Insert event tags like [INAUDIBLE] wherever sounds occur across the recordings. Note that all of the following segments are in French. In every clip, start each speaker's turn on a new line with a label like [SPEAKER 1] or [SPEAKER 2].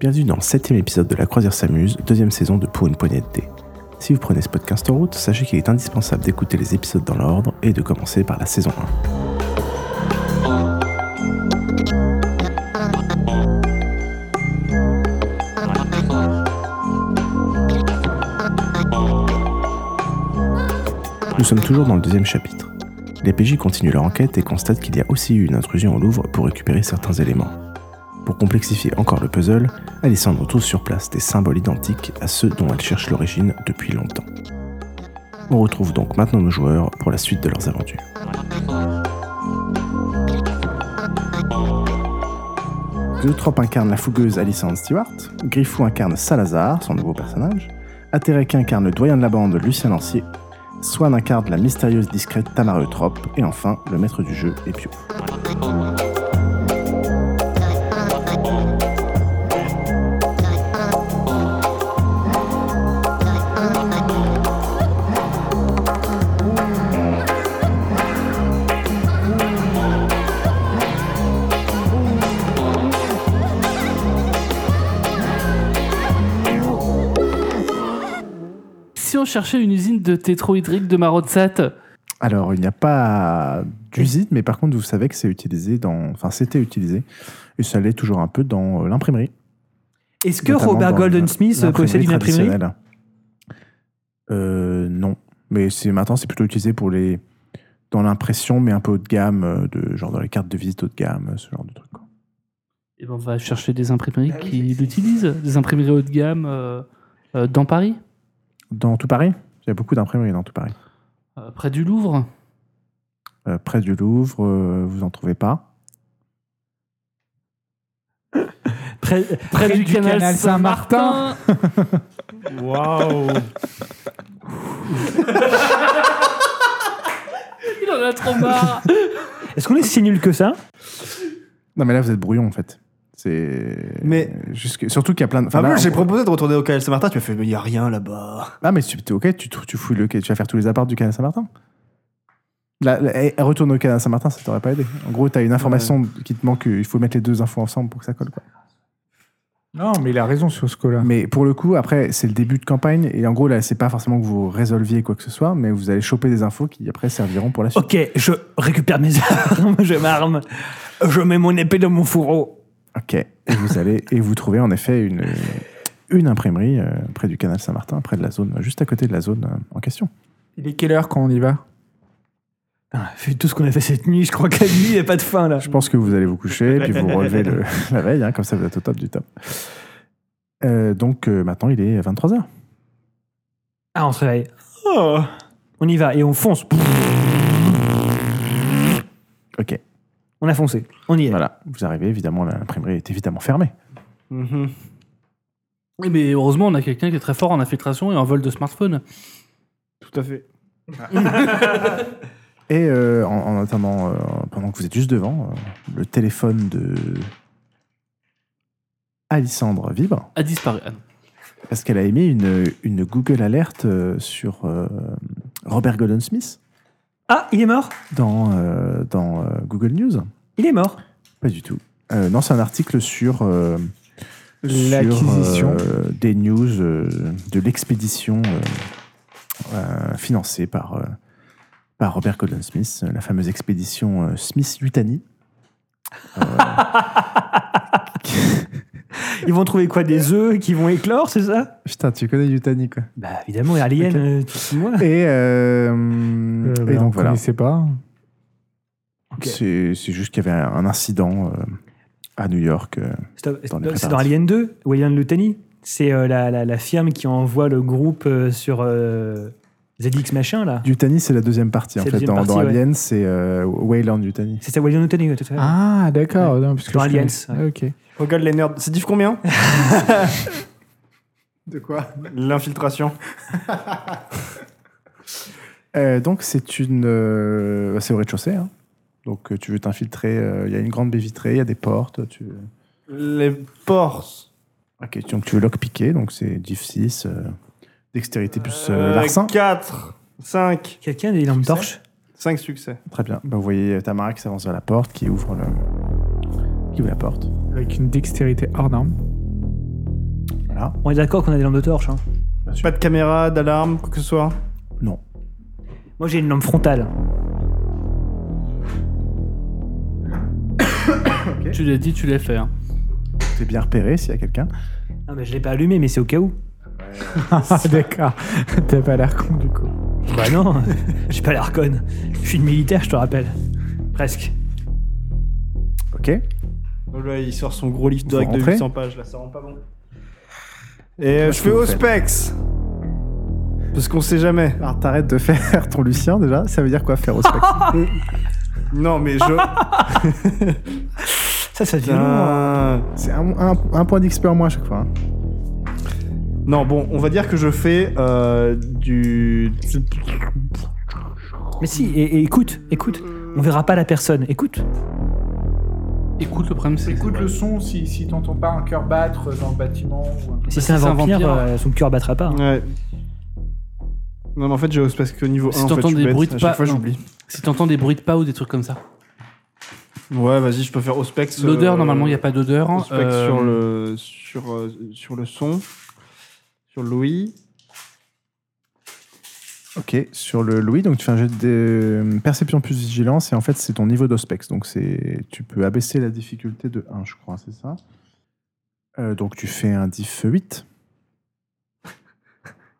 [SPEAKER 1] Bienvenue dans le septième épisode de La Croisière s'amuse, deuxième saison de Pour une poignée de thé. Si vous prenez ce podcast en route, sachez qu'il est indispensable d'écouter les épisodes dans l'ordre et de commencer par la saison 1. Nous sommes toujours dans le deuxième chapitre. Les PJ continuent leur enquête et constatent qu'il y a aussi eu une intrusion au Louvre pour récupérer certains éléments. Pour complexifier encore le puzzle, Alessandre trouve sur place des symboles identiques à ceux dont elle cherche l'origine depuis longtemps. On retrouve donc maintenant nos joueurs pour la suite de leurs aventures. Zeutrop incarne la fougueuse Alessandre Stewart, Griffou incarne Salazar, son nouveau personnage, Aterek incarne le doyen de la bande Lucien Lancier, Swan incarne la mystérieuse discrète Tamara Eutrope, et enfin le maître du jeu Epio.
[SPEAKER 2] Si on cherchait une usine de tétrohydrique de Marotsat,
[SPEAKER 1] Alors, il n'y a pas d'usine, mais par contre, vous savez que c'est utilisé dans. Enfin, c'était utilisé, et ça l'est toujours un peu dans euh, l'imprimerie.
[SPEAKER 3] Est-ce que
[SPEAKER 1] Notamment
[SPEAKER 3] Robert
[SPEAKER 1] dans
[SPEAKER 3] Golden
[SPEAKER 1] le-
[SPEAKER 3] Smith euh, possède une imprimerie
[SPEAKER 1] traditionnelle. Euh, Non. Mais c'est, maintenant, c'est plutôt utilisé pour les. Dans l'impression, mais un peu haut de gamme, euh, de, genre dans les cartes de visite haut de gamme, ce genre de truc. quoi.
[SPEAKER 2] eh ben, on va chercher des imprimeries
[SPEAKER 4] Bah
[SPEAKER 2] qui l'utilisent, des imprimeries haut de gamme euh, euh, dans Paris,
[SPEAKER 1] Dans tout Paris Il y a beaucoup d'imprimeries dans tout Paris.
[SPEAKER 2] euh, près du Louvre.
[SPEAKER 1] Euh, près du Louvre, euh, vous n'en trouvez pas.
[SPEAKER 3] près,
[SPEAKER 2] Près du, canal,
[SPEAKER 3] Saint-Martin
[SPEAKER 2] Saint-Martin. [LAUGHS]
[SPEAKER 4] Waouh
[SPEAKER 2] Il en a trop marre.
[SPEAKER 3] Est-ce qu'on est si nul que ça
[SPEAKER 1] Non, mais là, vous êtes brouillon, en fait. C'est.
[SPEAKER 5] Mais-
[SPEAKER 1] Jusque- Surtout qu'il y a plein de.
[SPEAKER 3] Ah
[SPEAKER 1] enfin,
[SPEAKER 5] Enfin,
[SPEAKER 1] là,
[SPEAKER 5] moi, j'ai
[SPEAKER 1] on-
[SPEAKER 5] proposé de retourner au canal Saint-Martin, tu m'as fait, mais il n'y a rien là-bas.
[SPEAKER 1] Ah, mais tu, t'es ok, tu, trou- tu fouilles le tu vas faire tous les apparts du canal Saint-Martin. Là, là, eh, retourne au canal Saint-Martin, ça t'aurait pas aidé. En gros, t'as une information qui te manque, il faut mettre les deux infos ensemble pour que ça colle. Quoi.
[SPEAKER 4] Non, mais il a raison sur ce coup-là.
[SPEAKER 1] Mais pour le coup, après, c'est le début de campagne, et en gros, là, c'est pas forcément que vous résolviez quoi que ce soit, mais vous allez choper des infos qui après serviront pour la suite.
[SPEAKER 3] Ok, je récupère mes armes, je m'arme, je mets mon épée dans mon fourreau.
[SPEAKER 1] Ok. Et vous allez, et vous trouvez en effet une, une imprimerie euh, près du canal Saint-Martin, près de la zone, juste à côté de la zone euh, en question.
[SPEAKER 4] Il est quelle heure quand on y va
[SPEAKER 3] Ah, Vu tout ce qu'on a fait cette nuit, je crois qu'à la nuit, il n'y a pas de fin là.
[SPEAKER 1] Je pense que vous allez vous
[SPEAKER 5] [LAUGHS]
[SPEAKER 1] coucher, puis vous relevez le- [LAUGHS] la veille, hein, comme ça vous êtes au top du top. Euh, donc euh, maintenant il est 23h.
[SPEAKER 3] Ah, on se réveille. Oh. On y va et on fonce.
[SPEAKER 1] Ok,
[SPEAKER 3] On a foncé, on y est.
[SPEAKER 1] voilà. Vous arrivez, évidemment, l'imprimerie est évidemment fermée.
[SPEAKER 2] Eh, Mais heureusement, on a quelqu'un qui est très fort en infiltration et en vol de smartphone.
[SPEAKER 5] Tout à fait.
[SPEAKER 1] [LAUGHS] Et euh, en, en attendant, euh, pendant que vous êtes juste devant, euh, le téléphone de Alissandre vibre
[SPEAKER 2] A disparu. Ah non.
[SPEAKER 1] parce qu'elle a émis une, une Google alerte euh, sur euh, Robert Golden Smith
[SPEAKER 3] Ah, il est mort
[SPEAKER 1] dans, euh, dans euh, Google News.
[SPEAKER 3] Il est mort.
[SPEAKER 1] Pas du tout. Euh, non, c'est un article sur euh, sur,
[SPEAKER 4] L'acquisition.
[SPEAKER 1] euh, des news euh, de l'expédition euh, euh, financée par, euh, par Robert Golden Smith, euh, la fameuse expédition euh, Smith-Lutani.
[SPEAKER 3] Ils vont trouver quoi Des œufs qui vont éclore, c'est ça
[SPEAKER 1] Putain, tu connais Lutani, quoi.
[SPEAKER 3] Bah évidemment, Alien, euh, tout ce mois.
[SPEAKER 1] [LAUGHS] Et, euh,
[SPEAKER 4] Euh,
[SPEAKER 1] et
[SPEAKER 4] bah, on
[SPEAKER 1] donc voilà,
[SPEAKER 4] connaissait pas.
[SPEAKER 1] c'est c'est juste qu'il y avait un incident euh, à New York. euh.
[SPEAKER 3] Stop,
[SPEAKER 1] Dans les
[SPEAKER 3] stop, C'est
[SPEAKER 1] préparatifs.
[SPEAKER 3] dans Alien 2, ou Alien Lutani. C'est euh, la, la, la firme qui envoie le groupe euh, sur euh, ZX machin, là.
[SPEAKER 1] Lutani, c'est la deuxième partie, en
[SPEAKER 3] C'est
[SPEAKER 1] fait.
[SPEAKER 3] la
[SPEAKER 1] Dans,
[SPEAKER 3] deuxième
[SPEAKER 1] dans
[SPEAKER 3] partie, ouais.
[SPEAKER 1] Alien, c'est euh, Wayland Lutani.
[SPEAKER 3] C'est ça, Alien Lutani, ouais, tout à fait.
[SPEAKER 4] Ah, d'accord. non, parce que
[SPEAKER 3] Dans
[SPEAKER 4] je
[SPEAKER 3] Aliens,
[SPEAKER 4] connais- Ok.
[SPEAKER 5] Regarde les nerds. C'est diff combien
[SPEAKER 1] [LAUGHS] De quoi
[SPEAKER 5] L'infiltration.
[SPEAKER 1] Euh, donc c'est une, euh, c'est au rez-de-chaussée. hein. Donc euh, tu veux t'infiltrer. euh, Il y a une grande baie vitrée, il y a des portes. Tu...
[SPEAKER 5] Les ports.
[SPEAKER 1] Ok, donc tu veux lockpicker, donc c'est diff 6, euh, dextérité plus euh, larcin.
[SPEAKER 5] 4, 5.
[SPEAKER 3] Quelqu'un a des lampes
[SPEAKER 5] Succès.
[SPEAKER 3] torches
[SPEAKER 5] 5 succès.
[SPEAKER 1] Très bien. Bah, vous voyez euh, Tamara qui s'avance vers la porte, qui ouvre le, qui ouvre la porte.
[SPEAKER 4] Avec une dextérité hors norme.
[SPEAKER 1] Voilà.
[SPEAKER 3] On est d'accord qu'on a des lampes de torche. hein.
[SPEAKER 5] Pas de caméra, d'alarme, quoi que ce soit.
[SPEAKER 1] Non.
[SPEAKER 3] Moi, j'ai une lampe frontale.
[SPEAKER 2] Tu l'as dit, tu l'as fait. hein.
[SPEAKER 1] C'est bien repéré s'il y a quelqu'un.
[SPEAKER 3] Ah, mais je l'ai pas allumée, mais c'est au cas où.
[SPEAKER 4] Ah, [LAUGHS] d'accord. T'as pas l'air con, du coup.
[SPEAKER 3] Bah non, [LAUGHS] j'ai pas l'air conne. Je suis une militaire, je te rappelle. Presque.
[SPEAKER 1] Ok.
[SPEAKER 5] Oh là, il sort son gros livre
[SPEAKER 1] Faut
[SPEAKER 5] de règles de
[SPEAKER 1] rentrer
[SPEAKER 5] 800 pages, là, ça rend pas bon. Et euh, je
[SPEAKER 1] que
[SPEAKER 5] fais Ah,
[SPEAKER 1] vous
[SPEAKER 5] au
[SPEAKER 1] faites
[SPEAKER 5] specs Parce qu'on sait jamais.
[SPEAKER 1] Alors t'arrêtes de faire ton Lucien déjà. Ça veut dire quoi faire au spectre
[SPEAKER 5] [LAUGHS] Non, mais je.
[SPEAKER 3] Ça, ça devient long, hein.
[SPEAKER 5] [LAUGHS] Putain.
[SPEAKER 1] C'est un, un- un point d'XP en moins à chaque fois. hein.
[SPEAKER 5] Non, bon, on va dire que je fais euh, du.
[SPEAKER 3] Mais si, et, et écoute, écoute. On verra pas la personne. Écoute.
[SPEAKER 2] Écoute, le problème, c'est.
[SPEAKER 4] Écoute le son si, si t'entends pas un cœur battre dans le bâtiment. Ou un...
[SPEAKER 3] Si c'est un
[SPEAKER 2] c'est un
[SPEAKER 3] vampire,
[SPEAKER 2] vampire.
[SPEAKER 3] euh, son cœur battra pas. hein.
[SPEAKER 5] Ouais. Non, mais en fait, j'ai au spec au niveau
[SPEAKER 2] Si
[SPEAKER 5] 1. en fait,
[SPEAKER 2] t'entends
[SPEAKER 5] je suis
[SPEAKER 2] des
[SPEAKER 5] bête,
[SPEAKER 2] bruits de
[SPEAKER 5] à chaque
[SPEAKER 2] pas-
[SPEAKER 5] fois,
[SPEAKER 2] non.
[SPEAKER 5] j'oublie.
[SPEAKER 2] Si t'entends des bruits de pas ou des trucs comme ça.
[SPEAKER 5] Ouais, vas-y, je peux faire au spec.
[SPEAKER 4] euh,
[SPEAKER 2] L'odeur, normalement, il n'y a pas d'odeur. hein.
[SPEAKER 5] Au spec
[SPEAKER 2] Euh,
[SPEAKER 5] sur, le, sur, euh, sur le son, sur l'ouïe.
[SPEAKER 1] Ok, sur le Louis, donc tu fais un jet de perception plus vigilance et en fait c'est ton niveau d'ospex. Donc c'est tu peux abaisser la difficulté de 1, je crois, c'est ça. Euh, donc tu fais un diff 8.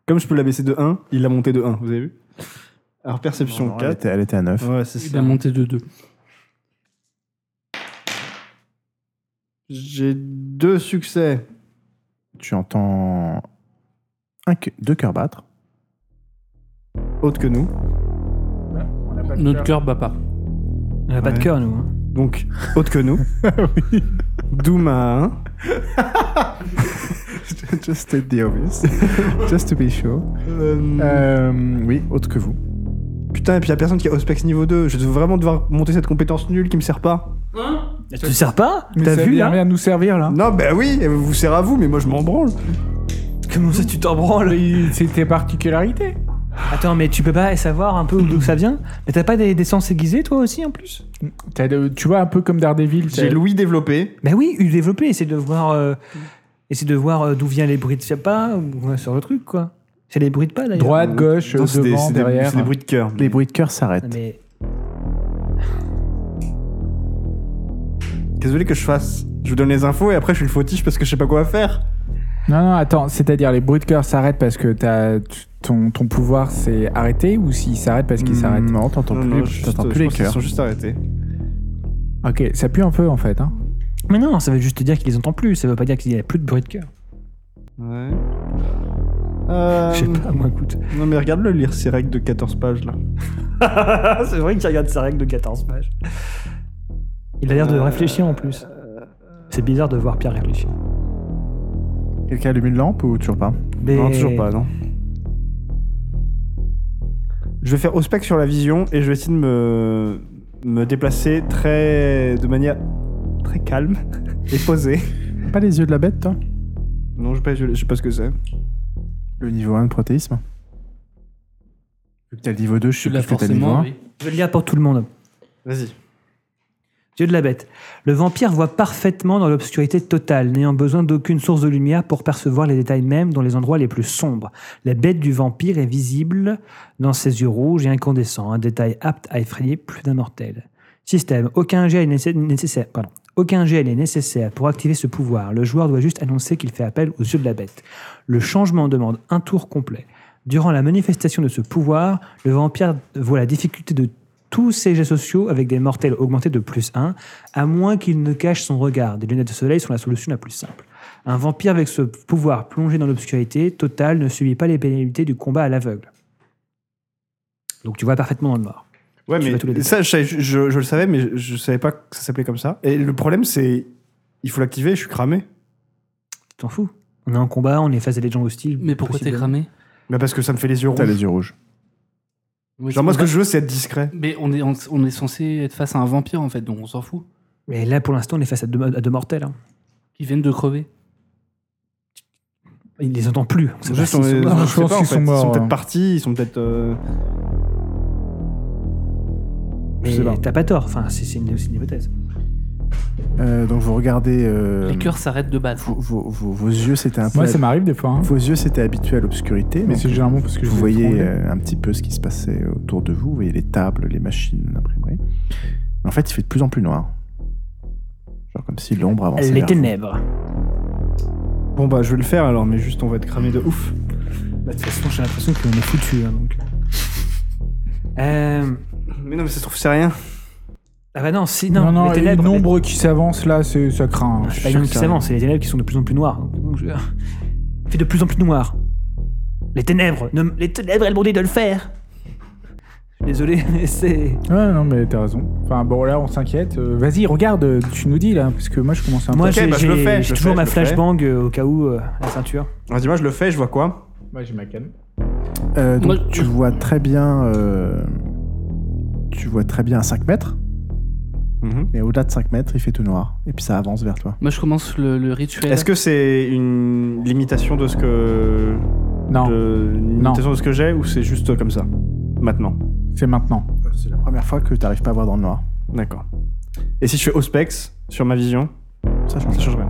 [SPEAKER 5] Comme je peux l'abaisser de 1, il l'a monté de 1, vous avez vu Alors, perception
[SPEAKER 1] Non, elle,
[SPEAKER 5] 4.
[SPEAKER 1] était, elle était à 9.
[SPEAKER 5] Ouais, c'est
[SPEAKER 2] Il
[SPEAKER 5] ça.
[SPEAKER 2] a monté de 2.
[SPEAKER 5] J'ai deux succès.
[SPEAKER 1] Tu entends un, que- deux cœurs battre.
[SPEAKER 5] Autre que nous.
[SPEAKER 4] On a pas de
[SPEAKER 2] Notre cœur bat pas.
[SPEAKER 3] On a pas de
[SPEAKER 1] Ouais.
[SPEAKER 3] cœur, nous. hein.
[SPEAKER 5] Donc, autre
[SPEAKER 1] [LAUGHS]
[SPEAKER 5] que nous.
[SPEAKER 1] Ah
[SPEAKER 5] D'où ma 1.
[SPEAKER 1] Just state the obvious. [LAUGHS] Just to be sure.
[SPEAKER 5] Euh,
[SPEAKER 1] Euh, oui, autre que vous.
[SPEAKER 5] Putain, et puis il y a personne qui a Auspex niveau 2. Je vais vraiment devoir monter cette compétence nulle qui me sert pas.
[SPEAKER 3] Ça te sert pas
[SPEAKER 4] Mais
[SPEAKER 3] T'as
[SPEAKER 4] ça
[SPEAKER 3] vu
[SPEAKER 4] vient
[SPEAKER 3] là
[SPEAKER 4] rien nous servir là
[SPEAKER 5] Non, bah oui, elle vous sert à vous, mais moi je m'en branle.
[SPEAKER 3] Comment ça tu t'en branles
[SPEAKER 4] Oui, C'est tes particularités.
[SPEAKER 3] Attends, mais tu peux pas savoir un peu [CLEARS THROAT] d'où ça vient Mais t'as pas des, des sens aiguisés toi aussi en plus
[SPEAKER 4] T'as le- tu vois, un peu comme Daredevil.
[SPEAKER 5] J'ai
[SPEAKER 4] t'as-
[SPEAKER 5] Louis développé.
[SPEAKER 3] Bah oui, développer, essayer de voir, euh, essayer de voir euh, d'où vient les bruits de je sais pas, ou sur le truc quoi. C'est les bruits de pas d'ailleurs.
[SPEAKER 4] Droite, gauche,
[SPEAKER 5] Non, c'est des-
[SPEAKER 4] devant,
[SPEAKER 5] c'est des,
[SPEAKER 4] derrière.
[SPEAKER 5] c'est des bruits de cœur.
[SPEAKER 1] Les bruits de cœur
[SPEAKER 3] Non,
[SPEAKER 1] s'arrêtent.
[SPEAKER 3] Ah, Mais
[SPEAKER 5] Désolé que je fasse. Je vous donne les infos et après je suis le fautif parce que je sais pas quoi faire.
[SPEAKER 4] Non, non, attends, c'est-à-dire les bruits de cœur s'arrêtent parce que t'as- tu- ton, ton pouvoir s'est arrêté ou s'ils s'arrêtent parce qu'ils s'arrêtent
[SPEAKER 1] Non, t'entends
[SPEAKER 5] Non,
[SPEAKER 1] plus,
[SPEAKER 5] non,
[SPEAKER 1] les-
[SPEAKER 5] juste-
[SPEAKER 1] t'entends
[SPEAKER 5] je
[SPEAKER 1] plus les
[SPEAKER 5] pense qu'ils
[SPEAKER 1] cœurs.
[SPEAKER 5] sont juste arrêtés.
[SPEAKER 4] Ok, ça pue un peu en fait. Hein.
[SPEAKER 3] mais non, ça veut juste dire qu'ils les entendent plus. Ça veut pas dire qu'il y a plus de bruits de cœur.
[SPEAKER 5] Ouais. Euh,
[SPEAKER 3] Je sais pas, moi [LAUGHS] écoute.
[SPEAKER 5] Non, mais regarde-le lire ses règles de 14 pages là.
[SPEAKER 3] Ah, C'est vrai qu'il regarde sa règle de 14 pages. Il a l'air de
[SPEAKER 5] Euh,
[SPEAKER 3] réfléchir en plus. C'est bizarre de voir Pierre réfléchir.
[SPEAKER 1] Quelqu'un allume une lampe ou toujours pas
[SPEAKER 3] Mais...
[SPEAKER 5] Non, toujours pas, non. Je vais faire au spec sur la vision et je vais essayer de me, me déplacer très. de manière très calme [LAUGHS] et posée.
[SPEAKER 1] Pas les yeux de la bête, toi
[SPEAKER 5] Non, je sais pas, je sais pas ce que c'est.
[SPEAKER 1] Le niveau 1 de protéisme Vu que t'as le niveau 2, je
[SPEAKER 2] Tu
[SPEAKER 1] sais plus
[SPEAKER 2] l'as
[SPEAKER 1] ce que t'as le niveau
[SPEAKER 2] forcément.
[SPEAKER 1] 1.
[SPEAKER 2] oui.
[SPEAKER 3] Je le lis pour tout le monde.
[SPEAKER 5] Vas-y.
[SPEAKER 3] Dieu de la bête. Le vampire voit parfaitement dans l'obscurité totale, n'ayant besoin d'aucune source de lumière pour percevoir les détails mêmes dans les endroits les plus sombres. La bête du vampire est visible dans ses yeux rouges et incandescents, un détail apte à effrayer plus d'un mortel. Système. Aucun jet est nécess- nécessaire. pardon. Aucun gel est nécessaire pour activer ce pouvoir. Le joueur doit juste annoncer qu'il fait appel aux yeux de la bête. Le changement demande un tour complet. Durant la manifestation de ce pouvoir, le vampire voit la difficulté de tous ses jets sociaux avec des mortels augmentés de plus 1, à moins qu'il ne cache son regard. Des lunettes de soleil sont la solution la plus simple. Un vampire avec ce pouvoir plongé dans l'obscurité totale ne subit pas les pénalités du combat à l'aveugle. Donc tu vois parfaitement dans le mort.
[SPEAKER 5] Ouais,
[SPEAKER 3] Tu vas tous les
[SPEAKER 5] mais ça, je, je- je- je le savais, mais je, je savais pas que ça s'appelait comme ça. Et le problème, c'est. il faut l'activer, je suis cramé.
[SPEAKER 3] Tu t'en fous On est en combat, on est face à des gens hostiles.
[SPEAKER 2] Mais pourquoi t'es
[SPEAKER 3] possiblement.
[SPEAKER 2] cramé
[SPEAKER 5] Bah parce que ça me fait les yeux rouges.
[SPEAKER 1] T'as les yeux rouges.
[SPEAKER 5] Genre, moi, ce que je veux, c'est être discret.
[SPEAKER 2] Mais on est, on, on est censé être face à un vampire en fait, donc on s'en fout.
[SPEAKER 3] Mais là, pour l'instant, on est face à deux, à deux mortels. hein.
[SPEAKER 2] Ils viennent de crever.
[SPEAKER 3] Il les entend plus. On sait pas
[SPEAKER 5] Juste,
[SPEAKER 3] s'ils
[SPEAKER 5] on est-
[SPEAKER 3] sont morts.
[SPEAKER 5] je
[SPEAKER 4] je
[SPEAKER 5] sais
[SPEAKER 4] pense
[SPEAKER 5] pas, en
[SPEAKER 4] qu'ils
[SPEAKER 5] fait.
[SPEAKER 4] sont
[SPEAKER 5] Ils sont
[SPEAKER 4] morts,
[SPEAKER 5] peut-être
[SPEAKER 4] ouais.
[SPEAKER 5] partis, ils sont peut-être. euh, je sais pas.
[SPEAKER 3] Mais t'as pas tort. Enfin, c'est c'est une, c'est une hypothèse.
[SPEAKER 1] Euh, donc vous regardez. euh,
[SPEAKER 2] Les cœurs s'arrêtent de battre.
[SPEAKER 1] vos, vos- vos- vos yeux c'était un peu.
[SPEAKER 4] Moi, ça m'arrive des fois. hein.
[SPEAKER 1] Vos yeux c'était habitués à l'obscurité,
[SPEAKER 4] Mais
[SPEAKER 1] donc
[SPEAKER 4] c'est généralement parce que je
[SPEAKER 1] vous
[SPEAKER 4] vais
[SPEAKER 1] voyez
[SPEAKER 4] trembler.
[SPEAKER 1] euh, un petit peu ce qui se passait autour de vous. Vous voyez les tables, les machines, l'imprimerie. Mais En fait, il fait de plus en plus noir. Genre comme si l'ombre avançait.
[SPEAKER 3] Les
[SPEAKER 1] vers vous.
[SPEAKER 3] ténèbres.
[SPEAKER 5] Bon bah je vais le faire alors, mais juste on va être cramé de ouf.
[SPEAKER 3] Bah, de toute façon, j'ai l'impression qu'on est foutu. hein, donc. Euh,
[SPEAKER 5] Mais non mais ça se trouve c'est rien.
[SPEAKER 3] Ah bah non, si, non,
[SPEAKER 4] Non, non,
[SPEAKER 3] les
[SPEAKER 4] et les
[SPEAKER 3] ténèbres.
[SPEAKER 4] nombres qui s'avancent là, c'est- ça craint.
[SPEAKER 3] les-
[SPEAKER 4] Je
[SPEAKER 3] C'est
[SPEAKER 4] suis
[SPEAKER 3] pas les
[SPEAKER 4] sûr
[SPEAKER 3] nombres
[SPEAKER 4] que
[SPEAKER 3] qui
[SPEAKER 4] ça-
[SPEAKER 3] s'avancent, c'est les ténèbres qui sont de plus en plus noires. Donc, je- [LAUGHS] Fait de plus en plus noir. Les ténèbres, ne- les ténèbres, elles m'ont dit de le faire. Désolé, [LAUGHS] mais c'est.
[SPEAKER 4] Ouais, non, mais t'as raison. Enfin, bon, là, on s'inquiète. Euh, Vas-y, regarde, euh, tu nous dis là, parce que moi, je commence à.
[SPEAKER 3] Moi,
[SPEAKER 5] Ok,
[SPEAKER 3] j'ai-
[SPEAKER 5] bah, je le
[SPEAKER 3] j'ai-
[SPEAKER 5] fais, je
[SPEAKER 3] j'ai
[SPEAKER 5] le
[SPEAKER 3] toujours
[SPEAKER 5] fais,
[SPEAKER 3] ma
[SPEAKER 5] je le fais.
[SPEAKER 3] flashbang euh, au cas où euh, la ceinture.
[SPEAKER 5] Vas-y moi je le fais, je vois quoi
[SPEAKER 4] Moi, j'ai ma canne.
[SPEAKER 1] Euh, donc
[SPEAKER 2] Moi-
[SPEAKER 1] tu vois très bien. euh, tu vois très bien à 5 mètres,
[SPEAKER 5] Mhm.
[SPEAKER 1] mais au-delà de 5 mètres, il fait tout noir. Et puis ça avance vers toi.
[SPEAKER 2] Moi, je commence le, le rituel.
[SPEAKER 5] Est-ce que c'est une limitation de ce que
[SPEAKER 4] Non,
[SPEAKER 5] de- une
[SPEAKER 4] Non.
[SPEAKER 5] limitation de ce que j'ai ou c'est juste comme ça maintenant
[SPEAKER 4] c'est maintenant.
[SPEAKER 1] C'est la première fois que tu n'arrives pas à voir dans le noir.
[SPEAKER 5] D'accord. Et si je fais Auspex sur ma vision,
[SPEAKER 1] Ça change.
[SPEAKER 5] ça change rien.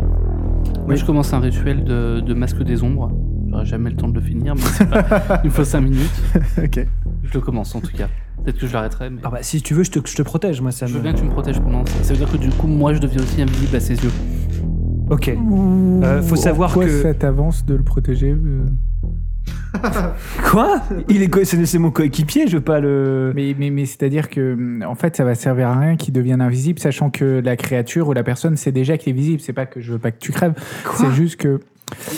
[SPEAKER 2] Moi, je commence un rituel de, de masque des ombres. J'aurai jamais le temps de le finir, mais c'est pas... il me faut 5 minutes.
[SPEAKER 1] ok.
[SPEAKER 2] Je le commence en tout cas. Peut-être que je l'arrêterai, mais.
[SPEAKER 3] Ah bah, si tu veux, je te, je te protège, moi, ça
[SPEAKER 2] Je
[SPEAKER 3] me.
[SPEAKER 2] veux bien que tu me protèges pendant ça. Ça veut dire que du coup, moi, je deviens aussi invisible à ses yeux.
[SPEAKER 3] Ok. [LAUGHS]
[SPEAKER 4] Euh,
[SPEAKER 3] faut savoir que-
[SPEAKER 4] ça t'avance de le protéger euh
[SPEAKER 3] Quoi Il est co- c'est c'est mon coéquipier, je veux pas le.
[SPEAKER 4] Mais, mais, mais c'est-à-dire que, hum, en fait, ça va servir à rien qu'il devienne invisible, sachant que la créature ou la personne sait déjà qu'il est visible. C'est pas que je veux pas que tu crèves. C'est juste que.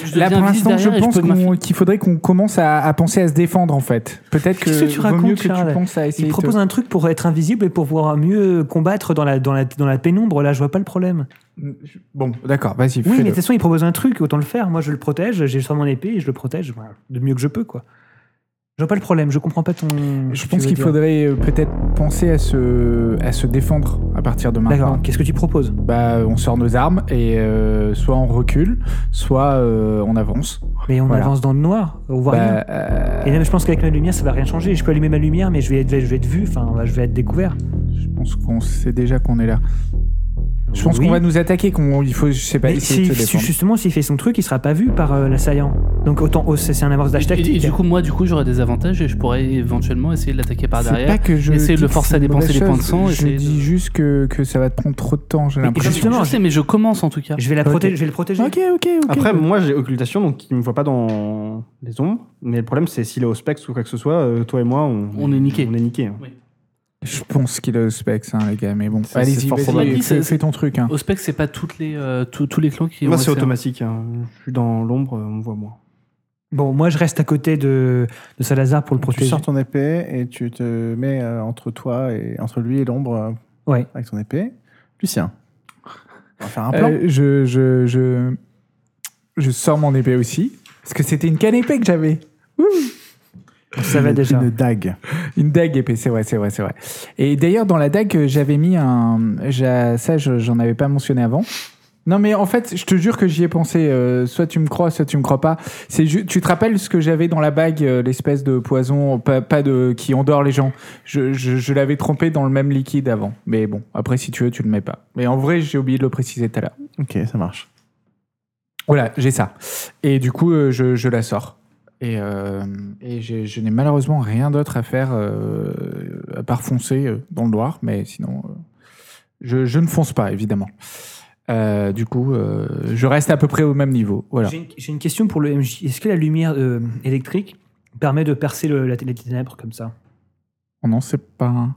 [SPEAKER 2] Je
[SPEAKER 4] Là,
[SPEAKER 2] deviens
[SPEAKER 4] pour
[SPEAKER 2] invisible
[SPEAKER 4] l'instant, je
[SPEAKER 2] derrière et
[SPEAKER 4] pense
[SPEAKER 2] peux m'infiltrer.
[SPEAKER 4] qu'on- qu'il faudrait qu'on commence à, à penser à se défendre, en fait. Peut-être que.
[SPEAKER 3] Qu'est-ce que tu
[SPEAKER 4] vaut
[SPEAKER 3] racontes,
[SPEAKER 4] mieux que
[SPEAKER 3] Charles
[SPEAKER 4] tu penses à essayer
[SPEAKER 3] Il
[SPEAKER 4] de-
[SPEAKER 3] propose un truc pour être invisible et pour pouvoir mieux combattre dans la, dans la, dans la pénombre. Là, je vois pas le problème.
[SPEAKER 4] Mm, Bon, d'accord, vas-y,
[SPEAKER 3] Oui, mais de
[SPEAKER 4] fais-le.
[SPEAKER 3] toute façon, il propose un truc, autant le faire. Moi, je le protège, j'ai sur mon épée et je le protège voilà, de mieux que je peux, quoi. Je vois pas le problème, je comprends pas ton. ce
[SPEAKER 4] Je
[SPEAKER 3] que
[SPEAKER 4] pense
[SPEAKER 3] tu veux
[SPEAKER 4] qu'il
[SPEAKER 3] dire.
[SPEAKER 4] faudrait euh, peut-être penser à se, à se défendre à partir de maintenant.
[SPEAKER 3] D'accord, qu'est-ce que tu proposes
[SPEAKER 4] Bah, on sort nos armes et euh, soit on recule, soit euh, on avance.
[SPEAKER 3] Mais on
[SPEAKER 4] Voilà.
[SPEAKER 3] avance dans le noir, on voit rien.
[SPEAKER 4] Bah, euh,
[SPEAKER 3] Et même, je pense qu'avec ma lumière, ça va rien changer. Je peux allumer ma lumière, mais je vais être, je vais être vu, enfin, je vais être découvert.
[SPEAKER 4] je pense qu'on sait déjà qu'on est là. Je pense
[SPEAKER 3] Oui.
[SPEAKER 4] qu'on va nous attaquer, qu'on il faut, je sais pas,
[SPEAKER 3] Mais
[SPEAKER 4] essayer
[SPEAKER 3] si-
[SPEAKER 4] de se défendre.
[SPEAKER 3] justement, s'il fait son truc, il sera pas vu par euh, l'assaillant. Donc autant, oh, c'est c'est un avance
[SPEAKER 2] Et-
[SPEAKER 3] d'âge
[SPEAKER 2] Et, et
[SPEAKER 3] tactique.
[SPEAKER 2] du coup, moi, du coup, j'aurais des avantages et je pourrais éventuellement essayer de l'attaquer par
[SPEAKER 4] C'est
[SPEAKER 2] derrière.
[SPEAKER 4] pas que je
[SPEAKER 2] essayer de
[SPEAKER 4] dis
[SPEAKER 2] le
[SPEAKER 4] que
[SPEAKER 2] forcer
[SPEAKER 4] c'est
[SPEAKER 2] à
[SPEAKER 4] une
[SPEAKER 2] dépenser
[SPEAKER 4] mauvaise
[SPEAKER 2] des points de
[SPEAKER 4] chose,
[SPEAKER 2] sang,
[SPEAKER 4] Je
[SPEAKER 2] essayer
[SPEAKER 4] dis
[SPEAKER 2] de-
[SPEAKER 4] juste que, que ça va te prendre trop de temps, j'ai
[SPEAKER 3] Mais
[SPEAKER 2] Je-
[SPEAKER 4] l'impression.
[SPEAKER 3] justement,
[SPEAKER 2] je sais, mais je commence en tout cas.
[SPEAKER 3] Je vais la
[SPEAKER 4] Ok.
[SPEAKER 3] protéger, je vais le protéger.
[SPEAKER 4] Ok, ok, ok.
[SPEAKER 5] Après, moi j'ai occultation donc il me voit pas dans les ombres. Mais le problème c'est s'il est Auspex ou quoi que ce soit, euh, toi et moi on,
[SPEAKER 2] On est niqués.
[SPEAKER 5] On est niqués. hein.
[SPEAKER 4] je pense qu'il a le specs, hein, les gars, mais bon.
[SPEAKER 5] C'est- c'est
[SPEAKER 4] Allez-y,
[SPEAKER 5] fort
[SPEAKER 4] vas-y,
[SPEAKER 5] probable.
[SPEAKER 4] fais, fais ton truc. Hein.
[SPEAKER 2] Au spec, c'est pas toutes les, euh, tous- tous les clans qui
[SPEAKER 5] Moi
[SPEAKER 2] ont
[SPEAKER 5] c'est
[SPEAKER 2] accès à-
[SPEAKER 5] automatique. hein. Je suis dans l'ombre, euh, on me voit moins.
[SPEAKER 3] Bon, moi je reste à côté de, de Salazar pour le
[SPEAKER 1] Tu
[SPEAKER 3] protéger.
[SPEAKER 1] sors ton épée et tu te mets euh, entre toi et entre lui et l'ombre euh,
[SPEAKER 3] Ouais.
[SPEAKER 1] avec ton épée. Lucien, on va faire un plan.
[SPEAKER 4] Euh, je, je, je, je sors mon épée aussi. Parce que c'était une canne épée que j'avais.
[SPEAKER 3] Ça va
[SPEAKER 1] Une-
[SPEAKER 3] déjà.
[SPEAKER 1] Une dague.
[SPEAKER 4] Une dague épée, c'est vrai, c'est vrai, c'est vrai. Et d'ailleurs, dans la dague, euh, j'avais mis un. j'a- Ça, je- j'en avais pas mentionné avant. Non, mais en fait, je te jure que j'y ai pensé. euh, soit tu me crois, soit tu me crois pas. C'est ju- Tu te rappelles ce que j'avais dans la bague, euh, l'espèce de poison pas, pas de qui endort les gens. Je, je- je l'avais trempé dans le même liquide avant. Mais bon, après, si tu veux, tu le mets pas. Mais en vrai, j'ai oublié de le préciser tout à l'heure.
[SPEAKER 1] Ok, ça marche.
[SPEAKER 4] Voilà, j'ai ça. Et du coup, euh, je, je la sors. Et, euh, et j'ai- je n'ai malheureusement rien d'autre à faire euh, à part foncer euh, dans le noir, mais sinon, euh, je, je ne fonce pas, évidemment. Euh, du coup, euh, je reste à peu près au même niveau. Voilà.
[SPEAKER 3] J'ai une, j'ai une question pour le MJ. Est-ce que la lumière euh, électrique permet de percer le, la, les ténèbres comme ça
[SPEAKER 4] Oh non, c'est pas.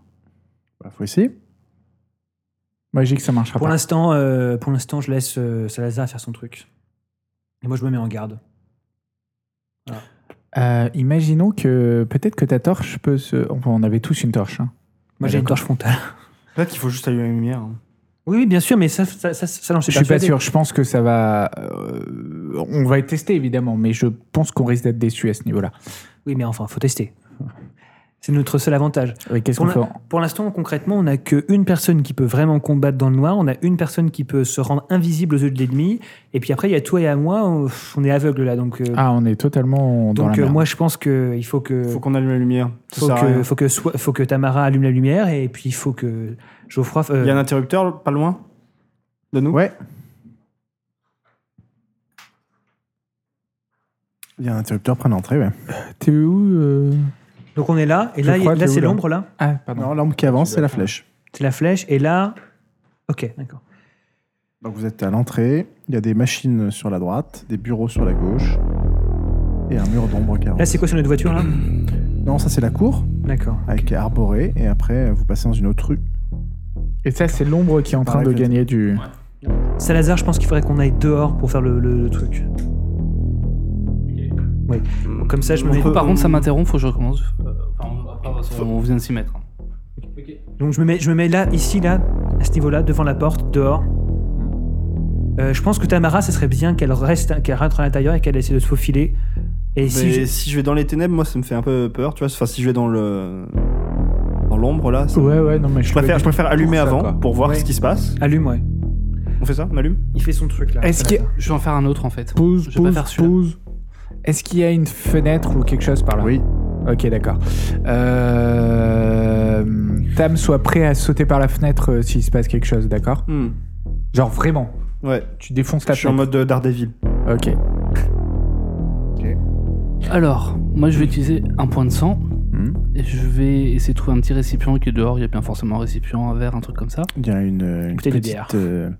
[SPEAKER 1] Bah, faut essayer.
[SPEAKER 4] Magique, ça marchera
[SPEAKER 3] Pour
[SPEAKER 4] pas.
[SPEAKER 3] l'instant, euh, pour l'instant, je laisse euh, Salazar faire son truc. Et moi je me mets en garde.
[SPEAKER 4] Euh, imaginons que peut-être que ta torche peut se. Enfin, on avait tous une torche. hein.
[SPEAKER 3] Moi j'ai une torche frontale. [LAUGHS]
[SPEAKER 5] Peut-être qu'il faut juste allumer la lumière. hein.
[SPEAKER 3] Oui, oui, bien sûr, mais ça, ça, ça, ça, j'en
[SPEAKER 4] Je suis pas
[SPEAKER 3] persuadé.
[SPEAKER 4] sûr. Je pense que ça va. euh, on va être testé évidemment, mais je pense qu'on risque d'être déçu à ce niveau-là.
[SPEAKER 3] Oui, mais enfin, faut tester. [LAUGHS] C'est notre seul avantage.
[SPEAKER 4] Et qu'est-ce
[SPEAKER 3] Pour
[SPEAKER 4] qu'on
[SPEAKER 3] la-
[SPEAKER 4] fait
[SPEAKER 3] Pour l'instant, concrètement, on n'a qu'une personne qui peut vraiment combattre dans le noir, on a une personne qui peut se rendre invisible aux yeux de l'ennemi, et puis après, il y a toi et à moi, on, pff, on est aveugle là. Donc, euh,
[SPEAKER 4] Ah, on est totalement dans
[SPEAKER 3] donc
[SPEAKER 4] la
[SPEAKER 3] euh,
[SPEAKER 4] merde.
[SPEAKER 3] moi, je pense qu'il faut que,
[SPEAKER 5] Faut qu'on allume la lumière. Ça
[SPEAKER 3] faut
[SPEAKER 5] sert à rien.
[SPEAKER 3] que, faut, que soit- faut que Tamara allume la lumière, et puis il faut que Geoffroy. euh,
[SPEAKER 5] Il y a un interrupteur pas loin Donne-nous.
[SPEAKER 4] Ouais.
[SPEAKER 1] Il y a un interrupteur, prends l'entrée, ouais.
[SPEAKER 4] T'es où euh
[SPEAKER 3] Donc on est là, et
[SPEAKER 4] Je
[SPEAKER 3] là, il y a-
[SPEAKER 4] crois que
[SPEAKER 3] là
[SPEAKER 4] je
[SPEAKER 3] c'est
[SPEAKER 4] l'ai.
[SPEAKER 3] l'ombre, là.
[SPEAKER 4] Ah, pardon.
[SPEAKER 1] Non, l'arme qui avance, c'est la flèche.
[SPEAKER 3] C'est la flèche, et là. Ok, d'accord.
[SPEAKER 1] Donc vous êtes à l'entrée, il y a des machines sur la droite, des bureaux sur la gauche, et un mur d'ombre qui avance.
[SPEAKER 3] Là, c'est quoi sur notre voiture, là
[SPEAKER 1] Non, ça c'est la cour,
[SPEAKER 3] D'accord.
[SPEAKER 1] avec arborée, et après vous passez dans une autre rue.
[SPEAKER 4] Et ça, c'est l'ombre qui est en
[SPEAKER 1] Par
[SPEAKER 4] train
[SPEAKER 1] la
[SPEAKER 4] de
[SPEAKER 1] fenêtre.
[SPEAKER 4] gagner du.
[SPEAKER 3] Salazar, je pense qu'il faudrait qu'on aille dehors pour faire le, le- le truc. Oui. Bon, comme ça, je me mets.
[SPEAKER 2] Bon, par contre, ça m'interrompt, faut que je recommence. Euh, enfin, on- après, on va se- on vient de s'y mettre. hein.
[SPEAKER 3] Donc je me mets, je me mets là, ici, là, à ce niveau-là, devant la porte, dehors. Euh, je pense que Tamara, ce serait bien qu'elle reste, qu'elle rentre à l'intérieur et qu'elle essaie de se faufiler. Et si
[SPEAKER 5] Mais
[SPEAKER 3] je-
[SPEAKER 5] si je vais dans les ténèbres, moi ça me fait un peu peur, tu vois. Enfin, si je vais dans le dans l'ombre là, ça me-
[SPEAKER 4] Ouais, ouais, non, mais je,
[SPEAKER 5] je préfère, je préfère allumer
[SPEAKER 4] ça,
[SPEAKER 5] avant
[SPEAKER 4] quoi.
[SPEAKER 5] pour voir
[SPEAKER 4] Ouais.
[SPEAKER 5] ce qui se passe.
[SPEAKER 3] allume, ouais.
[SPEAKER 5] On fait ça, on allume.
[SPEAKER 3] Il fait son truc là.
[SPEAKER 4] Est-ce qu'il y a-
[SPEAKER 2] Je vais en faire un autre en fait. Je
[SPEAKER 4] Pause,
[SPEAKER 2] vais pas
[SPEAKER 4] pause,
[SPEAKER 2] faire celui-là.
[SPEAKER 4] pause. Est-ce qu'il y a une fenêtre ou quelque chose par là
[SPEAKER 1] Oui,
[SPEAKER 4] Ok, d'accord. Euh... Tam, sois prêt à sauter par la fenêtre euh, s'il se passe quelque chose, d'accord
[SPEAKER 5] Hmm.
[SPEAKER 4] Genre vraiment,
[SPEAKER 5] Ouais.
[SPEAKER 4] tu défonces ta
[SPEAKER 5] Je suis en
[SPEAKER 4] fenêtre.
[SPEAKER 5] mode euh, Daredevil.
[SPEAKER 4] Ok.
[SPEAKER 2] Alors, moi je vais utiliser un point de sang.
[SPEAKER 1] Mhm.
[SPEAKER 2] Et je vais essayer de trouver un petit récipient qui est dehors. Il y a bien forcément un récipient, un verre, un truc comme ça.
[SPEAKER 1] il y a une, euh, une
[SPEAKER 3] Bouteille de bière.
[SPEAKER 1] petite, euh,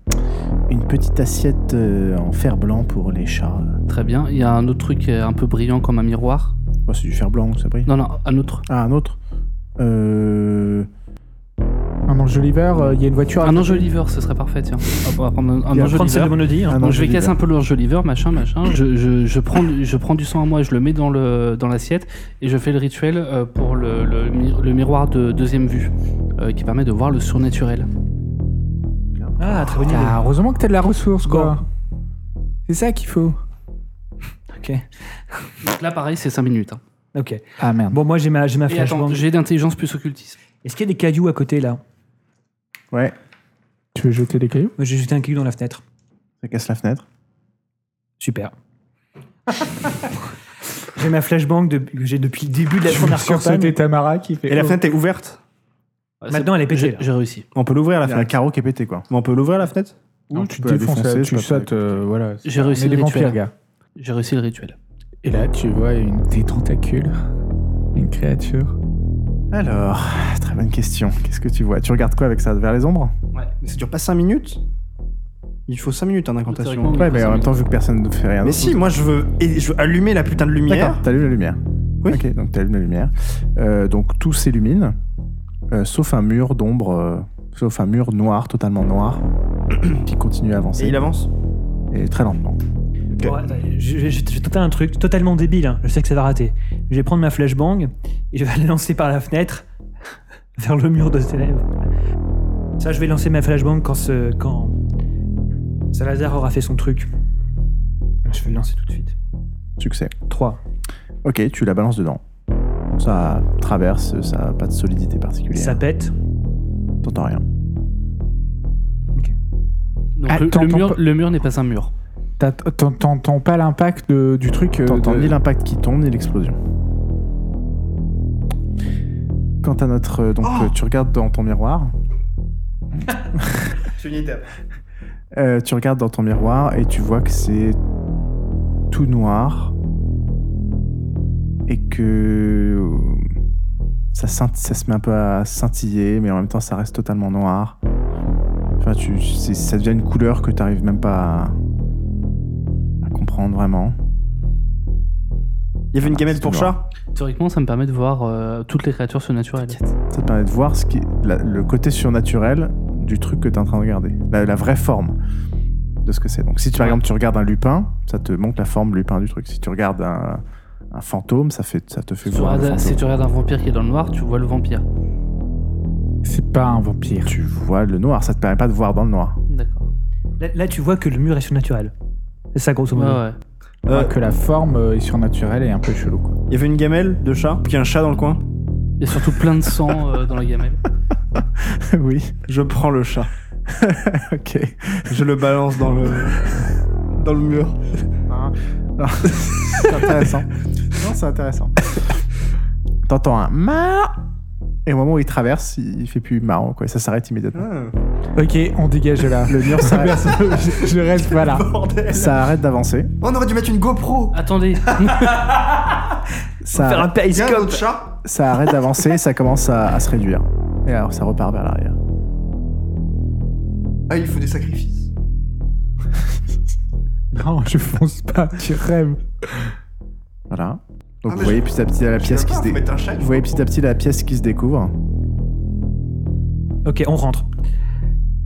[SPEAKER 1] une petite assiette euh, en fer blanc pour les chats. Euh,
[SPEAKER 2] Très bien. Il y a un autre truc euh, un peu brillant comme un miroir.
[SPEAKER 1] Oh, c'est du fer blanc, ça brille.
[SPEAKER 2] Non, non, un autre.
[SPEAKER 1] Ah, un autre Euh...
[SPEAKER 4] Un enjoliver, euh, il y a une voiture. à
[SPEAKER 2] Un
[SPEAKER 4] côté.
[SPEAKER 2] enjoliveur, ce serait parfait, tiens. Hop, On va prendre un- un,
[SPEAKER 1] Il y a
[SPEAKER 3] Prendre celle de
[SPEAKER 2] enjoliveur.
[SPEAKER 3] Monody, hein.
[SPEAKER 1] un
[SPEAKER 2] Donc je vais
[SPEAKER 1] enjoliveur.
[SPEAKER 2] casser un peu l'enjoliveur, machin, machin. Je, je, je, prends, du- je prends du sang à moi, je le mets dans le dans l'assiette et je fais le rituel euh, pour le, le, mi- le miroir de deuxième vue euh, qui permet de voir le surnaturel.
[SPEAKER 3] Ah, très bonne idée.
[SPEAKER 4] Ah, heureusement que t'as de la ressource, quoi. C'est ça qu'il faut.
[SPEAKER 3] Ok.
[SPEAKER 2] Donc là, pareil, c'est 5 minutes. hein.
[SPEAKER 3] Ok.
[SPEAKER 4] Ah merde.
[SPEAKER 3] Bon, moi j'ai ma, j'ai ma
[SPEAKER 2] Et
[SPEAKER 3] flèche.
[SPEAKER 2] attends,
[SPEAKER 3] Bon.
[SPEAKER 2] j'ai d'intelligence plus occultiste.
[SPEAKER 3] Est-ce qu'il y a des cailloux à côté là
[SPEAKER 1] Ouais,
[SPEAKER 4] Tu veux jeter des cailloux
[SPEAKER 3] Moi, J'ai jeté un caillou dans la fenêtre.
[SPEAKER 1] ça casse la fenêtre.
[SPEAKER 3] Super. [LAUGHS] j'ai ma flashbang de- que j'ai depuis le début de la
[SPEAKER 4] Je me
[SPEAKER 3] première
[SPEAKER 4] suis
[SPEAKER 3] campagne.
[SPEAKER 4] sauté Tamara qui fait.
[SPEAKER 5] Et la
[SPEAKER 4] Oh.
[SPEAKER 5] fenêtre est ouverte.
[SPEAKER 2] Ouais,
[SPEAKER 3] Maintenant,
[SPEAKER 2] c'est-
[SPEAKER 3] elle est pétée,
[SPEAKER 2] j'ai-
[SPEAKER 3] là.
[SPEAKER 2] J'ai réussi.
[SPEAKER 5] On peut l'ouvrir la
[SPEAKER 1] Il y a un
[SPEAKER 5] fenêtre.
[SPEAKER 1] carreau qui est pété, quoi.
[SPEAKER 5] On peut l'ouvrir la fenêtre.
[SPEAKER 4] Non,
[SPEAKER 1] Ou
[SPEAKER 4] tu te défonces,
[SPEAKER 1] la défoncer,
[SPEAKER 4] tu
[SPEAKER 1] je sais pas,
[SPEAKER 4] sautes, euh, voilà.
[SPEAKER 2] J'ai
[SPEAKER 4] On
[SPEAKER 2] réussi
[SPEAKER 4] est
[SPEAKER 2] le
[SPEAKER 4] des vampires,
[SPEAKER 2] rituel.
[SPEAKER 4] gars.
[SPEAKER 2] J'ai réussi le rituel.
[SPEAKER 4] Et là, tu vois une, des tentacules, une créature.
[SPEAKER 1] Alors, très bonne question. Qu'est-ce que tu vois Tu regardes quoi avec ça Vers les ombres
[SPEAKER 2] Ouais.
[SPEAKER 5] Mais ça dure pas 5 minutes Il faut 5 minutes en
[SPEAKER 2] Théoriquement,
[SPEAKER 5] incantation.
[SPEAKER 2] oui.
[SPEAKER 1] Ouais, mais en même temps, vu que personne ne fait rien.
[SPEAKER 5] Mais
[SPEAKER 1] d'autre,
[SPEAKER 5] si, moi je veux, et je veux allumer la putain de
[SPEAKER 1] D'accord,
[SPEAKER 5] lumière.
[SPEAKER 1] t'allumes la lumière.
[SPEAKER 5] Oui.
[SPEAKER 1] Ok, donc t'allumes la lumière. Euh, donc tout s'illumine, euh, sauf un mur d'ombre, euh, sauf un mur noir, totalement noir, [CLEARS THROAT] qui continue à avancer.
[SPEAKER 5] Et il avance.
[SPEAKER 1] Et très lentement.
[SPEAKER 5] Ok.
[SPEAKER 3] Bon, attends, je- je- je vais tenter un truc totalement débile. hein. Je sais que ça va rater. Je vais prendre ma flashbang et je vais la lancer par la fenêtre [LAUGHS] vers le mur de ténèbres. Ça, je vais lancer ma flashbang quand, ce, quand Salazar aura fait son truc. Je vais le lancer tout de suite.
[SPEAKER 1] Succès.
[SPEAKER 3] 3.
[SPEAKER 1] Ok, tu la balances dedans. Ça traverse, ça n'a pas de solidité particulière.
[SPEAKER 3] Ça pète.
[SPEAKER 1] T'entends rien.
[SPEAKER 2] Donc
[SPEAKER 4] Ah,
[SPEAKER 2] le- le,
[SPEAKER 4] t'entends
[SPEAKER 2] mur,
[SPEAKER 4] pas-
[SPEAKER 2] le mur n'est pas un mur.
[SPEAKER 4] T'as- t'en- T'entends pas l'impact de- du truc euh,
[SPEAKER 1] T'entends
[SPEAKER 4] de-
[SPEAKER 1] ni l'impact qui tombe, ni l'explosion. Quant à notre... euh, donc
[SPEAKER 5] Oh
[SPEAKER 1] euh, tu regardes dans ton miroir.
[SPEAKER 5] C'est une étape.
[SPEAKER 1] Euh, tu regardes dans ton miroir et tu vois que c'est tout noir et que ça, scint- ça se met un peu à scintiller, mais en même temps ça reste totalement noir. Enfin, tu, c'est- ça devient une couleur que tu n'arrives même pas à, à comprendre vraiment.
[SPEAKER 5] Il y avait une
[SPEAKER 1] Ah,
[SPEAKER 5] gamelle
[SPEAKER 1] c'est
[SPEAKER 5] pour
[SPEAKER 1] tout
[SPEAKER 5] chat.
[SPEAKER 2] Théoriquement, ça me permet de voir euh, toutes les créatures surnaturelles.
[SPEAKER 1] Ça te permet de voir ce qui, la- le côté surnaturel du truc que tu es en train de regarder, la, la vraie forme de ce que c'est. Donc si tu, par
[SPEAKER 2] Ouais.
[SPEAKER 1] exemple tu regardes un lupin, ça te montre la forme lupin du truc. Si tu regardes un, un fantôme, ça, fait, ça te fait
[SPEAKER 2] Si tu,
[SPEAKER 1] voir le
[SPEAKER 2] regardes,
[SPEAKER 1] fantôme.
[SPEAKER 2] si tu regardes un vampire qui est dans le noir, tu vois le vampire.
[SPEAKER 4] C'est pas un vampire.
[SPEAKER 1] Tu vois le noir, ça te permet pas de voir dans le
[SPEAKER 6] [LAUGHS]
[SPEAKER 1] noir.
[SPEAKER 2] D'accord.
[SPEAKER 3] Là, là, tu vois que le mur est surnaturel. C'est ça, grosso
[SPEAKER 2] Ouais,
[SPEAKER 3] modo.
[SPEAKER 2] ouais.
[SPEAKER 5] Euh,
[SPEAKER 4] Enfin, que la forme euh, est surnaturelle et un peu chelou. Quoi.
[SPEAKER 5] il y avait une gamelle de chat. Puis un chat dans le coin.
[SPEAKER 2] Il y a surtout plein de sang euh, dans la gamelle.
[SPEAKER 1] oui,
[SPEAKER 5] Je prends le [LAUGHS] chat.
[SPEAKER 1] ok.
[SPEAKER 5] Je le balance dans le dans le mur.
[SPEAKER 1] C'est intéressant. non, c'est intéressant. T'entends un ma Et au moment où il traverse, il il fait plus marrant, quoi. Ça s'arrête immédiatement.
[SPEAKER 4] Ok, on dégage de là.
[SPEAKER 1] Le mur s'arrête.
[SPEAKER 4] je, je reste pas là.
[SPEAKER 5] Bordel
[SPEAKER 1] ça arrête d'avancer.
[SPEAKER 6] On aurait dû mettre une GoPro
[SPEAKER 2] Attendez,
[SPEAKER 1] Ça,
[SPEAKER 6] Il y a un autre chat
[SPEAKER 1] ça arrête d'avancer, ça commence à, à se réduire. Et alors, ça repart vers l'arrière.
[SPEAKER 6] Ah, il faut des sacrifices.
[SPEAKER 4] Non, je fonce pas, tu rêves.
[SPEAKER 1] Voilà.
[SPEAKER 6] Ah,
[SPEAKER 1] Donc
[SPEAKER 6] mais
[SPEAKER 1] vous voyez
[SPEAKER 6] je-
[SPEAKER 1] petit à petit la
[SPEAKER 6] Je
[SPEAKER 1] pièce
[SPEAKER 6] sais
[SPEAKER 1] qui
[SPEAKER 6] pas,
[SPEAKER 1] se
[SPEAKER 6] faut
[SPEAKER 1] dé-
[SPEAKER 6] mettre un chat.
[SPEAKER 1] Vous voyez petit à petit la pièce qui se découvre.
[SPEAKER 3] Ok, on rentre.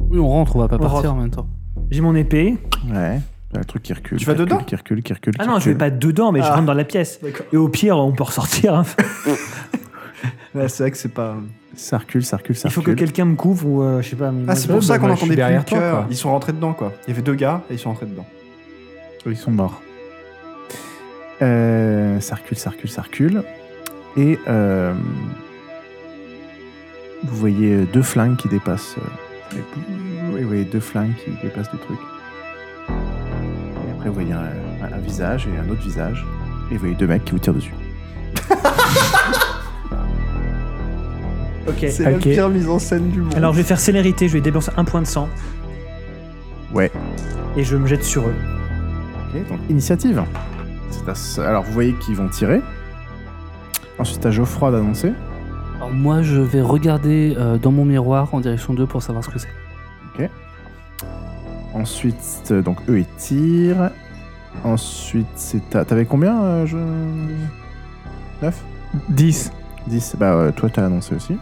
[SPEAKER 2] oui, on rentre, on va pas
[SPEAKER 3] On
[SPEAKER 2] partir
[SPEAKER 3] rentre.
[SPEAKER 2] en même temps.
[SPEAKER 3] J'ai mon épée.
[SPEAKER 1] Ouais. Il y a Le truc qui recule.
[SPEAKER 5] Tu vas
[SPEAKER 1] qui recule,
[SPEAKER 5] dedans
[SPEAKER 1] Qui recule, qui recule.
[SPEAKER 3] Ah
[SPEAKER 1] qui
[SPEAKER 3] non, je
[SPEAKER 1] recule.
[SPEAKER 3] vais pas dedans, mais je
[SPEAKER 5] Ah.
[SPEAKER 3] rentre dans la pièce.
[SPEAKER 5] D'accord.
[SPEAKER 3] Et au pire, on peut ressortir. hein.
[SPEAKER 5] Ouais, c'est vrai que c'est pas.
[SPEAKER 1] Ça recule, ça recule, ça
[SPEAKER 3] Il faut que
[SPEAKER 1] recule.
[SPEAKER 3] quelqu'un me couvre ou euh, je sais pas.
[SPEAKER 5] Ah, c'est pour
[SPEAKER 4] bah,
[SPEAKER 5] ça qu'on
[SPEAKER 4] moi, je suis
[SPEAKER 5] entendait plus
[SPEAKER 4] derrière
[SPEAKER 5] le
[SPEAKER 4] toi,
[SPEAKER 5] cœur.
[SPEAKER 4] quoi.
[SPEAKER 5] Ils sont rentrés dedans, quoi. Il y avait deux gars et ils sont rentrés dedans.
[SPEAKER 1] Ils sont morts. Euh, ça recule, ça recule, ça recule. Et euh, vous voyez euh, deux flingues qui dépassent. euh, et vous voyez deux flingues qui dépassent du truc. Et après, vous voyez un, un- un visage et un autre visage. Et vous voyez deux mecs qui vous tirent dessus.
[SPEAKER 3] Ok.
[SPEAKER 5] C'est
[SPEAKER 4] ok.
[SPEAKER 5] la pire mise en scène du monde.
[SPEAKER 3] Alors je vais faire célérité, je vais dépenser un point de sang
[SPEAKER 1] Ouais.
[SPEAKER 3] et je me jette sur eux.
[SPEAKER 1] Ok, donc initiative. C'est à ce- Alors, vous voyez qu'ils vont tirer. Ensuite, à Geoffroy d'annoncer.
[SPEAKER 2] Alors moi, je vais regarder euh, dans mon miroir en direction d'eux pour savoir ce que c'est.
[SPEAKER 1] Ensuite, euh, donc eux, ils tirent. Ensuite, c'est. à- T'avais combien euh, je... 9
[SPEAKER 4] 10.
[SPEAKER 1] 10 Bah, euh, toi, t'as annoncé aussi.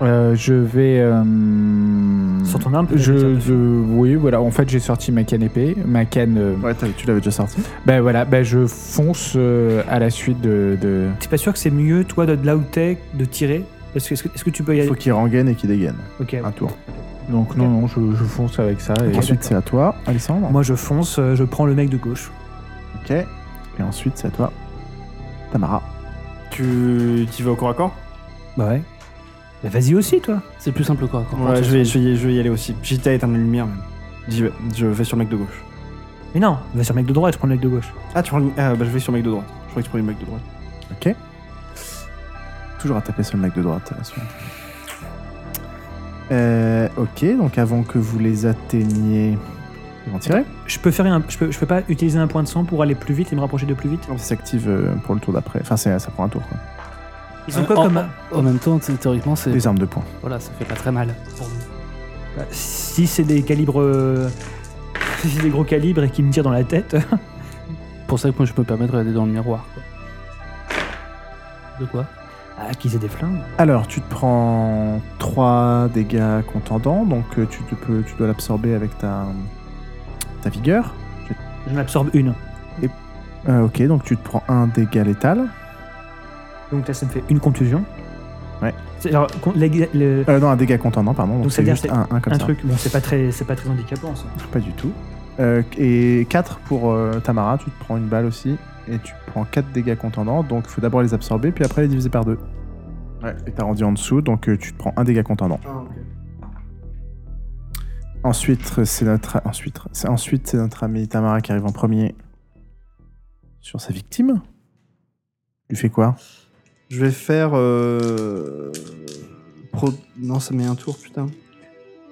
[SPEAKER 4] Euh, je vais. euh,
[SPEAKER 3] Sur ton arme, peut-être,
[SPEAKER 4] je,
[SPEAKER 3] je tire dessus.
[SPEAKER 4] je- Oui, voilà. En fait, j'ai sorti ma canne épée. Ma canne. euh,
[SPEAKER 1] Ouais, t'as- tu l'avais déjà sorti.
[SPEAKER 4] Ben voilà, ben je fonce euh, à la suite de. de-
[SPEAKER 3] T'es pas sûr que c'est mieux, toi, de de là où t'es, de tirer Parce que est-ce que, est-ce que tu peux y
[SPEAKER 1] Il
[SPEAKER 3] aller
[SPEAKER 1] faut qu'ils rengainent et qu'ils dégainent.
[SPEAKER 3] Ok.
[SPEAKER 1] Un tour.
[SPEAKER 4] Donc, non, non, je, je fonce avec ça. Et...
[SPEAKER 1] ensuite, c'est à toi, Alexandre.
[SPEAKER 3] Moi, je fonce, euh, je prends le mec de gauche.
[SPEAKER 1] Ok. Et ensuite, c'est à toi, Tamara.
[SPEAKER 5] Tu tu y vas au corps à corps
[SPEAKER 3] Bah ouais. Bah vas-y aussi, toi.
[SPEAKER 2] C'est plus simple quoi. quoi.
[SPEAKER 5] Ouais, je vais, je, vais, y- je vais y aller aussi. J'étais à éteindre la lumière, même. J'y vais. Je vais sur le mec de gauche.
[SPEAKER 3] Mais non, va sur le mec de droite, je prends le mec de gauche.
[SPEAKER 5] Ah, tu prends le... ah, bah, je vais sur le mec de droite. Je crois que tu prends le mec de droite.
[SPEAKER 1] Ok. Toujours à taper sur le mec de droite. euh, souvent. Euh, ok, donc avant que vous les atteigniez, ils vont tirer.
[SPEAKER 3] Je peux faire un, je peux, je peux pas utiliser un point de sang pour aller plus vite et me rapprocher de plus vite.
[SPEAKER 1] Ça s'active euh, pour le tour d'après. Enfin, c'est- ça prend un tour. quoi.
[SPEAKER 3] Ils ont
[SPEAKER 2] Euh,
[SPEAKER 3] quoi
[SPEAKER 2] en-
[SPEAKER 3] comme
[SPEAKER 2] En même temps, t- théoriquement, c'est
[SPEAKER 1] Des armes de poing.
[SPEAKER 2] voilà, ça fait pas très mal. pour nous.
[SPEAKER 3] Bah, Si c'est des calibres, euh, [LAUGHS] si c'est des gros calibres et qu'ils me tirent dans la tête. euh,
[SPEAKER 2] Pour ça que moi, je peux me permettre de regarder dans le miroir. quoi. De quoi
[SPEAKER 3] Ah, qu'ils aient des flingues.
[SPEAKER 1] Alors, tu te prends 3 dégâts contendants, donc euh, tu, te peux, tu dois l'absorber avec ta, ta vigueur.
[SPEAKER 3] Je m'absorbe une.
[SPEAKER 1] Euh, ok, donc tu te prends un dégât létal.
[SPEAKER 3] Donc là, ça me fait une contusion.
[SPEAKER 1] Ouais.
[SPEAKER 3] C'est- Alors, con- la- le-
[SPEAKER 1] Euh, non, un dégât contendant, pardon. Donc,
[SPEAKER 3] Donc,
[SPEAKER 1] c'est
[SPEAKER 3] c'est-à-dire
[SPEAKER 1] juste
[SPEAKER 3] c'est
[SPEAKER 1] un, un comme
[SPEAKER 3] un
[SPEAKER 1] ça.
[SPEAKER 3] truc, bon, c'est pas très, c'est pas très handicapant ça.
[SPEAKER 1] Pas du tout. Euh, et 4 pour euh, Tamara, tu te prends une balle aussi. Et tu prends 4 dégâts contendants, donc il faut d'abord les absorber, puis après les diviser par 2. Ouais, et t'arrondis en dessous, donc euh, tu te prends un dégât contendant.
[SPEAKER 6] Ah, ok.
[SPEAKER 1] Ensuite, euh, c'est notre, ensuite, c'est, ensuite, c'est notre ami Tamara qui arrive en premier sur sa victime. Tu fais quoi
[SPEAKER 6] Je vais faire. euh, pro- Non, ça met un tour, putain.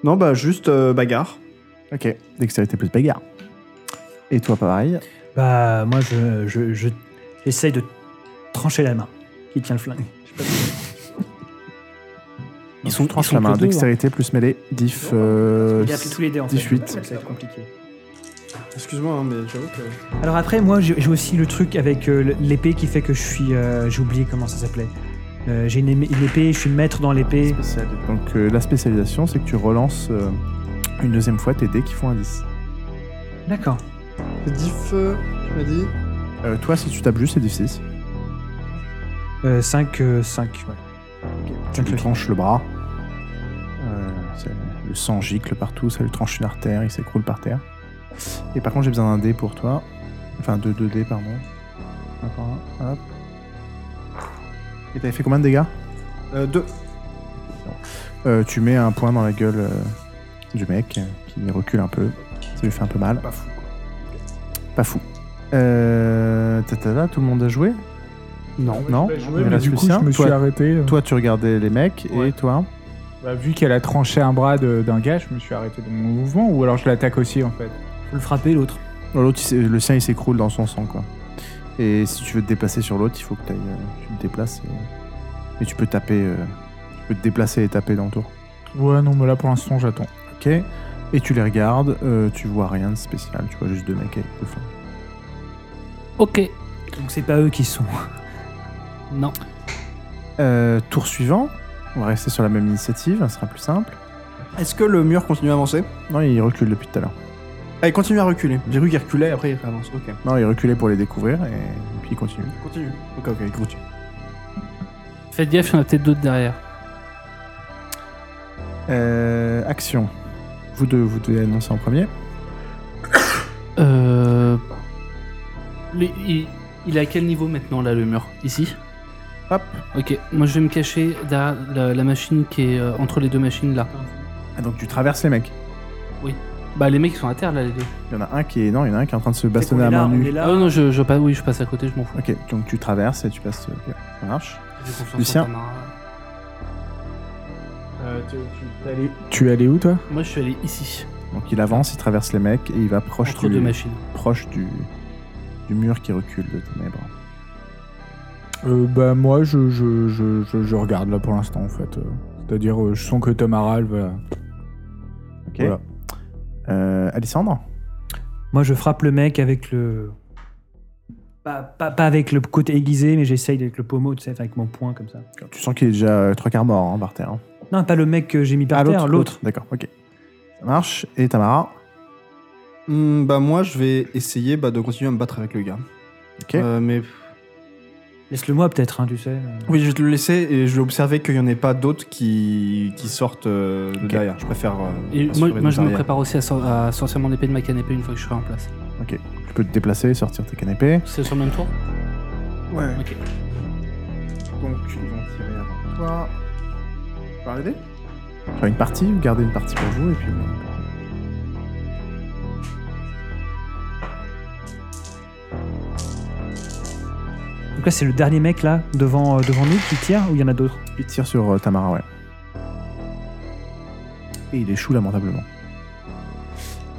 [SPEAKER 5] Non, bah, juste euh, bagarre.
[SPEAKER 1] Ok. Dextérité plus bagarre. Et toi, pareil.
[SPEAKER 3] Bah, moi, je, je, je- j'essaye de trancher la main qui tient le flingue.
[SPEAKER 1] Ils
[SPEAKER 4] sont- ils sont
[SPEAKER 1] la main.
[SPEAKER 4] que deux, hein.
[SPEAKER 1] Dextérité plus mêlée. Diff. euh,
[SPEAKER 3] Il a pris tous les dés en fait.
[SPEAKER 1] 18.
[SPEAKER 3] Ça va être compliqué.
[SPEAKER 5] Excuse-moi, hein, mais j'avoue que.
[SPEAKER 3] Alors après, moi, j'ai j'ai aussi le truc avec euh, l'épée qui fait que je suis. euh, j'ai oublié comment ça s'appelait. Euh, j'ai une, aimé- une épée, je suis maître dans l'épée.
[SPEAKER 1] spécial. Donc euh, la spécialisation, c'est que tu relances euh, une deuxième fois tes dés qui font un 10.
[SPEAKER 3] D'accord.
[SPEAKER 6] C'est 10 feux, tu m'as dit.
[SPEAKER 1] Euh, toi, si tu tapes juste, c'est diff 6.
[SPEAKER 3] 5, 5, ouais.
[SPEAKER 1] Tu
[SPEAKER 3] euh, Cinq
[SPEAKER 1] lui
[SPEAKER 3] le-
[SPEAKER 1] tranches le bras. Euh, c'est- le sang gicle partout, ça lui tranche une artère, il s'écroule par terre. Et par contre, j'ai besoin d'un dé pour toi. Enfin, de 2 dés, pardon. Un par un, hop. Et t'avais fait combien de dégâts
[SPEAKER 5] Euh, deux.
[SPEAKER 1] Euh, Tu mets un point dans la gueule euh, du mec euh, qui recule un peu. Ça lui fait un peu mal.
[SPEAKER 5] Pas fou.
[SPEAKER 1] Pas fou. Euh, tatata, tout le monde a joué
[SPEAKER 3] Non.
[SPEAKER 1] Non,
[SPEAKER 4] Mais
[SPEAKER 1] mais
[SPEAKER 4] du coup, je me suis
[SPEAKER 1] toi,
[SPEAKER 4] arrêté. euh.
[SPEAKER 1] toi, tu regardais les mecs
[SPEAKER 4] Ouais.
[SPEAKER 1] et toi
[SPEAKER 4] Bah, vu qu'elle a tranché un bras de- d'un gars, je me suis arrêté de mon mouvement. Ou alors je l'attaque aussi, en fait.
[SPEAKER 3] Faut le frapper l'autre.
[SPEAKER 1] Non, L'autre, il s'est- le sien, il s'écroule dans son sang, quoi. Et si tu veux te déplacer sur l'autre, il faut que t'ailles, euh, tu te déplaces. Et, et tu peux taper. euh, tu peux te déplacer et taper dans le tour.
[SPEAKER 4] Ouais, non, mais là, pour l'instant, j'attends.
[SPEAKER 1] Ok Et tu les regardes, euh, tu vois rien de spécial. Tu vois juste deux mecs avec le flingue.
[SPEAKER 2] Ok.
[SPEAKER 3] Donc c'est pas eux qui sont.
[SPEAKER 2] Non.
[SPEAKER 1] Euh, tour suivant. On va rester sur la même initiative, ça sera plus simple.
[SPEAKER 5] Est-ce que le mur continue à avancer
[SPEAKER 1] Non, il recule depuis tout à l'heure.
[SPEAKER 5] Ah, il continue à reculer. J'ai cru qu'il reculait, après il avance. Ok.
[SPEAKER 1] Non, il reculait pour les découvrir et, et puis il continue.
[SPEAKER 5] Continue. Ok, ok, il continue.
[SPEAKER 2] Faites gaffe, il y en a peut-être d'autres derrière.
[SPEAKER 1] Euh, action. Vous deux, vous devez annoncer en premier.
[SPEAKER 2] Euh... les- il... il est à quel niveau maintenant, là, le mur Ici
[SPEAKER 1] Hop.
[SPEAKER 2] Ok, moi je vais me cacher derrière la, la machine qui est euh, entre les deux machines, là.
[SPEAKER 1] Ah, donc tu traverses les mecs.
[SPEAKER 2] Bah, les mecs ils sont à terre, là, les deux.
[SPEAKER 1] Il y en a un qui est. Non, il y en a un qui est en train de se
[SPEAKER 3] C'est qu'on
[SPEAKER 1] bastonner
[SPEAKER 3] est
[SPEAKER 1] à
[SPEAKER 3] là,
[SPEAKER 1] main
[SPEAKER 3] on est
[SPEAKER 1] nue.
[SPEAKER 3] là.
[SPEAKER 2] Ah non, je, je, pas, oui, je passe à côté, je m'en fous.
[SPEAKER 1] Ok, donc tu traverses et tu passes. euh, bien, Ça marche.
[SPEAKER 2] J'ai confiance en
[SPEAKER 1] Lucien.
[SPEAKER 2] ta main.
[SPEAKER 4] Tu es allé où, toi
[SPEAKER 2] Moi je suis allé ici,
[SPEAKER 1] Donc il avance, il traverse les mecs et il va proche,
[SPEAKER 2] entre
[SPEAKER 1] du,
[SPEAKER 2] deux machines.
[SPEAKER 1] proche du, du mur qui recule de tes bras.
[SPEAKER 4] Euh, bah moi je, je, je, je, je regarde là pour l'instant en fait. Euh, C'est-à-dire euh, je sens que Tom Harrell, voilà.
[SPEAKER 1] Ok.
[SPEAKER 4] Voilà.
[SPEAKER 1] Euh, Alessandre
[SPEAKER 3] Moi, je frappe le mec avec le. Pas, pas, pas avec le côté aiguisé, mais j'essaye avec le pommeau, tu sais, avec mon poing comme ça.
[SPEAKER 1] Tu sens qu'il est déjà euh, trois quarts mort hein, par terre. hein.
[SPEAKER 3] Non, pas le mec que j'ai mis par terre, l'autre.
[SPEAKER 1] D'accord, ok. Ça marche. Et Tamara
[SPEAKER 5] Hmm, bah, moi, je vais essayer bah, de continuer à me battre avec le gars.
[SPEAKER 1] Ok.
[SPEAKER 5] Euh, mais
[SPEAKER 3] Laisse-le moi peut-être, hein, tu sais.
[SPEAKER 5] oui, je vais te le laisser et je vais observer qu'il n'y en ait pas d'autres qui, qui sortent euh, de
[SPEAKER 1] Ok.
[SPEAKER 5] derrière. Je préfère. euh,
[SPEAKER 2] Et moi,
[SPEAKER 5] assurer
[SPEAKER 2] moi,
[SPEAKER 5] nos
[SPEAKER 2] je me
[SPEAKER 5] arrières.
[SPEAKER 2] prépare aussi à, sor- à sortir mon épée de ma canne épée une fois que je serai en place.
[SPEAKER 1] Tu peux te déplacer, sortir tes canapés.
[SPEAKER 2] C'est sur le même tour
[SPEAKER 1] Ouais.
[SPEAKER 2] Ok.
[SPEAKER 1] Donc ils vont tirer avant.
[SPEAKER 5] Toi, par les dés
[SPEAKER 1] Faire une partie, ou garder une partie pour vous et puis.
[SPEAKER 3] Donc là, c'est le dernier mec là, devant, euh, devant nous, qui tire, ou il y en a d'autres
[SPEAKER 1] Il tire sur euh, Tamara, ouais. Et il échoue lamentablement.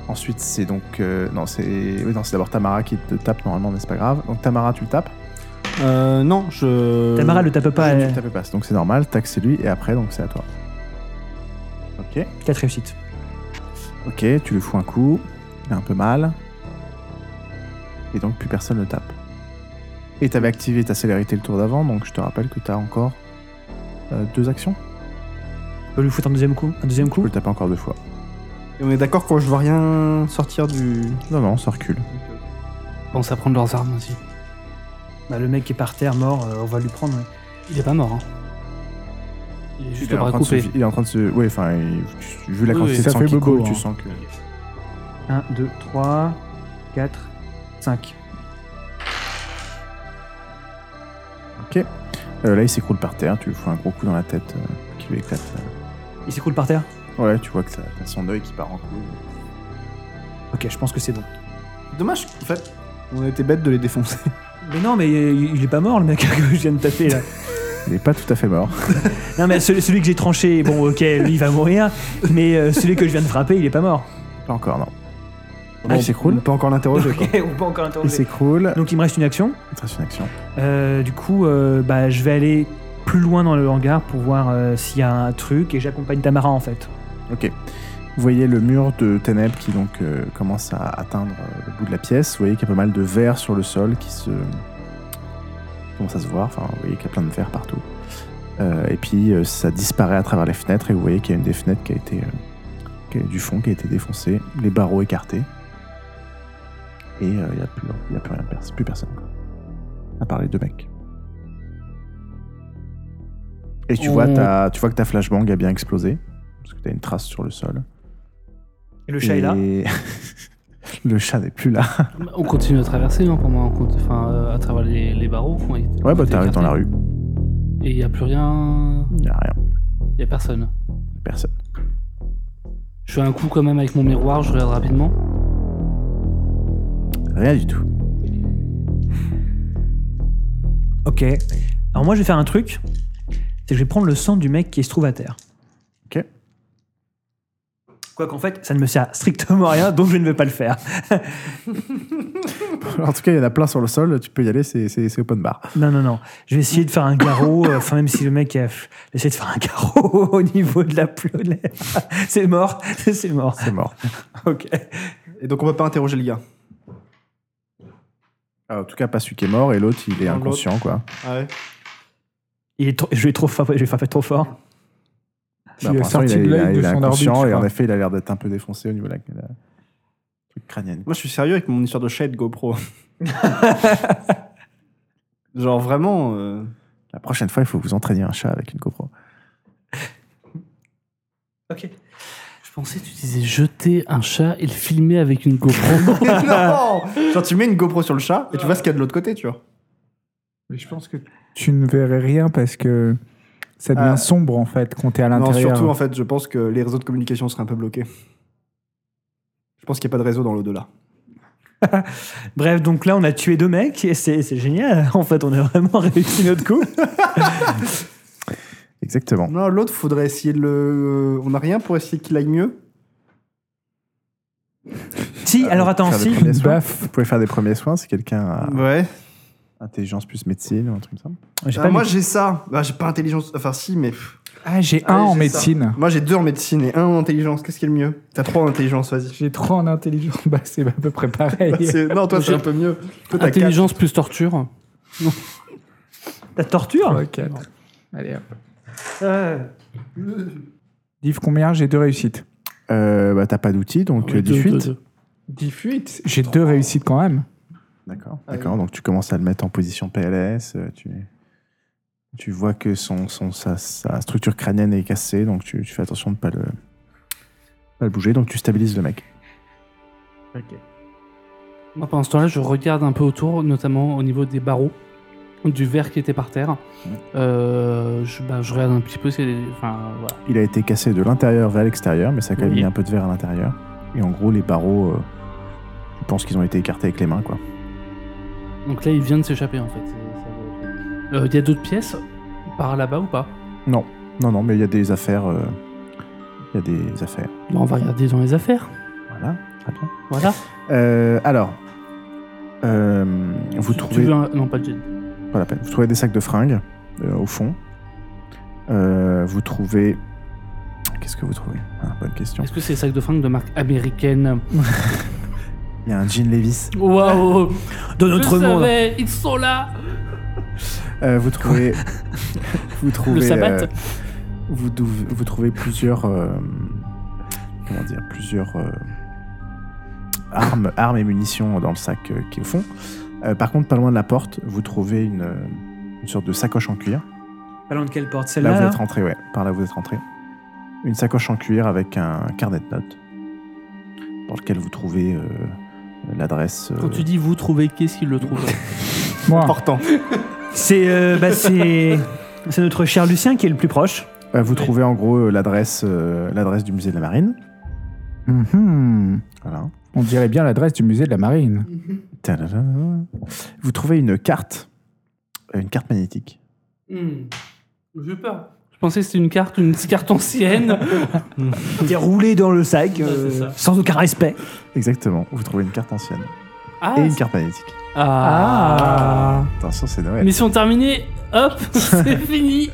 [SPEAKER 1] Ensuite, c'est donc. euh, non, c'est oui, non, c'est d'abord Tamara qui te tape normalement, mais c'est pas grave. Donc Tamara, tu le tapes.
[SPEAKER 5] euh, Non, je.
[SPEAKER 3] Tamara le tape pas,
[SPEAKER 1] Tu
[SPEAKER 3] elle...
[SPEAKER 1] le tapes et passe. Donc c'est normal. Tac, c'est lui. Et après, donc c'est à toi. Ok.
[SPEAKER 3] 4 réussites.
[SPEAKER 1] Ok, tu lui fous un coup. Il a un peu mal. Et donc plus personne ne tape. Et t'avais activé ta célérité le tour d'avant, donc je te rappelle que t'as encore euh, deux actions.
[SPEAKER 3] On peut lui foutre un deuxième coup Un deuxième
[SPEAKER 1] Tu peux
[SPEAKER 3] coup
[SPEAKER 1] le taper encore deux fois.
[SPEAKER 5] Et on est d'accord quand je vois rien sortir du.
[SPEAKER 1] Non, non, ça recule.
[SPEAKER 2] Pense à prendre leurs armes aussi.
[SPEAKER 3] bah, Le mec qui est par terre, mort, euh, on va lui prendre. ouais.
[SPEAKER 2] Il est pas mort, hein. Il est
[SPEAKER 1] il,
[SPEAKER 2] juste le
[SPEAKER 1] est en
[SPEAKER 2] bras
[SPEAKER 1] train de se-
[SPEAKER 2] coupé.
[SPEAKER 1] il est en train de se. Oui, enfin, il- vu la
[SPEAKER 2] Oui,
[SPEAKER 1] quantité
[SPEAKER 2] oui,
[SPEAKER 1] de
[SPEAKER 4] ça
[SPEAKER 1] sang
[SPEAKER 4] fait
[SPEAKER 1] qui
[SPEAKER 4] bobo,
[SPEAKER 1] coule, tu
[SPEAKER 4] hein.
[SPEAKER 1] sens que.
[SPEAKER 3] 1, 2, 3, 4, 5.
[SPEAKER 1] Euh, là, il s'écroule par terre, tu lui fous un gros coup dans la tête euh, qui lui éclate. euh.
[SPEAKER 3] Il s'écoule par terre
[SPEAKER 1] Ouais, tu vois que ça, t'as son œil qui part en couille.
[SPEAKER 3] Ok, je pense que c'est bon.
[SPEAKER 5] Dommage, en fait, on était bête de les défoncer.
[SPEAKER 3] Mais non, mais il il est pas mort le mec [LAUGHS] que je viens de taper là.
[SPEAKER 1] Il est pas tout à fait mort.
[SPEAKER 3] non, mais celui, celui que j'ai tranché, bon, ok, lui il va mourir, mais euh, celui que je viens de frapper, il est pas mort.
[SPEAKER 1] Pas encore, non.
[SPEAKER 3] Ah,
[SPEAKER 1] il
[SPEAKER 5] On
[SPEAKER 1] s'écroule.
[SPEAKER 5] peut encore [LAUGHS] l'interroger, quoi.
[SPEAKER 3] Ok, [LAUGHS] on peut encore
[SPEAKER 1] Il
[SPEAKER 3] interroger.
[SPEAKER 1] s'écroule.
[SPEAKER 3] Donc il me reste une action.
[SPEAKER 1] Il te reste une action.
[SPEAKER 3] Euh, du coup, euh, bah, je vais aller plus loin dans le hangar pour voir euh, s'il y a un truc et j'accompagne Tamara en fait.
[SPEAKER 1] Ok. Vous voyez le mur de ténèbres qui donc euh, commence à atteindre euh, le bout de la pièce. Vous voyez qu'il y a pas mal de verre sur le sol qui se commence à se voir. Enfin, vous voyez qu'il y a plein de verre partout. Euh, et puis euh, ça disparaît à travers les fenêtres et vous voyez qu'il y a une des fenêtres qui a été euh, qui a- du fond qui a été défoncée, les barreaux écartés. Et euh, il n'y a, plus- il y a plus rien, pers- plus personne. quoi. À part les deux mecs. Et tu, vois,
[SPEAKER 2] On-
[SPEAKER 1] ta, tu vois que ta flashbang a bien explosé. Parce que tu as une trace sur le sol.
[SPEAKER 3] Et le chat est là.
[SPEAKER 1] Et- [LAUGHS] le chat n'est plus là.
[SPEAKER 2] On continue à traverser, hein, pour moi, on compte- enfin, euh, à travers les, les barreaux. qu'on a-
[SPEAKER 1] Ouais,
[SPEAKER 2] qu'on
[SPEAKER 1] bah
[SPEAKER 2] a
[SPEAKER 1] t'arrives dans la rue.
[SPEAKER 2] Et il n'y a plus rien.
[SPEAKER 1] Il a rien.
[SPEAKER 2] Il n'y a personne.
[SPEAKER 1] Personne.
[SPEAKER 2] Je fais un coup quand même avec mon miroir, je regarde rapidement.
[SPEAKER 1] Rien du tout.
[SPEAKER 3] Ok. Alors moi, je vais faire un truc. C'est que je vais prendre le sang du mec qui se trouve à terre.
[SPEAKER 1] Ok.
[SPEAKER 3] Quoi qu'en fait, ça ne me sert strictement à rien, donc je ne vais pas le faire.
[SPEAKER 1] [LAUGHS] En tout cas, il y en a plein sur le sol, tu peux y aller, c'est- c'est c'est open bar.
[SPEAKER 3] Non, non, non. Je vais essayer de faire un garrot. euh, Enfin, même si le mec a f- essayé de faire un garrot [LAUGHS] au niveau de la plaie. C'est mort. C'est mort.
[SPEAKER 1] C'est mort.
[SPEAKER 3] Ok.
[SPEAKER 5] Et donc on peut pas interroger le gars.
[SPEAKER 1] Ah, en tout cas, pas celui qui est mort et l'autre, il est
[SPEAKER 5] Non, l'autre.
[SPEAKER 1] inconscient, quoi.
[SPEAKER 5] Ah ouais.
[SPEAKER 3] Il est trop- je vais trop, fa- je vais faire trop fort.
[SPEAKER 4] Il
[SPEAKER 1] Bah,
[SPEAKER 4] est
[SPEAKER 1] pour l'instant,
[SPEAKER 4] sorti
[SPEAKER 1] il
[SPEAKER 4] de
[SPEAKER 1] est-
[SPEAKER 4] l'œil
[SPEAKER 1] il
[SPEAKER 4] de
[SPEAKER 1] est
[SPEAKER 4] son
[SPEAKER 1] inconscient
[SPEAKER 4] orbite. je
[SPEAKER 1] et en
[SPEAKER 4] crois.
[SPEAKER 1] effet, il a l'air d'être un peu défoncé au niveau de la, la- truc crânienne.
[SPEAKER 5] Moi je suis sérieux avec mon histoire de shade [LAUGHS] GoPro. Genre vraiment. euh,
[SPEAKER 1] La prochaine fois, il faut vous entraîner un chat avec une GoPro.
[SPEAKER 3] Ok.
[SPEAKER 2] Je pensais que tu disais jeter un chat et le filmer
[SPEAKER 1] [LAUGHS]
[SPEAKER 2] avec une GoPro.
[SPEAKER 5] [LAUGHS] non [LAUGHS] Genre tu mets une GoPro sur le chat et tu vois ce qu'il y a de l'autre côté, tu vois.
[SPEAKER 4] Mais je pense que tu ne verrais rien parce que ça devient
[SPEAKER 5] Ah.
[SPEAKER 4] sombre en fait quand t'es à
[SPEAKER 5] Non,
[SPEAKER 4] l'intérieur.
[SPEAKER 5] surtout en fait, je pense que les réseaux de communication seraient un peu bloqués. Je pense qu'il n'y a pas de réseau dans l'au-delà.
[SPEAKER 3] Bref, donc là, on a tué deux mecs et c'est c'est génial. En fait, on a vraiment [LAUGHS] réussi notre coup.
[SPEAKER 1] Exactement.
[SPEAKER 5] Non, l'autre, faudrait essayer de le. euh, On n'a rien pour essayer qu'il aille mieux
[SPEAKER 3] Si, alors attends,
[SPEAKER 1] Ah, Faire des
[SPEAKER 3] si.
[SPEAKER 1] premiers soins.
[SPEAKER 4] Baf.
[SPEAKER 1] Vous pouvez faire des premiers soins si quelqu'un a
[SPEAKER 5] Ouais.
[SPEAKER 1] intelligence plus médecine ou un truc comme ça.
[SPEAKER 3] J'ai pas
[SPEAKER 5] Euh, moi,
[SPEAKER 3] mis-
[SPEAKER 5] j'ai ça. Bah, j'ai pas intelligence. Enfin, si, mais.
[SPEAKER 4] Ah, j'ai
[SPEAKER 5] Ah,
[SPEAKER 4] un en
[SPEAKER 5] j'ai ça.
[SPEAKER 4] médecine.
[SPEAKER 5] Moi, j'ai deux en médecine et un en intelligence. Qu'est-ce qui est le mieux T'as trois en intelligence,
[SPEAKER 4] [LAUGHS]
[SPEAKER 5] vas-y.
[SPEAKER 4] J'ai trois en intelligence. [LAUGHS] Bah, c'est à peu près pareil.
[SPEAKER 5] Bah, c'est- non, toi, c'est un peu mieux. Toi, t'as quatre.
[SPEAKER 2] Intelligence plus torture.
[SPEAKER 3] La torture
[SPEAKER 4] Trois, quatre. Allez hop.
[SPEAKER 3] Euh,
[SPEAKER 4] Div combien J'ai deux réussites.
[SPEAKER 1] Euh, bah, t'as pas d'outils, donc euh, 18.
[SPEAKER 4] Div J'ai deux réussites quand même.
[SPEAKER 1] D'accord.
[SPEAKER 2] Ah
[SPEAKER 1] D'accord. Donc tu commences à le mettre en position PLS. euh, Tu, tu vois que son, son, sa, sa structure crânienne est cassée, donc tu, tu fais attention de pas le, pas le bouger. Donc tu stabilises le mec.
[SPEAKER 2] Moi, pendant ce temps-là, je regarde un peu autour, notamment au niveau des barreaux, du verre qui était par terre. Euh, je, bah, je regarde un petit peu. c'est- Enfin, voilà.
[SPEAKER 1] Il a été cassé de l'intérieur vers l'extérieur, mais ça a quand même
[SPEAKER 2] Oui.
[SPEAKER 1] mis un peu de verre à l'intérieur. Et en gros, les barreaux, euh, je pense qu'ils ont été écartés avec les mains, quoi.
[SPEAKER 2] Donc là, il vient de s'échapper en fait. Euh, Il y a d'autres pièces par là-bas ou pas
[SPEAKER 1] Non, non, mais il y a des affaires. euh, Il y a des affaires.
[SPEAKER 2] Bah, On va regarder dans les affaires.
[SPEAKER 1] Voilà, très bien.
[SPEAKER 2] Voilà.
[SPEAKER 1] Euh, alors, euh, vous
[SPEAKER 2] Tu- tu
[SPEAKER 1] trouvez.
[SPEAKER 2] veux un- Non, pas de jet.
[SPEAKER 1] Pas la peine. Vous trouvez des sacs de fringues euh, au fond. Euh, vous trouvez. Qu'est-ce que vous trouvez Ah, Bonne question.
[SPEAKER 2] Est-ce que c'est des sacs de fringues de marque américaine
[SPEAKER 1] Il y a un jean Levis.
[SPEAKER 2] Waouh
[SPEAKER 3] de
[SPEAKER 2] Je
[SPEAKER 3] notre monde.
[SPEAKER 2] savais, ils sont là
[SPEAKER 1] Euh, vous trouvez. [LAUGHS] vous trouvez.
[SPEAKER 2] Le sabbat.
[SPEAKER 1] euh, vous, dou- vous trouvez plusieurs. euh, comment dire Plusieurs. euh, armes, armes et munitions dans le sac euh, qui est au fond. Euh, par contre, pas loin de la porte, vous trouvez une, euh, une sorte de sacoche en cuir.
[SPEAKER 3] Pas loin de quelle porte
[SPEAKER 1] Là,
[SPEAKER 3] Celle-là
[SPEAKER 1] vous
[SPEAKER 3] là
[SPEAKER 1] êtes rentré, ouais. Par là, vous êtes rentré. Une sacoche en cuir avec un carnet de notes dans lequel vous trouvez euh, l'adresse. euh,
[SPEAKER 2] Quand tu dis vous trouvez, qu'est-ce qu'ils le trouvent
[SPEAKER 4] Moi.
[SPEAKER 5] Important.
[SPEAKER 3] C'est euh, bah, c'est [LAUGHS] c'est notre cher Lucien qui est le plus proche.
[SPEAKER 1] euh, vous trouvez en gros euh, l'adresse, euh, l'adresse du musée de la marine.
[SPEAKER 4] Mhm.
[SPEAKER 1] Voilà.
[SPEAKER 4] On dirait bien l'adresse du musée de la marine.
[SPEAKER 1] Tadadada. Vous trouvez une carte, euh, une carte magnétique.
[SPEAKER 2] J'ai peur. Je pensais que c'était une carte, une carte ancienne.
[SPEAKER 3] Il est roulé dans le sac, euh,
[SPEAKER 2] Ouais, c'est ça.
[SPEAKER 3] sans aucun respect.
[SPEAKER 1] Exactement. Vous trouvez une carte ancienne
[SPEAKER 2] [LAUGHS] Ah,
[SPEAKER 1] et une carte magnétique.
[SPEAKER 2] Ah.
[SPEAKER 1] Attention, c'est Noël.
[SPEAKER 2] Mission terminée, hop, [LAUGHS]
[SPEAKER 3] [LAUGHS]
[SPEAKER 2] c'est fini.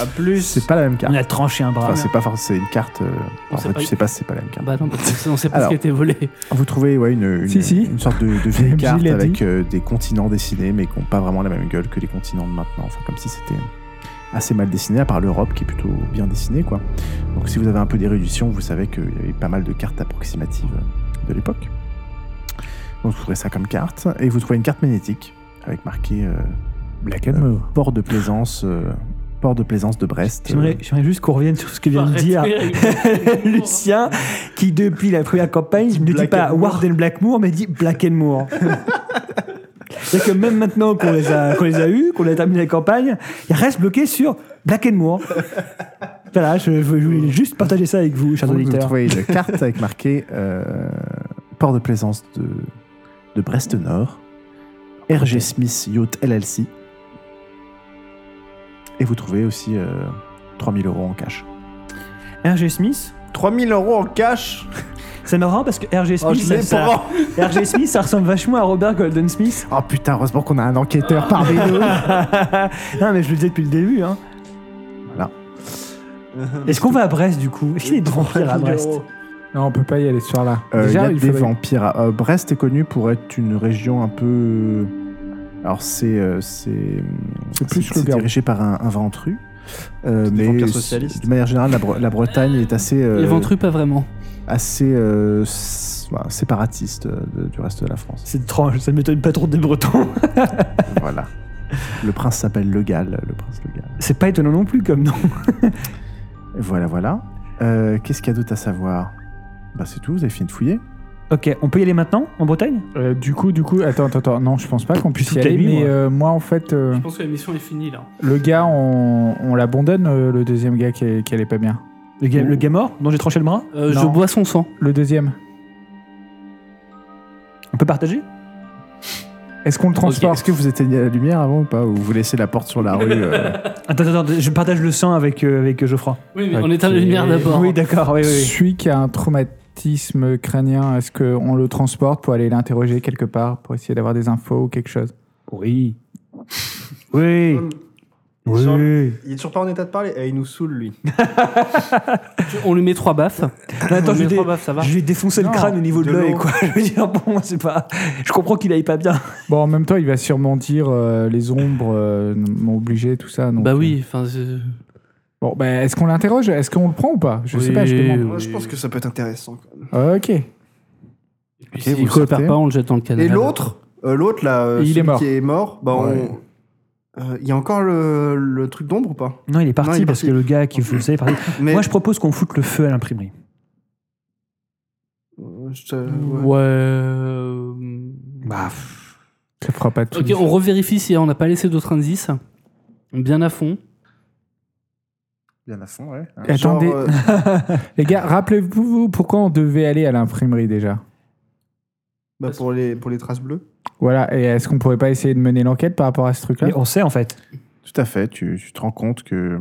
[SPEAKER 1] À plus. C'est pas la même carte.
[SPEAKER 3] On a tranché un bras.
[SPEAKER 1] Enfin, c'est pas forcément. C'est une carte. euh,
[SPEAKER 2] On
[SPEAKER 1] en
[SPEAKER 2] sait
[SPEAKER 1] fait,
[SPEAKER 2] pas-
[SPEAKER 1] tu sais pas si c'est pas la même carte.
[SPEAKER 2] Bah non, parce que on sait pas
[SPEAKER 1] Alors.
[SPEAKER 2] ce qui a été volé.
[SPEAKER 1] Vous trouvez ouais, une, une,
[SPEAKER 4] Si, si.
[SPEAKER 1] une sorte de,
[SPEAKER 4] [LAUGHS]
[SPEAKER 1] de vieille
[SPEAKER 4] MJ
[SPEAKER 1] carte
[SPEAKER 4] l'a
[SPEAKER 1] avec euh, des continents dessinés, mais qui n'ont pas vraiment la même gueule que les continents de maintenant. Enfin, comme si c'était assez mal dessiné, à part l'Europe qui est plutôt bien dessinée. Quoi. Donc, si vous avez un peu d'érudition, vous savez qu'il y avait pas mal de cartes approximatives de l'époque. Donc, vous trouvez ça comme carte. Et vous trouvez une carte magnétique avec marqué euh,
[SPEAKER 4] Black Admiral.
[SPEAKER 1] Port de Plaisance. euh, Port de Plaisance de Brest.
[SPEAKER 3] J'aimerais j'aimerais juste qu'on revienne sur ce que vient de
[SPEAKER 2] Arrêtez
[SPEAKER 3] dire
[SPEAKER 2] avec le-
[SPEAKER 3] Lucien, qui depuis la première campagne ne dit
[SPEAKER 5] Black
[SPEAKER 3] pas
[SPEAKER 5] and Moore.
[SPEAKER 3] Warden Blackmoor, mais dit Black and Moore. C'est que même maintenant qu'on les a, qu'on les a eus, qu'on a terminé la campagne, il reste bloqué sur Black and Moore. Voilà, je, veux- je voulais juste partager ça avec vous, chers
[SPEAKER 1] Donc, vous
[SPEAKER 3] auditeurs.
[SPEAKER 1] trouvez une carte avec marqué euh, Port de plaisance de, de Brest Nord, RG Smith Yacht LLC, Et vous trouvez aussi euh, 3000 euros en cash.
[SPEAKER 3] R.G. Smith
[SPEAKER 6] 3000 euros en cash
[SPEAKER 3] C'est marrant parce que R.G. Smith,
[SPEAKER 6] Oh, je
[SPEAKER 3] ça,
[SPEAKER 6] l'ai
[SPEAKER 3] ça-
[SPEAKER 6] pour
[SPEAKER 3] R.G. Smith, ça ressemble vachement à Robert
[SPEAKER 1] [LAUGHS]
[SPEAKER 3] Golden Smith.
[SPEAKER 1] Oh putain, heureusement qu'on a un enquêteur parmi nous.
[SPEAKER 3] non, mais je le disais depuis le début. Hein.
[SPEAKER 1] Voilà.
[SPEAKER 3] Est-ce qu'on va à Brest du coup Est-ce qu'il y a des vampires à
[SPEAKER 6] 3000
[SPEAKER 3] Brest
[SPEAKER 6] euros.
[SPEAKER 4] Non, on peut pas y aller ce soir-là. [LAUGHS]
[SPEAKER 1] Euh, Il y a
[SPEAKER 4] il
[SPEAKER 1] des
[SPEAKER 4] faudrait-
[SPEAKER 1] vampires. à- euh, Brest est connu pour être une région un peu. euh, Alors, c'est. euh, c'est
[SPEAKER 4] C'est plus
[SPEAKER 1] c'est-
[SPEAKER 4] que le
[SPEAKER 1] c'est
[SPEAKER 4] Pérou.
[SPEAKER 1] dirigé par un, un ventru. Euh,
[SPEAKER 6] C'est des
[SPEAKER 1] mais
[SPEAKER 6] vampires
[SPEAKER 1] c'est-
[SPEAKER 6] socialistes.
[SPEAKER 1] de manière générale, la, Bre- la Bretagne est assez, euh,
[SPEAKER 2] Les ventrus, pas vraiment.
[SPEAKER 1] assez euh, s- voilà, séparatiste euh, de- du reste de la
[SPEAKER 3] [LAUGHS]
[SPEAKER 1] France.
[SPEAKER 3] C'est étrange, ça ne m'étonne pas trop des Bretons.
[SPEAKER 1] voilà. Le prince s'appelle Le Gall, le prince Le Gall.
[SPEAKER 3] C'est pas étonnant non plus comme nom.
[SPEAKER 1] Voilà, voilà. Euh, Qu'est-ce qu'il y a d'autre à savoir Bah, c'est tout, vous avez fini de fouiller.
[SPEAKER 3] Ok, on peut y aller maintenant en Bretagne
[SPEAKER 4] Euh, du coup, du coup, attends, attends, attends. Non, je pense pas qu'on puisse y
[SPEAKER 3] Toute la
[SPEAKER 4] aller.
[SPEAKER 3] nuit,
[SPEAKER 4] mais
[SPEAKER 3] moi.
[SPEAKER 4] euh, moi, en fait, euh,
[SPEAKER 2] pense que la mission est finie là.
[SPEAKER 4] le gars, on, on l'abandonne, euh, le deuxième gars qui, est- qui allait pas bien.
[SPEAKER 3] Le gars,
[SPEAKER 4] Oh.
[SPEAKER 3] le gars mort dont j'ai tranché le bras
[SPEAKER 2] Euh, je
[SPEAKER 4] Non.
[SPEAKER 2] bois son sang.
[SPEAKER 4] Le deuxième.
[SPEAKER 3] On peut partager
[SPEAKER 4] Est-ce qu'on le transporte
[SPEAKER 1] Est-ce que vous éteignez la lumière avant ou pas Ou vous laissez la porte sur la rue euh,
[SPEAKER 3] Attends, attends, attends, je partage le sang avec, euh, avec Geoffroy.
[SPEAKER 2] Oui, mais
[SPEAKER 1] Ok.
[SPEAKER 2] on éteint la lumière d'abord.
[SPEAKER 3] Oui, d'accord, oui, oui.
[SPEAKER 4] Celui qui a un traumatisme crânien, est-ce qu'on le transporte pour aller l'interroger quelque part, pour essayer d'avoir des infos ou quelque chose
[SPEAKER 3] Oui. Oui. Oui.
[SPEAKER 6] Jean-
[SPEAKER 3] oui.
[SPEAKER 6] Il est toujours pas en état de parler Eh, Il nous saoule, lui.
[SPEAKER 2] On lui met trois baffes.
[SPEAKER 3] attends,
[SPEAKER 2] on
[SPEAKER 3] je
[SPEAKER 2] lui met
[SPEAKER 3] dé-
[SPEAKER 2] trois baffes, ça va.
[SPEAKER 3] Je lui ai défoncé
[SPEAKER 4] Non,
[SPEAKER 3] le crâne au niveau de
[SPEAKER 6] de
[SPEAKER 3] l'œil,
[SPEAKER 6] l'eau.
[SPEAKER 3] quoi. [LAUGHS] Je veux dire, bon, c'est pas. Je comprends qu'il aille pas bien.
[SPEAKER 4] Bon, en même temps, il va sûrement dire euh, les ombres euh, m'ont obligé, tout ça. donc,
[SPEAKER 2] Bah
[SPEAKER 4] euh,
[SPEAKER 2] oui, enfin. c'est-
[SPEAKER 4] Bon, bah, est-ce qu'on l'interroge Est-ce qu'on le prend ou pas Je sais
[SPEAKER 2] Oui,
[SPEAKER 4] pas, je demande.
[SPEAKER 6] Moi, je
[SPEAKER 2] oui.
[SPEAKER 6] pense que ça peut être intéressant. quand même.
[SPEAKER 4] Ah, Ok.
[SPEAKER 2] Et
[SPEAKER 1] vous
[SPEAKER 2] S'il coopère
[SPEAKER 1] sortez.
[SPEAKER 2] pas, on le jette dans le canal.
[SPEAKER 6] Et l'autre euh, L'autre, là, euh,
[SPEAKER 4] Il est
[SPEAKER 6] celui
[SPEAKER 4] mort.
[SPEAKER 6] qui est mort, bah, on-
[SPEAKER 4] Ouais.
[SPEAKER 6] Euh, Il y a encore le, le truc d'ombre ou pas
[SPEAKER 3] Non, il est parti
[SPEAKER 6] Non, il est
[SPEAKER 3] parce
[SPEAKER 6] parti.
[SPEAKER 3] que le gars qui vous savez, est parti.
[SPEAKER 6] Mais
[SPEAKER 3] Moi, je propose qu'on foute le feu à l'imprimerie.
[SPEAKER 6] Euh, je te- ouais.
[SPEAKER 2] Ouais. euh,
[SPEAKER 3] Bah,
[SPEAKER 4] Ça fera pas tout.
[SPEAKER 2] Ok, on revérifie si on n'a pas laissé d'autres indices. Bien à fond.
[SPEAKER 1] Bien à fond, ouais. hein.
[SPEAKER 6] Genre,
[SPEAKER 4] Attendez,
[SPEAKER 6] euh,
[SPEAKER 4] [LAUGHS] les gars, rappelez-vous vous, pourquoi on devait aller à l'imprimerie déjà
[SPEAKER 6] bah, pour, les, pour les traces bleues.
[SPEAKER 4] Voilà, et est-ce qu'on pourrait pas essayer de mener l'enquête par rapport à ce truc-là
[SPEAKER 3] mais on sait en fait.
[SPEAKER 1] Tout à fait. Tu, tu te rends compte que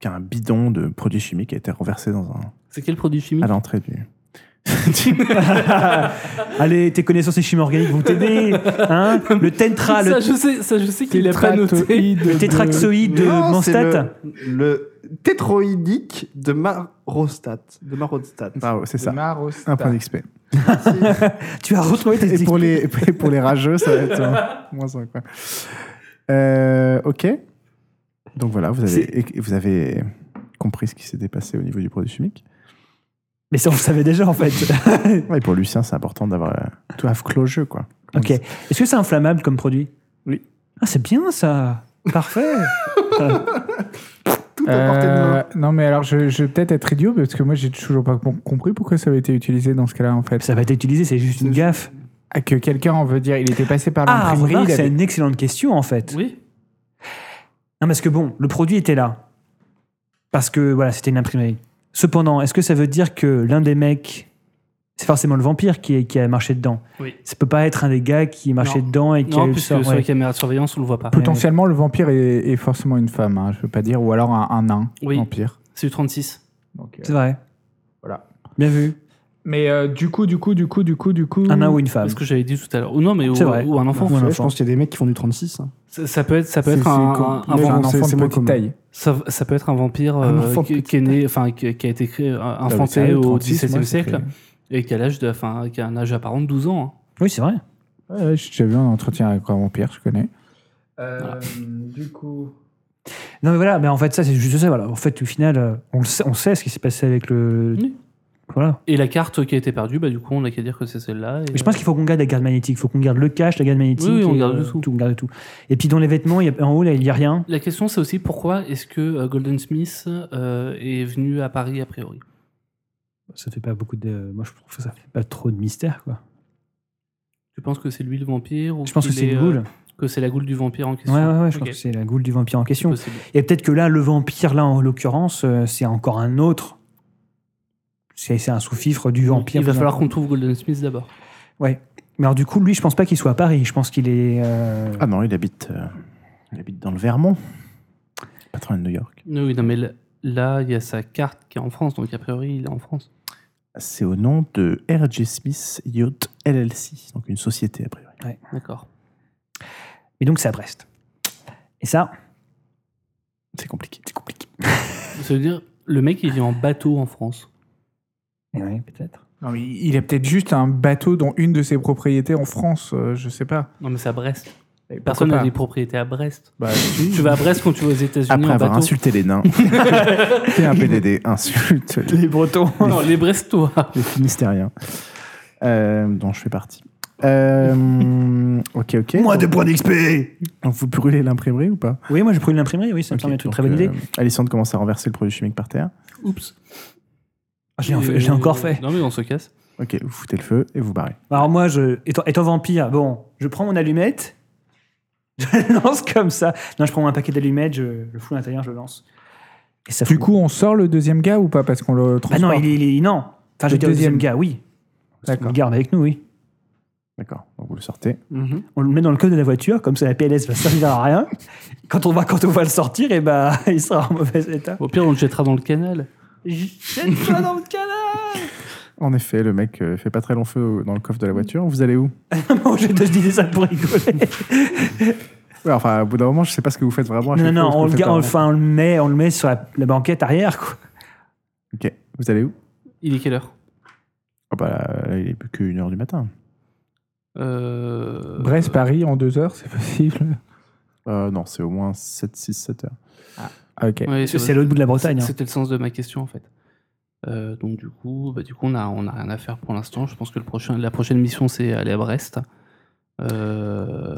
[SPEAKER 1] qu'un bidon de produits chimiques a été renversé dans un,
[SPEAKER 2] C'est quel produit chimique
[SPEAKER 1] à l'entrée du.
[SPEAKER 3] [LAUGHS] Allez, tes connaissances en chimie organique vont t'aider. Hein le tentra,
[SPEAKER 2] Ça,
[SPEAKER 3] le,
[SPEAKER 2] je sais, ça, je sais qu'il l'a pas noté.
[SPEAKER 4] Tétratoïde
[SPEAKER 2] [LAUGHS]
[SPEAKER 3] le
[SPEAKER 4] de-
[SPEAKER 3] tétraxoïde de
[SPEAKER 6] Non, Ah, c'est
[SPEAKER 3] Manstat.
[SPEAKER 6] Le, le tétroïdique de Marostat. De Marostat.
[SPEAKER 1] Ah ouais, c'est ça.
[SPEAKER 4] Maros-
[SPEAKER 1] Un point d'XP.
[SPEAKER 3] Tu as retrouvé tes
[SPEAKER 1] Et pour les, et pour les rageux, ça va être
[SPEAKER 6] [LAUGHS]
[SPEAKER 1] euh, moins un, quoi. Euh, ok. Donc voilà, vous avez, et- vous avez compris ce qui s'était passé au niveau du produit chimique.
[SPEAKER 3] Mais ça, on le savait déjà en fait.
[SPEAKER 1] Ouais, Et pour Lucien, c'est important d'avoir euh, to have closure, quoi. Comment
[SPEAKER 3] ok.
[SPEAKER 1] on dit
[SPEAKER 3] Est-ce que c'est inflammable comme produit
[SPEAKER 1] Oui.
[SPEAKER 3] Ah, c'est bien ça. Parfait.
[SPEAKER 6] Tout à portée de
[SPEAKER 4] Euh,
[SPEAKER 6] main.
[SPEAKER 4] non, mais alors je, je vais peut-être être idiot parce que moi j'ai toujours pas com- compris pourquoi ça avait été utilisé dans ce cas-là en fait.
[SPEAKER 3] Ça va être utilisé, c'est juste une
[SPEAKER 6] C'est-
[SPEAKER 3] gaffe.
[SPEAKER 4] Ah, Que quelqu'un en veut dire, il était passé par
[SPEAKER 3] Ah,
[SPEAKER 4] l'imprimerie.
[SPEAKER 3] remarque,
[SPEAKER 4] il
[SPEAKER 3] c'est
[SPEAKER 4] avait-
[SPEAKER 3] une excellente question en fait.
[SPEAKER 2] Oui.
[SPEAKER 3] Non, parce que bon, le produit était là. Parce que voilà, c'était une imprimerie. Cependant, est-ce que ça veut dire que l'un des mecs, c'est forcément le vampire qui, est- qui a marché dedans
[SPEAKER 2] Oui.
[SPEAKER 3] Ça peut pas être un des gars qui marchait
[SPEAKER 2] Non.
[SPEAKER 3] dedans et qui a eu
[SPEAKER 2] Non,
[SPEAKER 3] le
[SPEAKER 2] puisque
[SPEAKER 3] sort,
[SPEAKER 2] sur
[SPEAKER 3] ouais.
[SPEAKER 2] les caméras de surveillance, on le voit pas.
[SPEAKER 4] Potentiellement, le vampire est, est forcément une femme, hein, je veux pas dire, ou alors un, un nain
[SPEAKER 2] Oui.
[SPEAKER 4] vampire.
[SPEAKER 2] C'est du 36.
[SPEAKER 4] Donc, euh,
[SPEAKER 3] C'est vrai.
[SPEAKER 4] Voilà.
[SPEAKER 3] Bien vu.
[SPEAKER 4] Mais euh, du coup, du coup, du coup, du coup, du coup.
[SPEAKER 3] Un nain ou une
[SPEAKER 2] C'est
[SPEAKER 3] femme.
[SPEAKER 2] ce que j'avais dit tout à l'heure. Ou non, mais ou,
[SPEAKER 3] Ah C'est vrai.
[SPEAKER 2] ou un enfant.
[SPEAKER 3] Ou un
[SPEAKER 6] Je pense qu'il y a des mecs qui font du 36. hein.
[SPEAKER 2] Ça, ça peut être, ça peut
[SPEAKER 4] C'est-
[SPEAKER 2] être un,
[SPEAKER 4] c'est com-
[SPEAKER 2] un- un
[SPEAKER 4] mais
[SPEAKER 2] vampire-
[SPEAKER 4] un enfant
[SPEAKER 6] c'est
[SPEAKER 4] de
[SPEAKER 6] moins
[SPEAKER 4] petite
[SPEAKER 6] commun.
[SPEAKER 4] taille.
[SPEAKER 2] ça, ça peut être un vampire
[SPEAKER 4] Un
[SPEAKER 2] euh,
[SPEAKER 4] enfant de
[SPEAKER 2] qui,
[SPEAKER 4] petite
[SPEAKER 2] qui est né, enfin qui, qui a été créé,
[SPEAKER 4] Ah oui, c'est
[SPEAKER 2] infanté
[SPEAKER 4] vrai,
[SPEAKER 2] au
[SPEAKER 4] 36, moi,
[SPEAKER 2] XVIIe
[SPEAKER 4] ça fait-
[SPEAKER 2] siècle et qui a l'âge de, enfin, qui a un âge apparent de 12 ans. hein.
[SPEAKER 3] Oui, c'est vrai.
[SPEAKER 4] Ouais, ouais, j'ai déjà vu un entretien avec un vampire, je connais.
[SPEAKER 2] Voilà.
[SPEAKER 4] Du coup.
[SPEAKER 3] Non, mais voilà, mais en fait, ça, c'est juste ça. Voilà. En fait, au final, euh, on, le sait, on sait ce qui s'est passé avec le.
[SPEAKER 2] Oui.
[SPEAKER 3] Voilà.
[SPEAKER 2] Et la carte qui a été perdue, bah du coup, on a qu'à dire que c'est celle-là. et-
[SPEAKER 3] Mais je pense qu'il faut qu'on garde la garde magnétique. Il faut qu'on garde le cache, la garde magnétique.
[SPEAKER 2] Oui, oui, on
[SPEAKER 3] et,
[SPEAKER 2] garde
[SPEAKER 3] euh,
[SPEAKER 2] le tout.
[SPEAKER 3] on garde tout. Et puis, dans les vêtements, il y a- en haut, là, il n'y a rien.
[SPEAKER 2] euh, La question, c'est aussi pourquoi est-ce que euh, Golden Smith euh, est venu à Paris a priori
[SPEAKER 3] Ça fait pas beaucoup de. Moi, je trouve que ça fait pas trop de mystère, quoi.
[SPEAKER 2] Tu penses que c'est lui le vampire ou
[SPEAKER 3] Je pense que
[SPEAKER 2] qu'il
[SPEAKER 3] c'est
[SPEAKER 2] est,
[SPEAKER 3] une
[SPEAKER 2] euh,
[SPEAKER 3] goule.
[SPEAKER 2] Que c'est la goule du vampire en
[SPEAKER 3] Ouais,
[SPEAKER 2] question
[SPEAKER 3] ouais, ouais, je
[SPEAKER 2] Ok,
[SPEAKER 3] pense que c'est la goule du vampire en
[SPEAKER 2] c'est
[SPEAKER 3] question.
[SPEAKER 2] possible.
[SPEAKER 3] Et peut-être que là, le vampire, là, en l'occurrence, euh, c'est encore un autre. C'est c'est un sous-fifre du vampire.
[SPEAKER 2] Il va falloir qu'on trouve Golden Smith d'abord.
[SPEAKER 3] Mais alors, du coup, lui, je pense pas
[SPEAKER 2] Ah.
[SPEAKER 3] qu'il soit à Paris. Je pense qu'il est. euh,
[SPEAKER 1] Ah non, il habite, euh, il habite dans le Vermont. Patron de New York.
[SPEAKER 2] Non, oui, non, mais l- là, il y a sa carte qui est en France, donc a priori, il est en France.
[SPEAKER 1] C'est au nom de R.J. Smith Yacht LLC, donc une société a priori.
[SPEAKER 2] D'accord.
[SPEAKER 3] Mais donc, c'est à Brest. Et ça,
[SPEAKER 1] C'est compliqué. C'est compliqué.
[SPEAKER 2] Ça veut dire, le mec, il vit en bateau en France.
[SPEAKER 3] eh oui, peut-être.
[SPEAKER 4] Non, mais il a peut-être juste un bateau dans une de ses propriétés en France, euh, je sais pas.
[SPEAKER 2] Non, mais c'est à Brest.
[SPEAKER 4] Et pourquoi
[SPEAKER 2] Personne n'a
[SPEAKER 4] pas
[SPEAKER 2] des propriétés à Brest.
[SPEAKER 1] Bah,
[SPEAKER 2] Tu vas à Brest quand tu vas aux États-Unis
[SPEAKER 1] Après
[SPEAKER 2] en
[SPEAKER 1] avoir
[SPEAKER 2] bateau.
[SPEAKER 1] insulté les
[SPEAKER 3] [LAUGHS]
[SPEAKER 1] nains, fais un PDD, insulte les,
[SPEAKER 2] [LAUGHS] Non, les Brestois.
[SPEAKER 3] [LAUGHS]
[SPEAKER 1] les Finistériens, euh, dont je fais partie. Euh, ok, ok. Moi, deux points d'XP Donc, vous brûlez l'imprimerie ou pas
[SPEAKER 3] Oui, moi, j'ai pris l'imprimerie, oui, ça me
[SPEAKER 1] Ok,
[SPEAKER 3] semble être une
[SPEAKER 1] donc,
[SPEAKER 3] très bonne idée.
[SPEAKER 1] euh, Alessandre commence à renverser le produit chimique par terre.
[SPEAKER 2] Oups.
[SPEAKER 3] Ah, je l'ai en fait- je l'ai encore fait.
[SPEAKER 2] Non, mais on se casse.
[SPEAKER 1] Ok, vous foutez le feu et vous barrez.
[SPEAKER 3] Alors moi, je, étant, étant vampire, bon, je prends mon allumette, [LAUGHS] je la lance comme ça. Non, je prends un paquet d'allumettes, je le fous à l'intérieur, je le lance. Et ça
[SPEAKER 4] Du
[SPEAKER 3] fout-
[SPEAKER 4] coup, on sort le deuxième gars ou pas Parce qu'on le
[SPEAKER 3] bah
[SPEAKER 4] transporte.
[SPEAKER 3] non, il est, il est- non. Enfin, je
[SPEAKER 4] Le
[SPEAKER 3] veux dire, le deuxième
[SPEAKER 4] deuxième.
[SPEAKER 3] gars, oui. On
[SPEAKER 4] D'accord.
[SPEAKER 3] le garde avec nous, oui.
[SPEAKER 1] D'accord, donc vous le sortez.
[SPEAKER 3] On le met dans le code de la voiture, comme ça la PLS va servir à rien. Quand on va, quand on va le sortir, et bah, [LAUGHS] il sera en mauvais état.
[SPEAKER 2] Au pire, on le jettera dans le canal.
[SPEAKER 3] Jette-toi dans le canal
[SPEAKER 1] En effet, le mec euh, fait pas très long feu dans le coffre de la voiture. Vous allez où
[SPEAKER 3] [LAUGHS] Non, je te disais ça pour rigoler.
[SPEAKER 1] Ouais, Enfin, au bout d'un moment, je sais pas ce que vous faites vraiment. à
[SPEAKER 3] Non,
[SPEAKER 1] chaque
[SPEAKER 3] non,
[SPEAKER 1] fois,
[SPEAKER 3] on
[SPEAKER 1] je
[SPEAKER 3] le,
[SPEAKER 1] peux
[SPEAKER 3] ga-
[SPEAKER 1] pas
[SPEAKER 3] on,
[SPEAKER 1] vraiment.
[SPEAKER 3] enfin, on le met, on le met sur la, la banquette arrière, quoi.
[SPEAKER 1] Ok, vous allez où
[SPEAKER 2] Il est quelle heure
[SPEAKER 1] Ah bah, là, là, il est plus que 1h du matin.
[SPEAKER 2] Euh,
[SPEAKER 4] Brest, Paris, en deux heures, c'est possible
[SPEAKER 1] Euh, non, c'est au moins 7, 6, 7 heures.
[SPEAKER 4] Ok.
[SPEAKER 2] ouais,
[SPEAKER 3] C'est
[SPEAKER 2] ça va.
[SPEAKER 3] c'est l'autre bout de la Bretagne. hein.
[SPEAKER 2] C'était le sens de ma question en fait. Euh, donc du coup, bah, du coup, on a, on a rien à faire pour l'instant. Je pense que le prochain, la prochaine mission, c'est aller à Brest. Euh,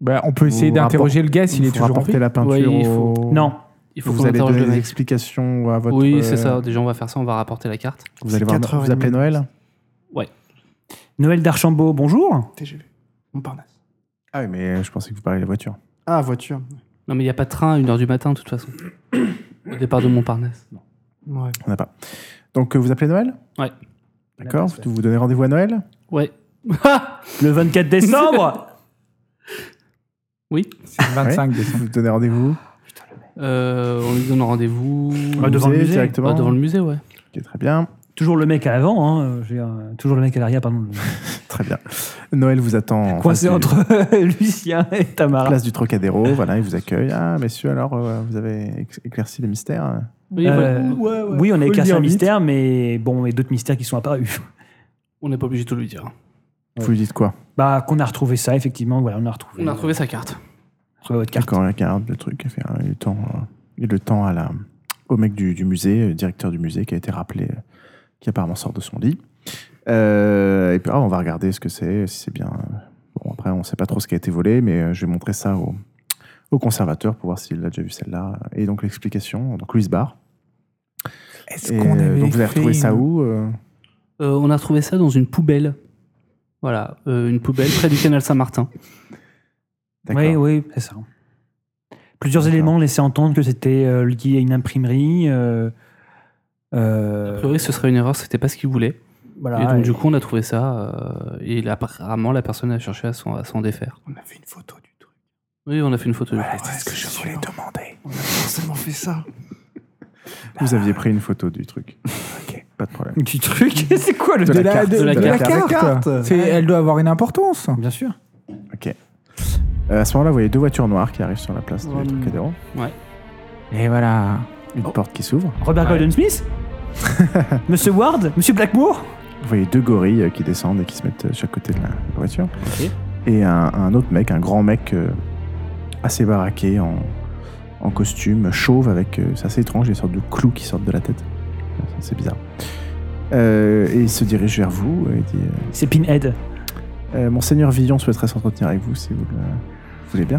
[SPEAKER 4] Bah, on peut essayer
[SPEAKER 1] Vous
[SPEAKER 4] d'interroger le gars s'il
[SPEAKER 1] Vous
[SPEAKER 4] est toujours en
[SPEAKER 1] rapportez
[SPEAKER 4] vie.
[SPEAKER 1] la peinture
[SPEAKER 2] Ouais, il
[SPEAKER 1] au-
[SPEAKER 3] Non,
[SPEAKER 2] il faut
[SPEAKER 1] Vous
[SPEAKER 2] qu'on
[SPEAKER 1] allez
[SPEAKER 2] interroge
[SPEAKER 1] donner
[SPEAKER 2] le
[SPEAKER 1] des
[SPEAKER 2] mec.
[SPEAKER 1] explications à votre...
[SPEAKER 2] Oui,
[SPEAKER 1] euh,
[SPEAKER 2] c'est ça. Déjà, on va faire ça. On va rapporter la carte.
[SPEAKER 1] Vous allez voir,
[SPEAKER 6] C'est quatre heures
[SPEAKER 1] vous
[SPEAKER 6] et
[SPEAKER 1] appelez
[SPEAKER 6] demie.
[SPEAKER 1] Noël
[SPEAKER 3] Noël d'Archambault, bonjour.
[SPEAKER 6] TGV. Montparnasse.
[SPEAKER 1] Ah oui, mais je pensais que vous parliez de la voiture.
[SPEAKER 6] Ah, voiture.
[SPEAKER 2] Non, mais il n'y a pas de train à 1h du matin, de toute
[SPEAKER 6] [COUGHS]
[SPEAKER 2] façon. Au départ de Montparnasse.
[SPEAKER 6] Ouais.
[SPEAKER 1] On n'a pas. Donc, euh, vous appelez Noël
[SPEAKER 2] Ouais.
[SPEAKER 1] D'accord, vous vous donnez rendez-vous à Noël
[SPEAKER 2] Ouais. [LAUGHS]
[SPEAKER 3] Le 24 décembre
[SPEAKER 1] [LAUGHS]
[SPEAKER 2] oui.
[SPEAKER 4] C'est le 25 décembre.
[SPEAKER 1] Vous vous donnez rendez-vous
[SPEAKER 2] Euh, on lui donne rendez-vous.
[SPEAKER 6] Ah,
[SPEAKER 3] Bah, devant le musée.
[SPEAKER 1] directement
[SPEAKER 2] Bah, devant le musée, ouais.
[SPEAKER 1] Ok, très bien,
[SPEAKER 3] Toujours le mec à l'avant, hein, euh, je veux dire, euh, toujours le mec à l'arrière, pardon. le-
[SPEAKER 1] très bien. Noël vous attend en
[SPEAKER 3] Coincé
[SPEAKER 1] face du-
[SPEAKER 3] entre
[SPEAKER 1] [LAUGHS]
[SPEAKER 3] Lucien et Tamara.
[SPEAKER 1] place du Trocadéro, voilà, il vous accueille. Ah, messieurs, alors, euh, vous avez éc- éclairci les mystères
[SPEAKER 2] Oui,
[SPEAKER 3] Euh,
[SPEAKER 2] voilà.
[SPEAKER 3] Oui, on a
[SPEAKER 1] Faut le
[SPEAKER 3] éclairci
[SPEAKER 1] dire
[SPEAKER 3] un
[SPEAKER 1] vite.
[SPEAKER 3] mystère, mais bon, et d'autres mystères qui sont apparus.
[SPEAKER 2] On n'est pas obligé de tout lui dire. hein.
[SPEAKER 1] Vous lui dites quoi
[SPEAKER 3] Bah, qu'on a retrouvé ça, effectivement, voilà, on a retrouvé.
[SPEAKER 2] On a retrouvé sa carte.
[SPEAKER 3] on a retrouvé votre carte.
[SPEAKER 1] Quand on regarde le truc, il fait, hein, le temps, euh, et le temps à la, au mec du, du musée, euh, directeur du musée, qui a été rappelé, euh, qui apparemment sort de son lit. Euh, et puis, ah, on va regarder ce que c'est, si c'est bien. euh. Bon, après, on ne sait pas trop ce qui a été volé, mais euh, je vais montrer ça au, au conservateur pour voir s'il a déjà vu celle-là. Et donc, l'explication, donc Louise Barr.
[SPEAKER 4] Est-ce
[SPEAKER 1] Et,
[SPEAKER 4] qu'on
[SPEAKER 1] euh,
[SPEAKER 4] avait
[SPEAKER 1] donc, vous avez
[SPEAKER 4] fait
[SPEAKER 1] retrouvé ça
[SPEAKER 4] une-
[SPEAKER 1] où euh
[SPEAKER 2] Euh, on a retrouvé ça dans une poubelle. Voilà, euh, une poubelle près du canal Saint-Martin.
[SPEAKER 1] D'accord.
[SPEAKER 3] Oui, oui, c'est ça. Plusieurs
[SPEAKER 1] D'accord.
[SPEAKER 3] éléments laissaient entendre que c'était euh, lié à une imprimerie. euh, euh,
[SPEAKER 2] A priori, ce serait une erreur, c'était pas ce qu'il voulait.
[SPEAKER 6] Ah,
[SPEAKER 3] voilà,
[SPEAKER 2] et donc,
[SPEAKER 3] et-
[SPEAKER 2] du coup, on a trouvé ça. euh, et là, apparemment, la personne a cherché à s'en à s'en défaire.
[SPEAKER 6] On a fait une photo du truc.
[SPEAKER 2] Oui, on a fait une photo. du coup.
[SPEAKER 6] c'est ce que je voulais
[SPEAKER 4] [LAUGHS]
[SPEAKER 1] demander.
[SPEAKER 6] On a forcément fait ça.
[SPEAKER 1] Vous aviez pris une photo du
[SPEAKER 4] [LAUGHS]
[SPEAKER 1] truc. ok. Pas de problème.
[SPEAKER 3] du truc. c'est quoi le
[SPEAKER 4] de,
[SPEAKER 1] la
[SPEAKER 4] la,
[SPEAKER 1] carte.
[SPEAKER 4] de-
[SPEAKER 2] De la
[SPEAKER 4] de la
[SPEAKER 2] carte.
[SPEAKER 4] carte. C'est- Elle doit avoir une importance.
[SPEAKER 3] Bien sûr.
[SPEAKER 1] Euh, à ce moment-là, vous voyez deux voitures noires qui arrivent sur la place
[SPEAKER 2] Ouais.
[SPEAKER 1] du Trocadéro.
[SPEAKER 4] Et voilà.
[SPEAKER 1] Une porte qui s'ouvre.
[SPEAKER 3] Robert
[SPEAKER 2] Ouais.
[SPEAKER 1] [LAUGHS]
[SPEAKER 3] Gordon Smith Monsieur Ward Monsieur Blackmore
[SPEAKER 1] Vous voyez deux gorilles euh, qui descendent et qui se mettent euh, chaque côté de la voiture. Et un, un autre mec, un grand mec euh, assez baraqué, en, en costume, chauve, avec. euh, c'est assez étrange, des sortes de clous qui sortent de la tête. C'est- C'est bizarre. Euh, et il se dirige vers vous et dit euh,
[SPEAKER 3] C'est Pinhead.
[SPEAKER 1] Euh, Monseigneur Villon souhaiterait s'entretenir avec vous si vous le voulez bien.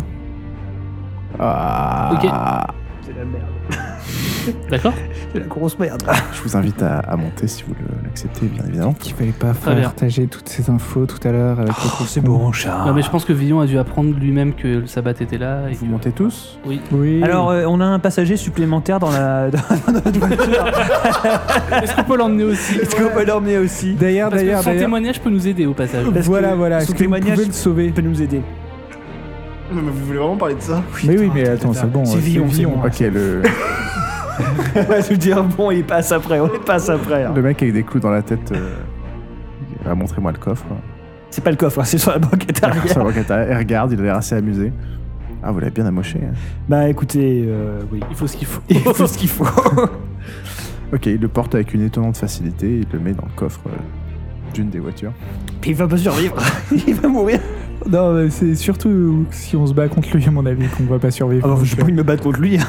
[SPEAKER 1] Ah,
[SPEAKER 3] C'est la merde.
[SPEAKER 2] [LAUGHS] D'accord
[SPEAKER 3] C'est la grosse merde.
[SPEAKER 1] Je vous invite à, à monter si vous le- l'acceptez, bien évidemment.
[SPEAKER 4] Qu'il fallait pas
[SPEAKER 2] Très bien.
[SPEAKER 4] partager toutes ces infos tout à l'heure avec le
[SPEAKER 3] c'est bon, chat.
[SPEAKER 2] Non, mais je pense que Villon a dû apprendre lui-même que le sabbat était là. Et
[SPEAKER 1] Vous
[SPEAKER 2] que-
[SPEAKER 1] montez tous
[SPEAKER 2] Oui.
[SPEAKER 4] Oui.
[SPEAKER 3] Alors, euh, on a un passager supplémentaire dans la. [LAUGHS] dans-
[SPEAKER 2] Est-ce qu'on peut l'emmener aussi
[SPEAKER 3] Est-ce qu'on peut l'emmener aussi
[SPEAKER 4] d'ailleurs,
[SPEAKER 2] Parce que
[SPEAKER 4] d'ailleurs,
[SPEAKER 2] son
[SPEAKER 4] d'ailleurs.
[SPEAKER 2] témoignage peut nous aider au passage.
[SPEAKER 3] Parce que
[SPEAKER 4] Voilà, voilà.
[SPEAKER 3] son
[SPEAKER 4] Est-ce que vous
[SPEAKER 3] témoignage-
[SPEAKER 4] pouvez le sauver
[SPEAKER 3] peut nous aider.
[SPEAKER 5] Non, mais vous voulez vraiment parler de ça
[SPEAKER 4] mais oui, mais attends, c'est bon.
[SPEAKER 3] C'est
[SPEAKER 4] euh,
[SPEAKER 3] Villon, c'est bon.
[SPEAKER 4] Ok, le,
[SPEAKER 7] Ouais, je veux dire, bon, il passe après, ouais, il passe après. hein.
[SPEAKER 1] Le mec avec des clous dans la tête. euh, ah, Montrez-moi le coffre.
[SPEAKER 7] C'est pas le coffre, hein, c'est sur la banquette
[SPEAKER 3] Ah,
[SPEAKER 7] arrière.
[SPEAKER 1] Ah, Ça, elle regarde, il a l'air assez amusé. Ah, vous l'avez bien amoché. hein.
[SPEAKER 7] Bah écoutez, euh,
[SPEAKER 3] [LAUGHS]
[SPEAKER 7] oui.
[SPEAKER 2] Il faut ce qu'il faut.
[SPEAKER 7] Il faut ce qu'il faut.
[SPEAKER 1] Ok, il le porte avec une étonnante facilité, il le met dans le coffre euh, d'une des voitures.
[SPEAKER 7] Puis il va pas survivre. il va mourir.
[SPEAKER 4] Non, mais c'est surtout si on se bat contre lui, à mon avis, qu'on va pas survivre.
[SPEAKER 7] Alors, je
[SPEAKER 4] Donc,
[SPEAKER 7] peux me battre contre lui.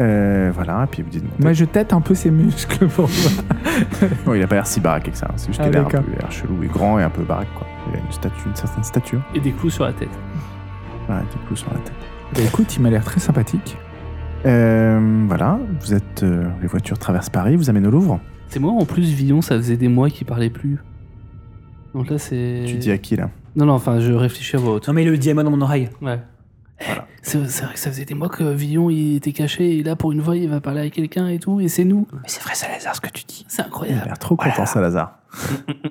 [SPEAKER 1] Euh, voilà, puis vous dites.
[SPEAKER 4] euh, Moi, je tâte un peu ses muscles pour voir.
[SPEAKER 1] Non, il a pas l'air si baraqué que ça. hein. C'est juste
[SPEAKER 4] Ah,
[SPEAKER 1] qu'il a l'air un
[SPEAKER 4] d'accord.
[SPEAKER 1] peu il a l'air chelou et grand et un peu baraque, quoi. Il a une statue, une certaine statue.
[SPEAKER 2] Et des clous sur la tête.
[SPEAKER 1] Voilà, un petit coup sur la tête.
[SPEAKER 4] Bah, écoute, il m'a l'air très sympathique.
[SPEAKER 1] Euh, voilà, vous êtes. euh, les voitures traversent Paris, vous amènent au Louvre.
[SPEAKER 2] C'est moi en plus, Villon, ça faisait des mois qu'il parlait plus. Donc là, c'est.
[SPEAKER 1] Tu dis à qui, là
[SPEAKER 2] Non, non, enfin, je réfléchis à voix haute.
[SPEAKER 3] Non, mais le diamant dans mon oreille.
[SPEAKER 2] Ouais. C'est c'est vrai que ça faisait des mois que Villon il était caché et là pour une fois il va parler à quelqu'un et tout et c'est nous.
[SPEAKER 3] Mais c'est vrai, Salazar, ce que tu dis.
[SPEAKER 2] C'est
[SPEAKER 1] Il a
[SPEAKER 2] incroyable.
[SPEAKER 1] l'air trop content, Salazar.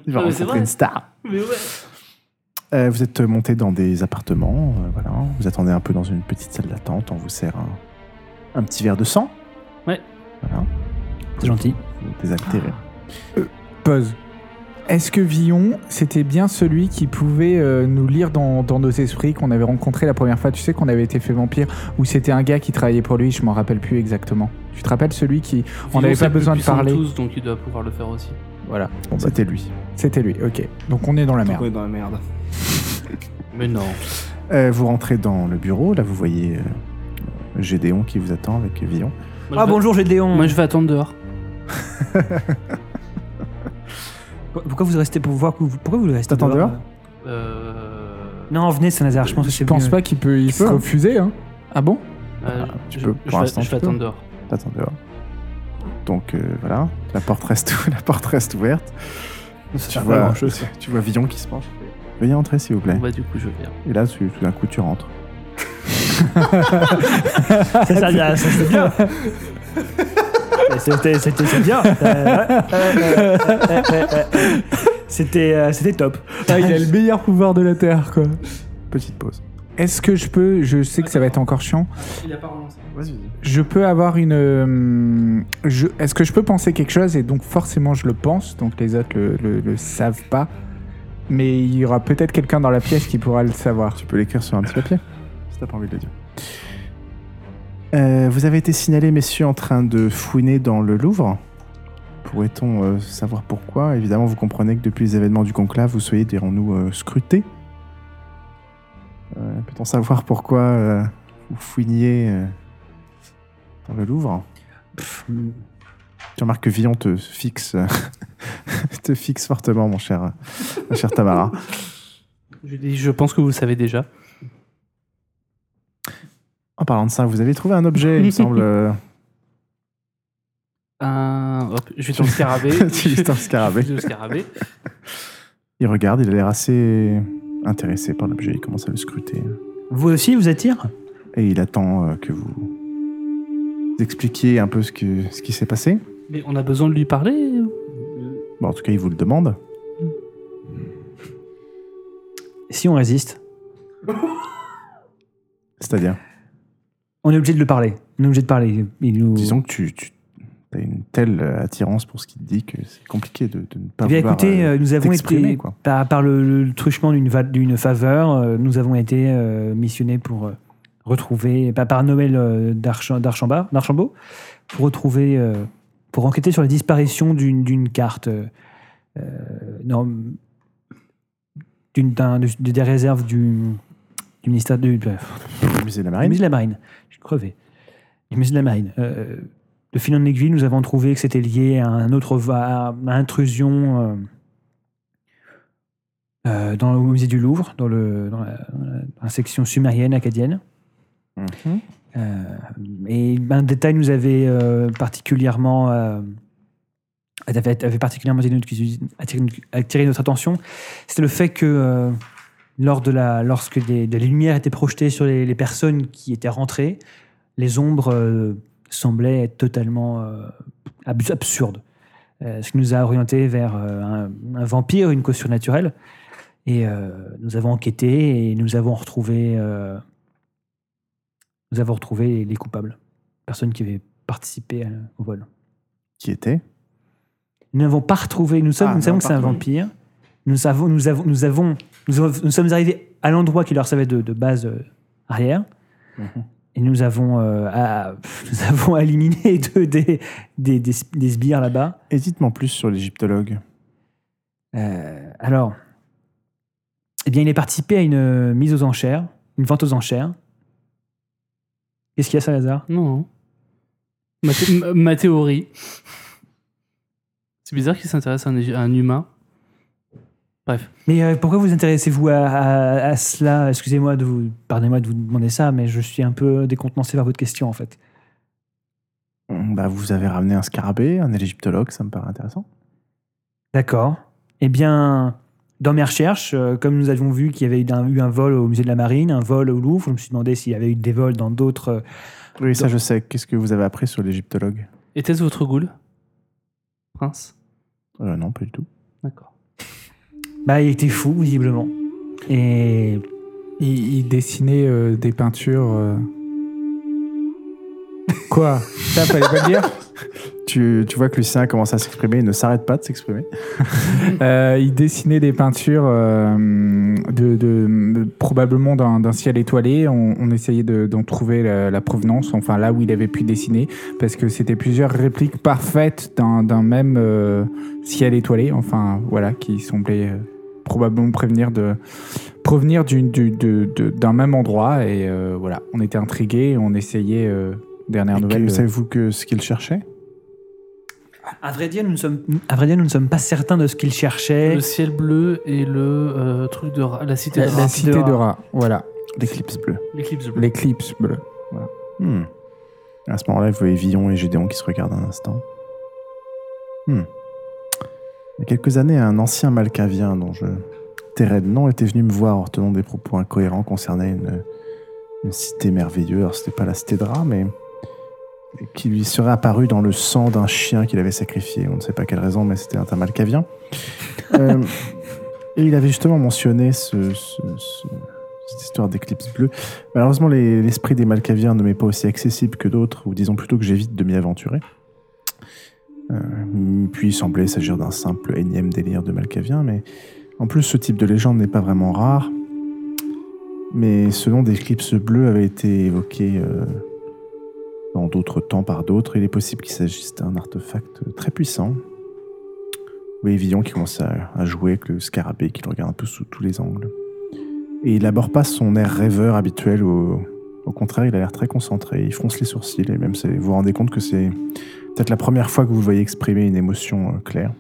[SPEAKER 1] Il va
[SPEAKER 2] Ah, mais c'est
[SPEAKER 1] rencontrer
[SPEAKER 2] vrai.
[SPEAKER 1] une star.
[SPEAKER 2] Mais ouais.
[SPEAKER 1] Euh, vous êtes monté dans des appartements, euh, voilà. Vous attendez un peu dans une petite salle d'attente. On vous sert un, un petit verre de sang.
[SPEAKER 2] Ouais.
[SPEAKER 1] Voilà.
[SPEAKER 3] C'est gentil.
[SPEAKER 1] vous Désaltérez.
[SPEAKER 4] Pause. Est-ce que Villon, c'était bien celui qui pouvait euh, nous lire dans, dans nos esprits qu'on avait rencontré la première fois Tu sais qu'on avait été fait vampire ou c'était un gars qui travaillait pour lui Je m'en rappelle plus exactement. Tu te rappelles celui qui On n'avait pas besoin de parler.
[SPEAKER 2] Tous, donc il doit pouvoir le faire aussi.
[SPEAKER 4] voilà,
[SPEAKER 1] Bon, bah, C'était lui.
[SPEAKER 4] c'était lui. Ok. Donc on est dans la merde.
[SPEAKER 5] Ouais, dans la merde.
[SPEAKER 2] Mais non.
[SPEAKER 1] Euh, vous rentrez dans le bureau. Là, vous voyez euh, Gédéon qui vous attend avec Villon.
[SPEAKER 2] Moi, je
[SPEAKER 3] Ah,
[SPEAKER 2] vais-
[SPEAKER 3] bonjour, Gédéon.
[SPEAKER 2] Moi je vais attendre dehors.
[SPEAKER 3] Pourquoi vous restez pour voir que vous- Pourquoi vous restez
[SPEAKER 1] T'attends
[SPEAKER 3] dehors,
[SPEAKER 1] dehors
[SPEAKER 2] Euh...
[SPEAKER 3] Non, venez, Salazar, je pense que
[SPEAKER 4] Je
[SPEAKER 3] c'est
[SPEAKER 4] pense
[SPEAKER 3] mieux.
[SPEAKER 4] pas qu'il peut, il se
[SPEAKER 1] peux, hein.
[SPEAKER 4] refuser. Hein. Ah bon
[SPEAKER 2] euh,
[SPEAKER 1] Ah, tu
[SPEAKER 2] je,
[SPEAKER 1] peux,
[SPEAKER 2] je
[SPEAKER 1] pour
[SPEAKER 2] vais-
[SPEAKER 1] l'instant,
[SPEAKER 2] je vais
[SPEAKER 1] tu peux.
[SPEAKER 2] attendre dehors.
[SPEAKER 1] T'attends dehors. Donc euh, voilà, la porte reste, [LAUGHS] la porte reste ouverte. Tu vois, tu vois Villon qui se penche. Veuillez entrer, s'il vous plaît.
[SPEAKER 2] Bon, bah du coup je viens.
[SPEAKER 1] Et là, tu- tout d'un coup, tu rentres.
[SPEAKER 3] Ça, ça, ça, ça, c'est bien. C'était- C'était c'est bien. Euh, ouais. Euh, euh, euh, euh, euh, euh. C'était euh, c'était top.
[SPEAKER 4] Ah, [LAUGHS] Il a le meilleur pouvoir de la terre, quoi.
[SPEAKER 1] Petite pause.
[SPEAKER 4] Est-ce que je peux Je sais que ça va être encore chiant.
[SPEAKER 2] Il a pas relancé.
[SPEAKER 4] Je peux avoir une. euh, je- Est-ce que je peux penser quelque chose et donc forcément je le pense, donc les autres le, le- le savent pas. Mais il y aura peut-être quelqu'un dans la pièce qui pourra le savoir.
[SPEAKER 1] Tu peux l'écrire sur un petit papier, si t'as pas envie de le dire. Euh, vous avez été signalé, messieurs, en train de fouiner dans le Louvre. Pourrait-on euh, savoir pourquoi Évidemment, vous comprenez que depuis les événements du conclave, vous soyez, dirons-nous, euh, scrutés. Euh, Peut-on savoir pourquoi euh, vous fouiniez euh, dans le Louvre Tu remarques que Villon te fixe, [LAUGHS] te fixe fortement, mon cher, ma chère Tamara.
[SPEAKER 2] Je dis je pense que vous le savez déjà.
[SPEAKER 1] En parlant de ça, vous avez trouvé un objet,
[SPEAKER 3] [LAUGHS]
[SPEAKER 1] il me semble. euh, [LAUGHS]
[SPEAKER 2] Un... Euh, Hop, je vais dans le [LAUGHS] scarabée.
[SPEAKER 1] Tu es dans le scarabée.
[SPEAKER 2] Je suis dans le scarabée.
[SPEAKER 1] Il regarde, il a l'air assez intéressé par l'objet, il commence à le scruter.
[SPEAKER 3] Vous aussi, vous attire
[SPEAKER 1] Et il attend euh, que vous expliquiez un peu ce, que, ce qui s'est passé.
[SPEAKER 2] Mais on a besoin de lui parler
[SPEAKER 1] Bon, en tout cas, il vous le demande.
[SPEAKER 3] Si on résiste,
[SPEAKER 1] C'est-à-dire,
[SPEAKER 3] on est obligé de le parler. On est obligé de parler. Il nous...
[SPEAKER 1] disons que tu, tu as une telle euh, attirance pour ce qu'il te dit que c'est compliqué de, de ne pas
[SPEAKER 3] Eh bien,
[SPEAKER 1] vouloir,
[SPEAKER 3] écoutez,
[SPEAKER 1] euh,
[SPEAKER 3] euh, nous avons
[SPEAKER 1] t'exprimer,
[SPEAKER 3] été,
[SPEAKER 1] quoi.
[SPEAKER 3] par, par le, le truchement d'une va- d'une faveur, euh, nous avons été euh, missionnés pour euh, retrouver, pas par Noël euh, d'Archamb- d'Archambar- d'Archambault, pour retrouver, euh, pour enquêter sur la disparition d'une d'une carte, euh, euh, non, d'une- d'un- de- des réserves du, du ministère du,
[SPEAKER 1] au musée de la
[SPEAKER 3] du
[SPEAKER 1] marine.
[SPEAKER 3] musée de la Marine. Je suis crevé. Du musée de la Marine. Euh, de fil en aiguille, nous avons trouvé que c'était lié à un autre va- à une intrusion euh, euh, dans le musée du Louvre, dans, le, dans, la, dans la- dans la section sumérienne acadienne.
[SPEAKER 1] Mhm.
[SPEAKER 3] Euh, et un détail nous avait euh, particulièrement euh, avait, avait particulièrement attiré notre, attiré notre- attiré notre attention, c'était le fait que euh, lors de la, lorsque des, des lumières étaient projetées sur les, les personnes qui étaient rentrées, les ombres euh, semblaient être totalement euh, abs- absurdes. Euh, ce qui nous a orienté vers euh, un, un vampire, une cause surnaturelle. Et euh, nous avons enquêté et nous avons retrouvé, euh, nous avons retrouvé les coupables, personnes qui avaient participé à- au vol.
[SPEAKER 1] Qui était
[SPEAKER 3] Nous n'avons pas retrouvé. Nous, sommes,
[SPEAKER 1] Ah,
[SPEAKER 3] nous savons
[SPEAKER 1] non,
[SPEAKER 3] que c'est un
[SPEAKER 1] pardon.
[SPEAKER 3] vampire. Nous savons, nous avons, nous avons, nous, avons- nous sommes arrivés à l'endroit qui leur servait de, de base euh, arrière. Et nous avons, euh, à- [LAUGHS] pff, nous avons éliminé [LAUGHS] deux des, des, des, des sbires là-bas.
[SPEAKER 1] Et dites-moi plus sur l'égyptologue.
[SPEAKER 3] Euh, alors, eh bien, il est participé à une euh, mise aux enchères, une vente aux enchères. Qu'est-ce qu'il y a, Salazar
[SPEAKER 2] Non. hein Ma, thé- ma- ma théorie. C'est bizarre qu'il s'intéresse à un, Égy- à un humain.
[SPEAKER 3] Mais euh, pourquoi vous intéressez-vous à, à- à cela Excusez-moi de vous, pardonnez-moi de vous demander ça, mais je suis un peu décontenancé par votre question en fait.
[SPEAKER 1] Bah, vous avez ramené un scarabée, un égyptologue, ça me paraît intéressant.
[SPEAKER 3] D'accord. Eh bien, dans mes recherches, euh, comme nous avions vu qu'il y avait eu un, eu un vol au musée de la Marine, un vol au Louvre, je me suis demandé s'il y avait eu des vols dans d'autres. euh,
[SPEAKER 1] Oui, ça je sais. Qu'est-ce que vous avez appris sur l'égyptologue
[SPEAKER 2] Était-ce votre goule Prince
[SPEAKER 1] Euh, Non, pas du tout.
[SPEAKER 2] D'accord.
[SPEAKER 3] Bah, il était fou, visiblement. Et
[SPEAKER 4] Il, il dessinait euh, des peintures. euh. Quoi Ça, fallait pas le dire
[SPEAKER 1] Tu, tu vois que Lucien commence à s'exprimer, il ne s'arrête pas de s'exprimer.
[SPEAKER 4] Euh, il dessinait des peintures euh, de, de- probablement d'un d'un ciel étoilé. On, on essayait de- d'en trouver la, la provenance, enfin là où il avait pu dessiner, parce que c'était plusieurs répliques parfaites d'un d'un même euh, ciel étoilé, enfin voilà, qui semblait euh, probablement prévenir de provenir d'une- du- de- de- d'un même endroit. Et euh, voilà, on était intrigués, on essayait. euh, dernière
[SPEAKER 1] Et
[SPEAKER 4] nouvelle.
[SPEAKER 1] que-
[SPEAKER 4] euh,
[SPEAKER 1] Savez-vous que ce qu'il cherchait
[SPEAKER 3] à vrai dire, nous ne sommes, à vrai dire, nous ne sommes pas certains de ce qu'il cherchait.
[SPEAKER 2] Le ciel bleu et le euh, truc de Ra- la cité
[SPEAKER 4] la,
[SPEAKER 2] de
[SPEAKER 4] la
[SPEAKER 2] Ra.
[SPEAKER 4] cité de Ra, voilà,
[SPEAKER 1] L'éclipse bleue.
[SPEAKER 2] L'éclipse bleue.
[SPEAKER 4] l'éclipse bleue.
[SPEAKER 1] Hmm. À ce moment-là, vous voyez Villon et Gédéon qui se regardent un instant. Hmm. Il y a quelques années, un ancien malcavien dont je tairais le nom était venu me voir en tenant des propos incohérents concernant une, une cité merveilleuse. Alors, c'était pas la cité de Ra, mais qui lui serait apparu dans le sang d'un chien qu'il avait sacrifié. On ne sait pas quelle raison, mais c'était un un malcavien. Euh, et il avait justement mentionné ce- ce- ce- cette histoire d'éclipse bleue. Malheureusement, les- l'esprit des Malkaviens ne m'est pas aussi accessible que d'autres, ou disons plutôt que j'évite de m'y aventurer. Euh, puis il semblait s'agir d'un simple énième délire de Malkavien, mais en plus ce type de légende n'est pas vraiment rare. Mais ce nom d'éclipse bleue avait été évoqué euh, dans d'autres temps par d'autres, il est possible qu'il s'agisse d'un artefact très puissant. Oui, Villon qui commence à, à jouer avec le scarabée, qui le regarde un peu sous tous les angles. Et il n'aborde pas son air rêveur habituel. Au, au contraire, il a l'air très concentré. Il fronce les sourcils et même, c'est- vous vous rendez compte que c'est peut-être la première fois que vous le voyez exprimer une émotion euh, claire.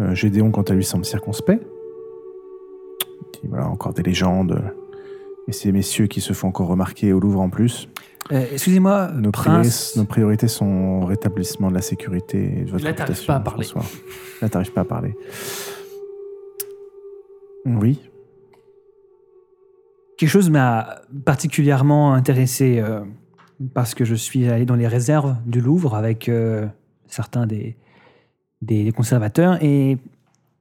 [SPEAKER 1] Euh, Gédéon, quant à lui, semble circonspect. Il dit, voilà, encore des légendes. Et ces messieurs qui se font encore remarquer au Louvre en plus.
[SPEAKER 3] Euh, Excusez-moi,
[SPEAKER 1] Nos,
[SPEAKER 3] prince.
[SPEAKER 1] priori- nos priorités sont au rétablissement de la sécurité et de votre
[SPEAKER 2] Là, t'arrives
[SPEAKER 1] réputation,
[SPEAKER 2] pas à parler.
[SPEAKER 1] François. Là, t'arrives pas à parler. Oui,
[SPEAKER 3] Quelque chose m'a particulièrement intéressé euh, parce que je suis allé dans les réserves du Louvre avec euh, certains des, des, des conservateurs et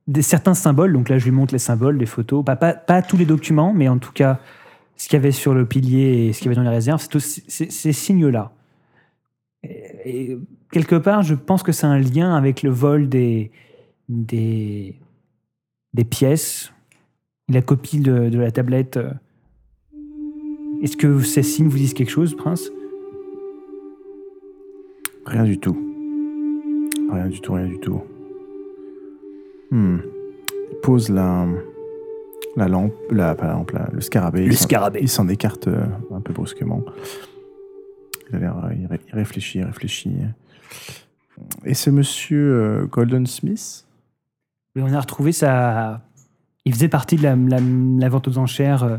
[SPEAKER 3] des, certains symboles. Donc là, je lui montre les symboles, les photos. Pas, pas, pas tous les documents, mais en tout cas, ce qu'il y avait sur le pilier et ce qu'il y avait dans les réserves, c'est aussi- c'est- ces signes-là. Et, et quelque part, je pense que c'est un lien avec le vol des, des, des pièces, la copie de, de la tablette. euh, est-ce que ces signes vous disent quelque chose, prince
[SPEAKER 1] Rien du tout. Rien du tout, rien du tout. Hmm. Il pose la, la lampe, la, pas la lampe, la- le scarabée. Il s'en-
[SPEAKER 3] scarabée.
[SPEAKER 1] Il s'en écarte euh, un peu brusquement. Il a l'air, euh, il, ré- il réfléchit, il réfléchit. Et ce monsieur euh, Golden Smith
[SPEAKER 3] Et on a retrouvé ça. Il faisait partie de la, la- la vente aux enchères euh,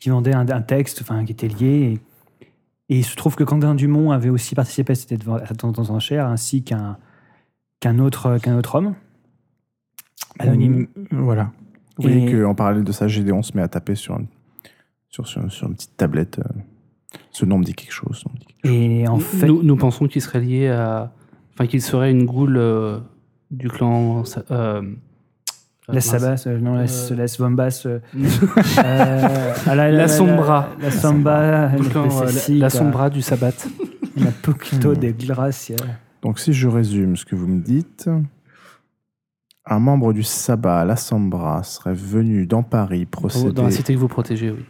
[SPEAKER 3] qui vendait un, un texte, enfin, qui était lié. Et, et il se trouve que Quentin Dumont avait aussi participé à cette vente à cette vente aux enchères, ainsi qu'un qu'un autre, euh, qu'un autre homme.
[SPEAKER 1] Mmh.
[SPEAKER 3] Anonyme.
[SPEAKER 4] Mm, Voilà.
[SPEAKER 1] hmm, Vous voyez
[SPEAKER 3] Et-
[SPEAKER 1] qu'en parallèle de ça, Gédéon se met à taper sur, un- sur, sur- sur une petite tablette. euh, ce nom me dit quelque chose. ce nom me dit quelque
[SPEAKER 3] Et en fait,
[SPEAKER 2] nous, nous pensons qu'il serait lié à. Enfin, qu'il serait une goule euh, du clan. euh, Enfin,
[SPEAKER 3] Laisse
[SPEAKER 2] mince.
[SPEAKER 3] Sabas, euh, non, laisse,
[SPEAKER 2] Euh.
[SPEAKER 3] laisse Vambas. euh,
[SPEAKER 2] Non.
[SPEAKER 3] euh, ah, la,
[SPEAKER 2] La sombra.
[SPEAKER 3] La, sombra.
[SPEAKER 2] Putain, euh, la- la, sombra du sabbat.
[SPEAKER 3] La poquito de gracia.
[SPEAKER 1] Donc si je résume ce que vous me dites, un membre du sabbat à la Sambra serait venu dans Paris procéder...
[SPEAKER 2] Dans la cité que vous protégez, oui.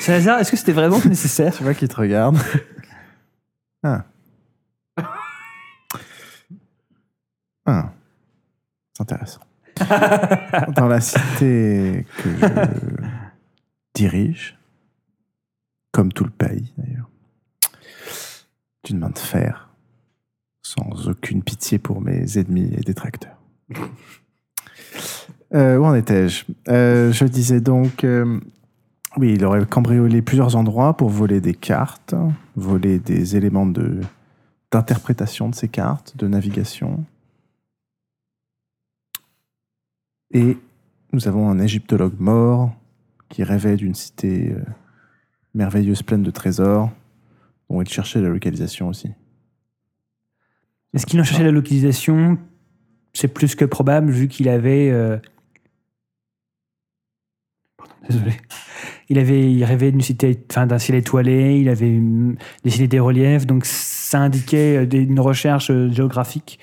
[SPEAKER 3] Salazar, est-ce que c'était vraiment [LAUGHS] nécessaire
[SPEAKER 1] Tu vois qui te regarde. [LAUGHS] Ah. Ah. C'est [LAUGHS] intéressant. Dans la cité que je dirige, comme tout le pays d'ailleurs, d'une main de fer, sans aucune pitié pour mes ennemis et détracteurs. [LAUGHS] Euh, où en étais-je Euh, Je disais donc. euh, oui, il aurait cambriolé plusieurs endroits pour voler des cartes, voler des éléments de d'interprétation de ces cartes, de navigation. Et nous avons un égyptologue mort qui rêvait d'une cité euh, merveilleuse pleine de trésors, dont il cherchait la localisation aussi.
[SPEAKER 3] Est-ce qu'il en cherchait la localisation C'est plus que probable vu qu'il avait. euh, Pardon, désolé. Il avait il rêvait d'une cité, enfin d'un ciel étoilé. Il avait hum, dessiné des reliefs, donc ça indiquait euh, des- une recherche euh, géographique.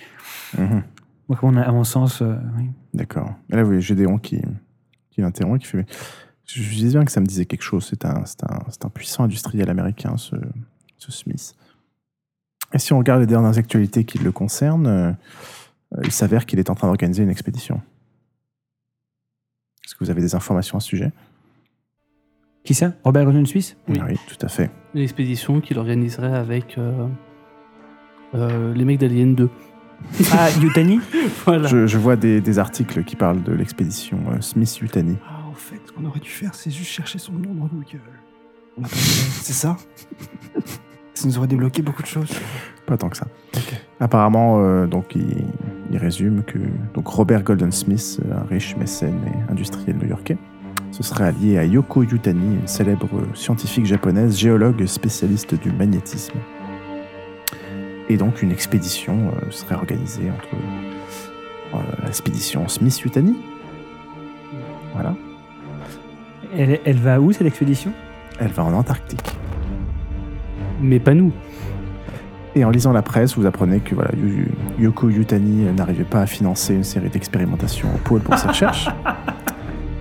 [SPEAKER 1] Mhm.
[SPEAKER 3] Donc on a, à mon sens, euh, oui.
[SPEAKER 1] D'accord. Et là, oui, Gédéon qui, qui l'interrompt, qui fait Je je disais bien que ça me disait quelque chose. C'est un, c'est un, c'est un puissant industriel américain, ce, ce Smith. Et si on regarde les dernières actualités qui le concernent, euh, euh, il s'avère qu'il est en train d'organiser une expédition. Est-ce que vous avez des informations à ce sujet
[SPEAKER 3] qui ça Robert Grosjean Suisse
[SPEAKER 2] Oui.
[SPEAKER 1] tout à fait.
[SPEAKER 2] Une expédition qu'il organiserait avec euh, euh, les mecs d'Alien 2.
[SPEAKER 3] Ah, Yutani
[SPEAKER 2] [LAUGHS] Voilà.
[SPEAKER 1] Je, je vois des, des articles qui parlent de l'expédition euh, Smith-Yutani.
[SPEAKER 5] Ah, en fait, ce qu'on aurait dû faire, c'est juste chercher son nom dans Google. On l'a pas fait, c'est [LAUGHS] ça Ça nous aurait débloqué beaucoup de choses.
[SPEAKER 1] Pas tant que ça. Apparemment, euh, donc, il, il résume que donc Robert Golden Smith, euh, un riche mécène et industriel new-yorkais, se serait allié à Yoko Yutani, une célèbre scientifique japonaise, géologue spécialiste du magnétisme. Et donc, une expédition euh, serait organisée entre euh, l'expédition Smith-Yutani. Voilà.
[SPEAKER 3] elle, elle va où cette expédition
[SPEAKER 1] Elle va en Antarctique.
[SPEAKER 2] Mais pas nous.
[SPEAKER 1] Et en lisant la presse, vous apprenez que voilà, Yu- Yu- Yoko Yutani n'arrivait pas à financer une série d'expérimentations au pôle pour ses
[SPEAKER 3] [LAUGHS]
[SPEAKER 1] recherches.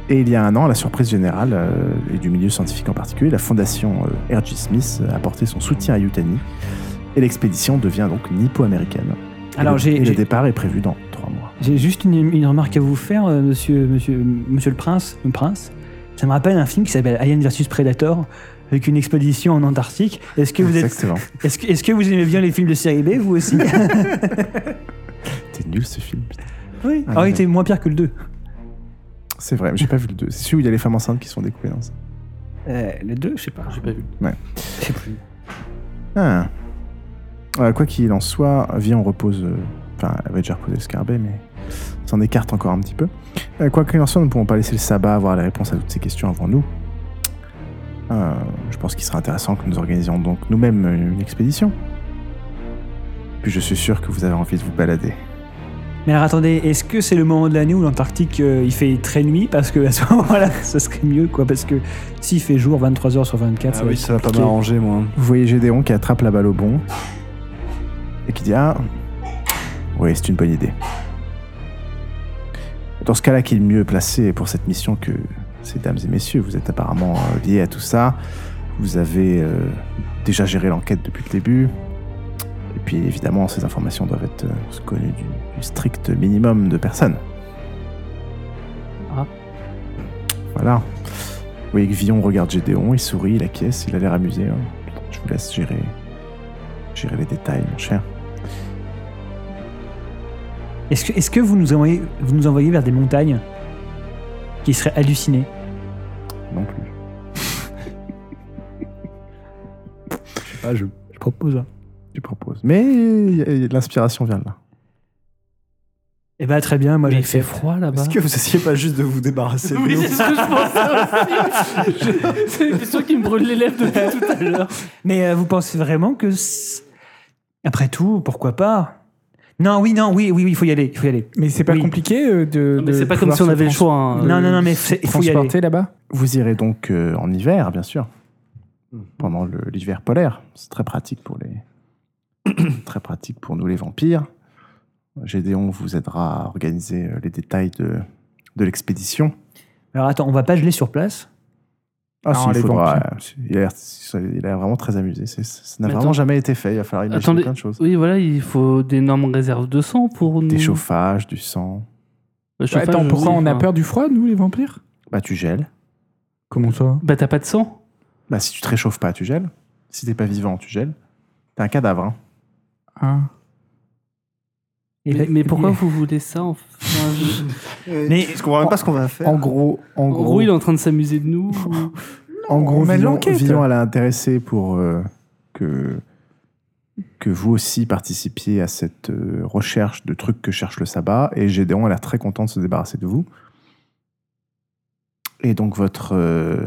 [SPEAKER 1] Et il y a un an, à la surprise générale, euh, et du milieu scientifique en particulier, la fondation euh, R.G. Smith a apporté son soutien à Yutani. Et l'expédition devient donc nippo-américaine. Et
[SPEAKER 3] Alors
[SPEAKER 1] le-
[SPEAKER 3] j'ai
[SPEAKER 1] et le
[SPEAKER 3] j'ai-
[SPEAKER 1] départ est prévu dans trois mois.
[SPEAKER 3] J'ai juste une, une remarque à vous faire, euh, monsieur, monsieur, monsieur le prince, le prince. Ça me rappelle un film qui s'appelle Alien versus Predator, avec une expédition en Antarctique. Est-ce que, vous êtes, [LAUGHS]
[SPEAKER 1] Exactement.
[SPEAKER 3] est-ce, que, est-ce que vous aimez bien les films de série B, vous [LAUGHS] aussi Ah
[SPEAKER 1] T'es nul ce film. putain.
[SPEAKER 3] Oui.
[SPEAKER 1] Ah,
[SPEAKER 3] Ah,
[SPEAKER 1] oui.
[SPEAKER 3] il était moins pire que le 2.
[SPEAKER 1] C'est vrai, mais j'ai pas vu le 2. C'est celui où il y a les femmes enceintes qui sont découpées dans ça.
[SPEAKER 3] Euh, le 2, je sais pas.
[SPEAKER 2] J'ai pas vu.
[SPEAKER 3] Je sais plus.
[SPEAKER 1] Ah. Euh, quoi qu'il en soit, Vion repose. euh, Enfin, elle avait déjà reposé Scarabée, mais s'en écarte encore un petit peu. Euh, quoi qu'il en soit, nous ne pourrons pas laisser le sabbat avoir les réponses à toutes ces questions avant nous. Euh, je pense qu'il serait intéressant que nous organisions donc nous-mêmes une expédition. Puis je suis sûr que vous avez envie de vous balader.
[SPEAKER 3] Mais alors attendez, est-ce que c'est le moment de l'année où l'Antarctique euh, il fait très nuit Parce que à ce moment-là, [LAUGHS] ça serait mieux, quoi. Parce que s'il fait jour 23h sur
[SPEAKER 5] Ah
[SPEAKER 3] euh, 24, ça va être compliqué.
[SPEAKER 8] moi.
[SPEAKER 1] Vous voyez Gédéon qui attrape la balle au bon et qui dit Ah, oui, c'est une bonne idée. Dans ce cas-là, qui est le mieux placé pour cette mission que ces dames et messieurs Vous êtes apparemment euh, liés à tout ça. Vous avez euh, déjà géré l'enquête depuis le début. Et puis évidemment, ces informations doivent être euh, connues du, du strict minimum de personnes.
[SPEAKER 2] Ah.
[SPEAKER 1] Voilà. Vous voyez que Villon regarde Gédéon, il sourit, il acquiesce, il a l'air amusé. hein. Je vous laisse gérer, gérer les détails, mon cher.
[SPEAKER 3] Est-ce que, est-ce que vous, nous envoyez, vous nous envoyez vers des montagnes qui seraient hallucinées
[SPEAKER 1] Non plus.
[SPEAKER 3] Je propose. hein.
[SPEAKER 1] Tu proposes. Mais euh, l'inspiration vient de là.
[SPEAKER 3] Eh ben très bien, moi
[SPEAKER 2] Mais
[SPEAKER 3] j'ai
[SPEAKER 2] il fait froid là-bas.
[SPEAKER 1] Bah.
[SPEAKER 5] Est-ce que vous essayez pas juste de vous débarrasser de
[SPEAKER 2] [LAUGHS] Oui,
[SPEAKER 5] nous
[SPEAKER 2] c'est ce que je pensais aussi. [LAUGHS] Je- C'est une question qui me brûle les lèvres depuis tout à l'heure.
[SPEAKER 3] Mais euh, vous pensez vraiment que c'est- après tout, pourquoi pas Non, oui, non, oui, oui, oui, il faut y aller, il faut y aller.
[SPEAKER 4] Mais c'est pas
[SPEAKER 3] Oui.
[SPEAKER 4] compliqué euh, de.
[SPEAKER 2] Non, Mais
[SPEAKER 4] de
[SPEAKER 2] c'est pas comme
[SPEAKER 4] pouvoir
[SPEAKER 2] si on
[SPEAKER 4] se
[SPEAKER 2] avait le
[SPEAKER 4] trans-
[SPEAKER 2] choix. hein.
[SPEAKER 3] Non,
[SPEAKER 4] Euh,
[SPEAKER 3] non, non, mais c'est- il faut y aller.
[SPEAKER 4] Transporter là-bas
[SPEAKER 1] Vous irez donc euh, en hiver, bien sûr,
[SPEAKER 5] Hmm.
[SPEAKER 1] pendant le- l'hiver polaire. C'est très pratique pour les, [COUGHS] très pratique pour nous les vampires. Gédéon vous aidera à organiser euh, les détails de, de l'expédition.
[SPEAKER 3] Alors attends, on va pas geler sur place.
[SPEAKER 1] Ah,
[SPEAKER 4] Non,
[SPEAKER 1] si, il
[SPEAKER 4] les
[SPEAKER 1] faudra,
[SPEAKER 4] vampires.
[SPEAKER 1] euh, il a l'air- il a l'air vraiment très amusé. C'est- Ça n'a
[SPEAKER 2] Mais
[SPEAKER 1] vraiment
[SPEAKER 2] attends.
[SPEAKER 1] jamais été fait. Il va falloir imaginer
[SPEAKER 2] Attendez.
[SPEAKER 1] plein de choses.
[SPEAKER 2] Oui, voilà, il faut d'énormes réserves de sang pour nous.
[SPEAKER 5] Hmm.
[SPEAKER 1] Des chauffages, du sang.
[SPEAKER 2] Le chauffage,
[SPEAKER 4] Attends,
[SPEAKER 2] je
[SPEAKER 4] pourquoi
[SPEAKER 2] sais
[SPEAKER 4] on a
[SPEAKER 2] pas.
[SPEAKER 4] peur du froid, nous, les vampires
[SPEAKER 1] Bah, tu gèles.
[SPEAKER 4] Comment ça
[SPEAKER 2] Bah, t'as pas de sang
[SPEAKER 1] Bah, si tu te réchauffes pas, tu gèles. Si t'es pas vivant, tu gèles. T'es un cadavre. hein.
[SPEAKER 4] Ah.
[SPEAKER 3] Et
[SPEAKER 2] mais,
[SPEAKER 3] ben-
[SPEAKER 2] mais pourquoi vous voulez ça en enfin, je-
[SPEAKER 3] Mais-
[SPEAKER 5] Parce qu'on voit même pas ce qu'on va faire.
[SPEAKER 9] En gros, en
[SPEAKER 2] En
[SPEAKER 9] gros,
[SPEAKER 2] gros, il est en train de s'amuser de nous. ou-
[SPEAKER 9] en gros,
[SPEAKER 4] on mène
[SPEAKER 9] Villon,
[SPEAKER 4] l'enquête.
[SPEAKER 9] Villon,
[SPEAKER 1] Villon, elle a intéressé pour euh, que, que vous aussi participiez à cette euh, recherche de trucs que cherche le sabbat. Et Gédéon, elle a très content de se débarrasser de vous. Et donc, votre euh,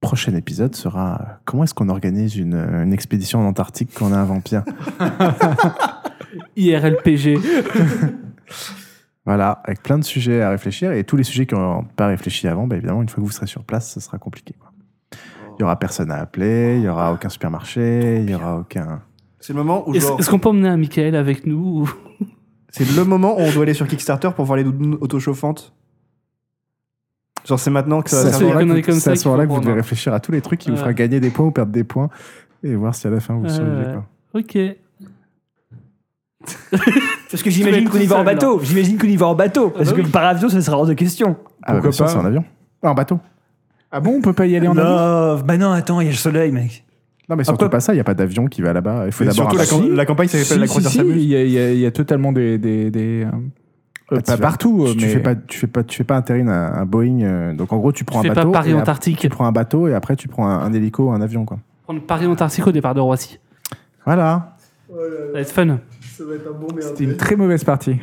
[SPEAKER 1] prochain épisode sera euh, comment est-ce qu'on organise une, euh, une expédition en Antarctique quand on a un vampire
[SPEAKER 2] IRLPG.
[SPEAKER 1] Voilà, avec plein de sujets à réfléchir. Et tous les sujets qui n'ont pas réfléchi avant, bah, évidemment, une fois que vous serez sur place, ça sera compliqué. quoi. Il y aura personne à appeler, il y aura aucun supermarché, il y aura aucun.
[SPEAKER 5] C'est le moment où
[SPEAKER 2] Est-ce
[SPEAKER 5] genre-
[SPEAKER 2] est-ce qu'on peut emmener un Michael avec nous ou-
[SPEAKER 5] C'est le moment où on doit aller sur Kickstarter pour voir les doudounes autochauffantes. Genre, c'est maintenant que ça
[SPEAKER 1] C'est
[SPEAKER 5] va
[SPEAKER 1] à ce
[SPEAKER 5] servir.
[SPEAKER 2] vrai.
[SPEAKER 1] moment-là
[SPEAKER 2] conneries
[SPEAKER 1] que,
[SPEAKER 2] comme
[SPEAKER 1] vous- c'est à
[SPEAKER 2] ça
[SPEAKER 1] ce
[SPEAKER 2] qu'il
[SPEAKER 1] moment-là que
[SPEAKER 2] faut
[SPEAKER 1] vous devez
[SPEAKER 2] prendre. hein.
[SPEAKER 1] réfléchir à tous les trucs qui vous
[SPEAKER 2] Ouais.
[SPEAKER 1] fera gagner des points ou perdre des points et voir si à la fin vous
[SPEAKER 2] Ouais,
[SPEAKER 1] survivez.
[SPEAKER 2] ouais.
[SPEAKER 1] quoi.
[SPEAKER 2] Ok.
[SPEAKER 3] [LAUGHS]
[SPEAKER 2] Tu
[SPEAKER 3] Parce que
[SPEAKER 2] vas
[SPEAKER 3] j'imagine
[SPEAKER 2] être
[SPEAKER 3] qu'on
[SPEAKER 2] tout
[SPEAKER 3] y va en
[SPEAKER 2] seul,
[SPEAKER 3] bateau. J'imagine qu'on y va en bateau.
[SPEAKER 2] Ah
[SPEAKER 3] Parce
[SPEAKER 2] bah
[SPEAKER 3] que
[SPEAKER 2] oui.
[SPEAKER 3] par avion, ça sera hors de question.
[SPEAKER 1] Ah, bah,
[SPEAKER 4] Pourquoi
[SPEAKER 1] bien sûr,
[SPEAKER 4] pas
[SPEAKER 2] hein.
[SPEAKER 1] c'est en avion. Ah, en bateau.
[SPEAKER 4] Ah bon, on peut pas y aller en avion
[SPEAKER 3] Love. Bah non, attends, il y a le soleil, mec.
[SPEAKER 2] Ah,
[SPEAKER 1] Non, mais surtout
[SPEAKER 3] quoi
[SPEAKER 1] pas ça, il n'y a pas d'avion qui va là-bas. Il faut
[SPEAKER 5] Et
[SPEAKER 1] d'abord
[SPEAKER 5] surtout,
[SPEAKER 1] un
[SPEAKER 5] Bah, la,
[SPEAKER 1] bateau.
[SPEAKER 5] cam- la campagne, ça s'appelle
[SPEAKER 4] Si,
[SPEAKER 5] la
[SPEAKER 4] si,
[SPEAKER 5] croisière
[SPEAKER 4] si,
[SPEAKER 5] s'amuse.
[SPEAKER 4] Il y, a- il y a- il y a totalement des. des- des, euh, euh,
[SPEAKER 1] Ah, tu
[SPEAKER 4] pas
[SPEAKER 1] vas-
[SPEAKER 4] partout,
[SPEAKER 2] euh,
[SPEAKER 1] Tu,
[SPEAKER 4] mais.
[SPEAKER 1] tu fais pas, tu fais pas, tu fais pas atterrir un, un Boeing. euh, donc en gros, tu prends
[SPEAKER 2] Tu fais
[SPEAKER 1] un bateau.
[SPEAKER 2] pas
[SPEAKER 1] et après,
[SPEAKER 2] Paris-Antarctique.
[SPEAKER 1] tu prends un bateau et après, tu prends un, un hélico, un avion, quoi.
[SPEAKER 2] Prendre Paris-Antarctique au départ de Roissy.
[SPEAKER 1] Voilà.
[SPEAKER 2] Ça va être fun.
[SPEAKER 6] Ça va être un bon merde.
[SPEAKER 4] C'était une très mauvaise partie.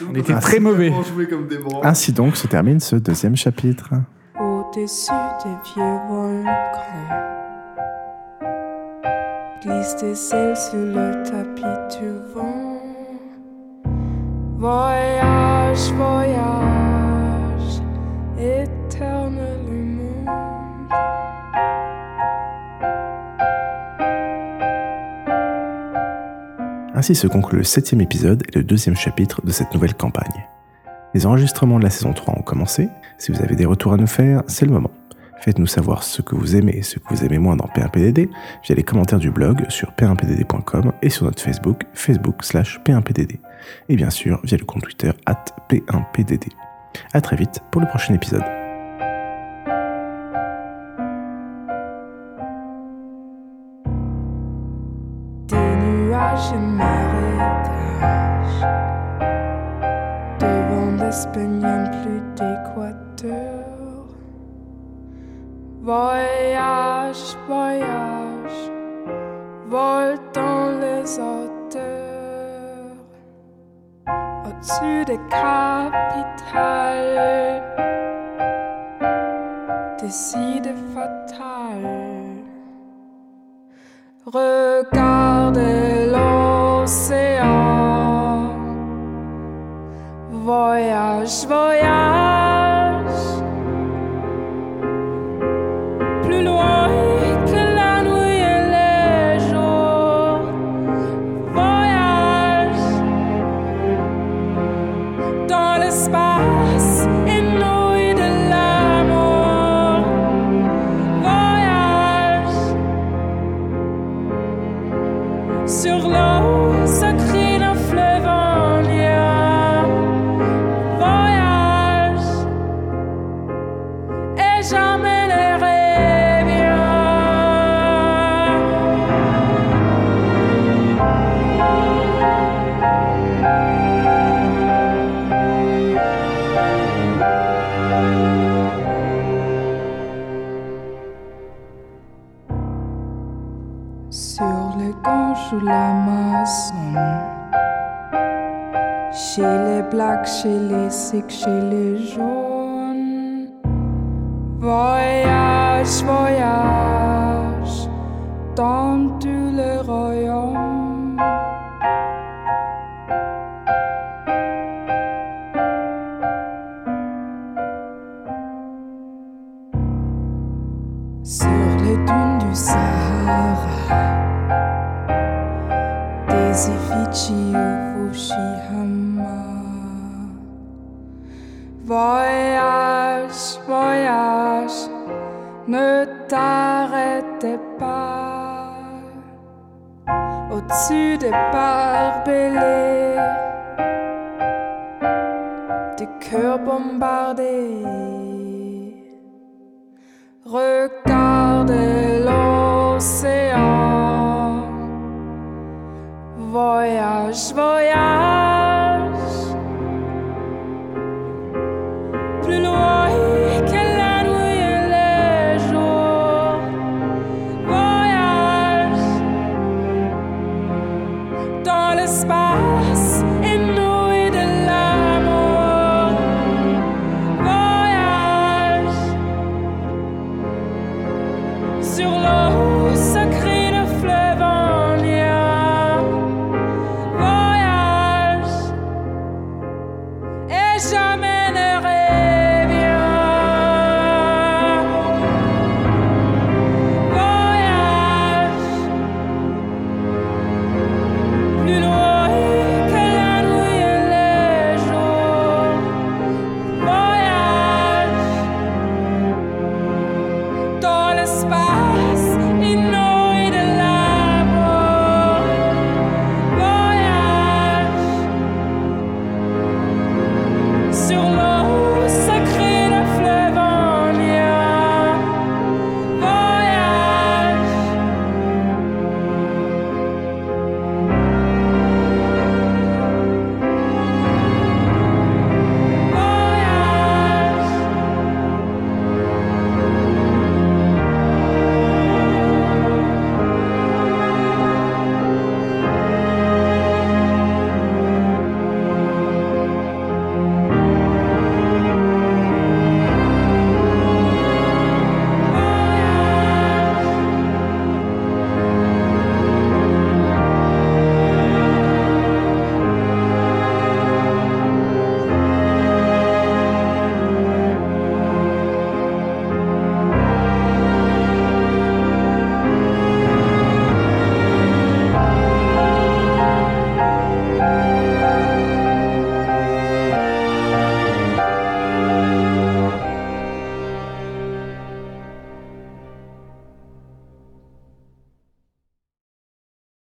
[SPEAKER 4] on
[SPEAKER 3] Ah,
[SPEAKER 4] était très mauvais.
[SPEAKER 6] jouer comme des bras.
[SPEAKER 1] Ainsi donc se termine ce deuxième chapitre.
[SPEAKER 10] Au-dessus des vieux volcans, glisse des ailes sur le tapis du vent. Voyage, voyage, éternellement.
[SPEAKER 1] Ainsi se conclut le septième épisode et le deuxième chapitre de cette nouvelle campagne. Les enregistrements de la saison 3 ont commencé. Si vous avez des retours à nous faire, c'est le moment. Faites-nous savoir ce que vous aimez et ce que vous aimez moins dans P1PDD via les commentaires du blog sur p1pdd.com et sur notre Facebook, facebook slash p1pdd. Et bien sûr, via le compte Twitter at p1pdd. À très vite pour le prochain épisode.
[SPEAKER 10] des nuages et marécages devant l'Espagne en plus d'équateur. Voyage, voyage, vol dans les hauteurs au-dessus des capitales, des idées fatales. Regardez l'océan. Voyage, voyage. Plus loin que la nuit et les jours. Voyage dans l'espace inouï de l'amour. Voyage sur l'eau sacrée d'un fleuve en lien. Voyage et jamais ne revient. sur le Gange ou l'Amazon. Chez les blacks, chez les sikhs, chez les jaunes. Voyage, voyage, dans tout le royaume. sur les dunes du Sahara, des effigies au Fukushima. Voyage, voyage, ne t'arrêtez pas. Au-dessus des barbelés, des cœurs bombardés. Regarde l'océan. Voyage, voyage.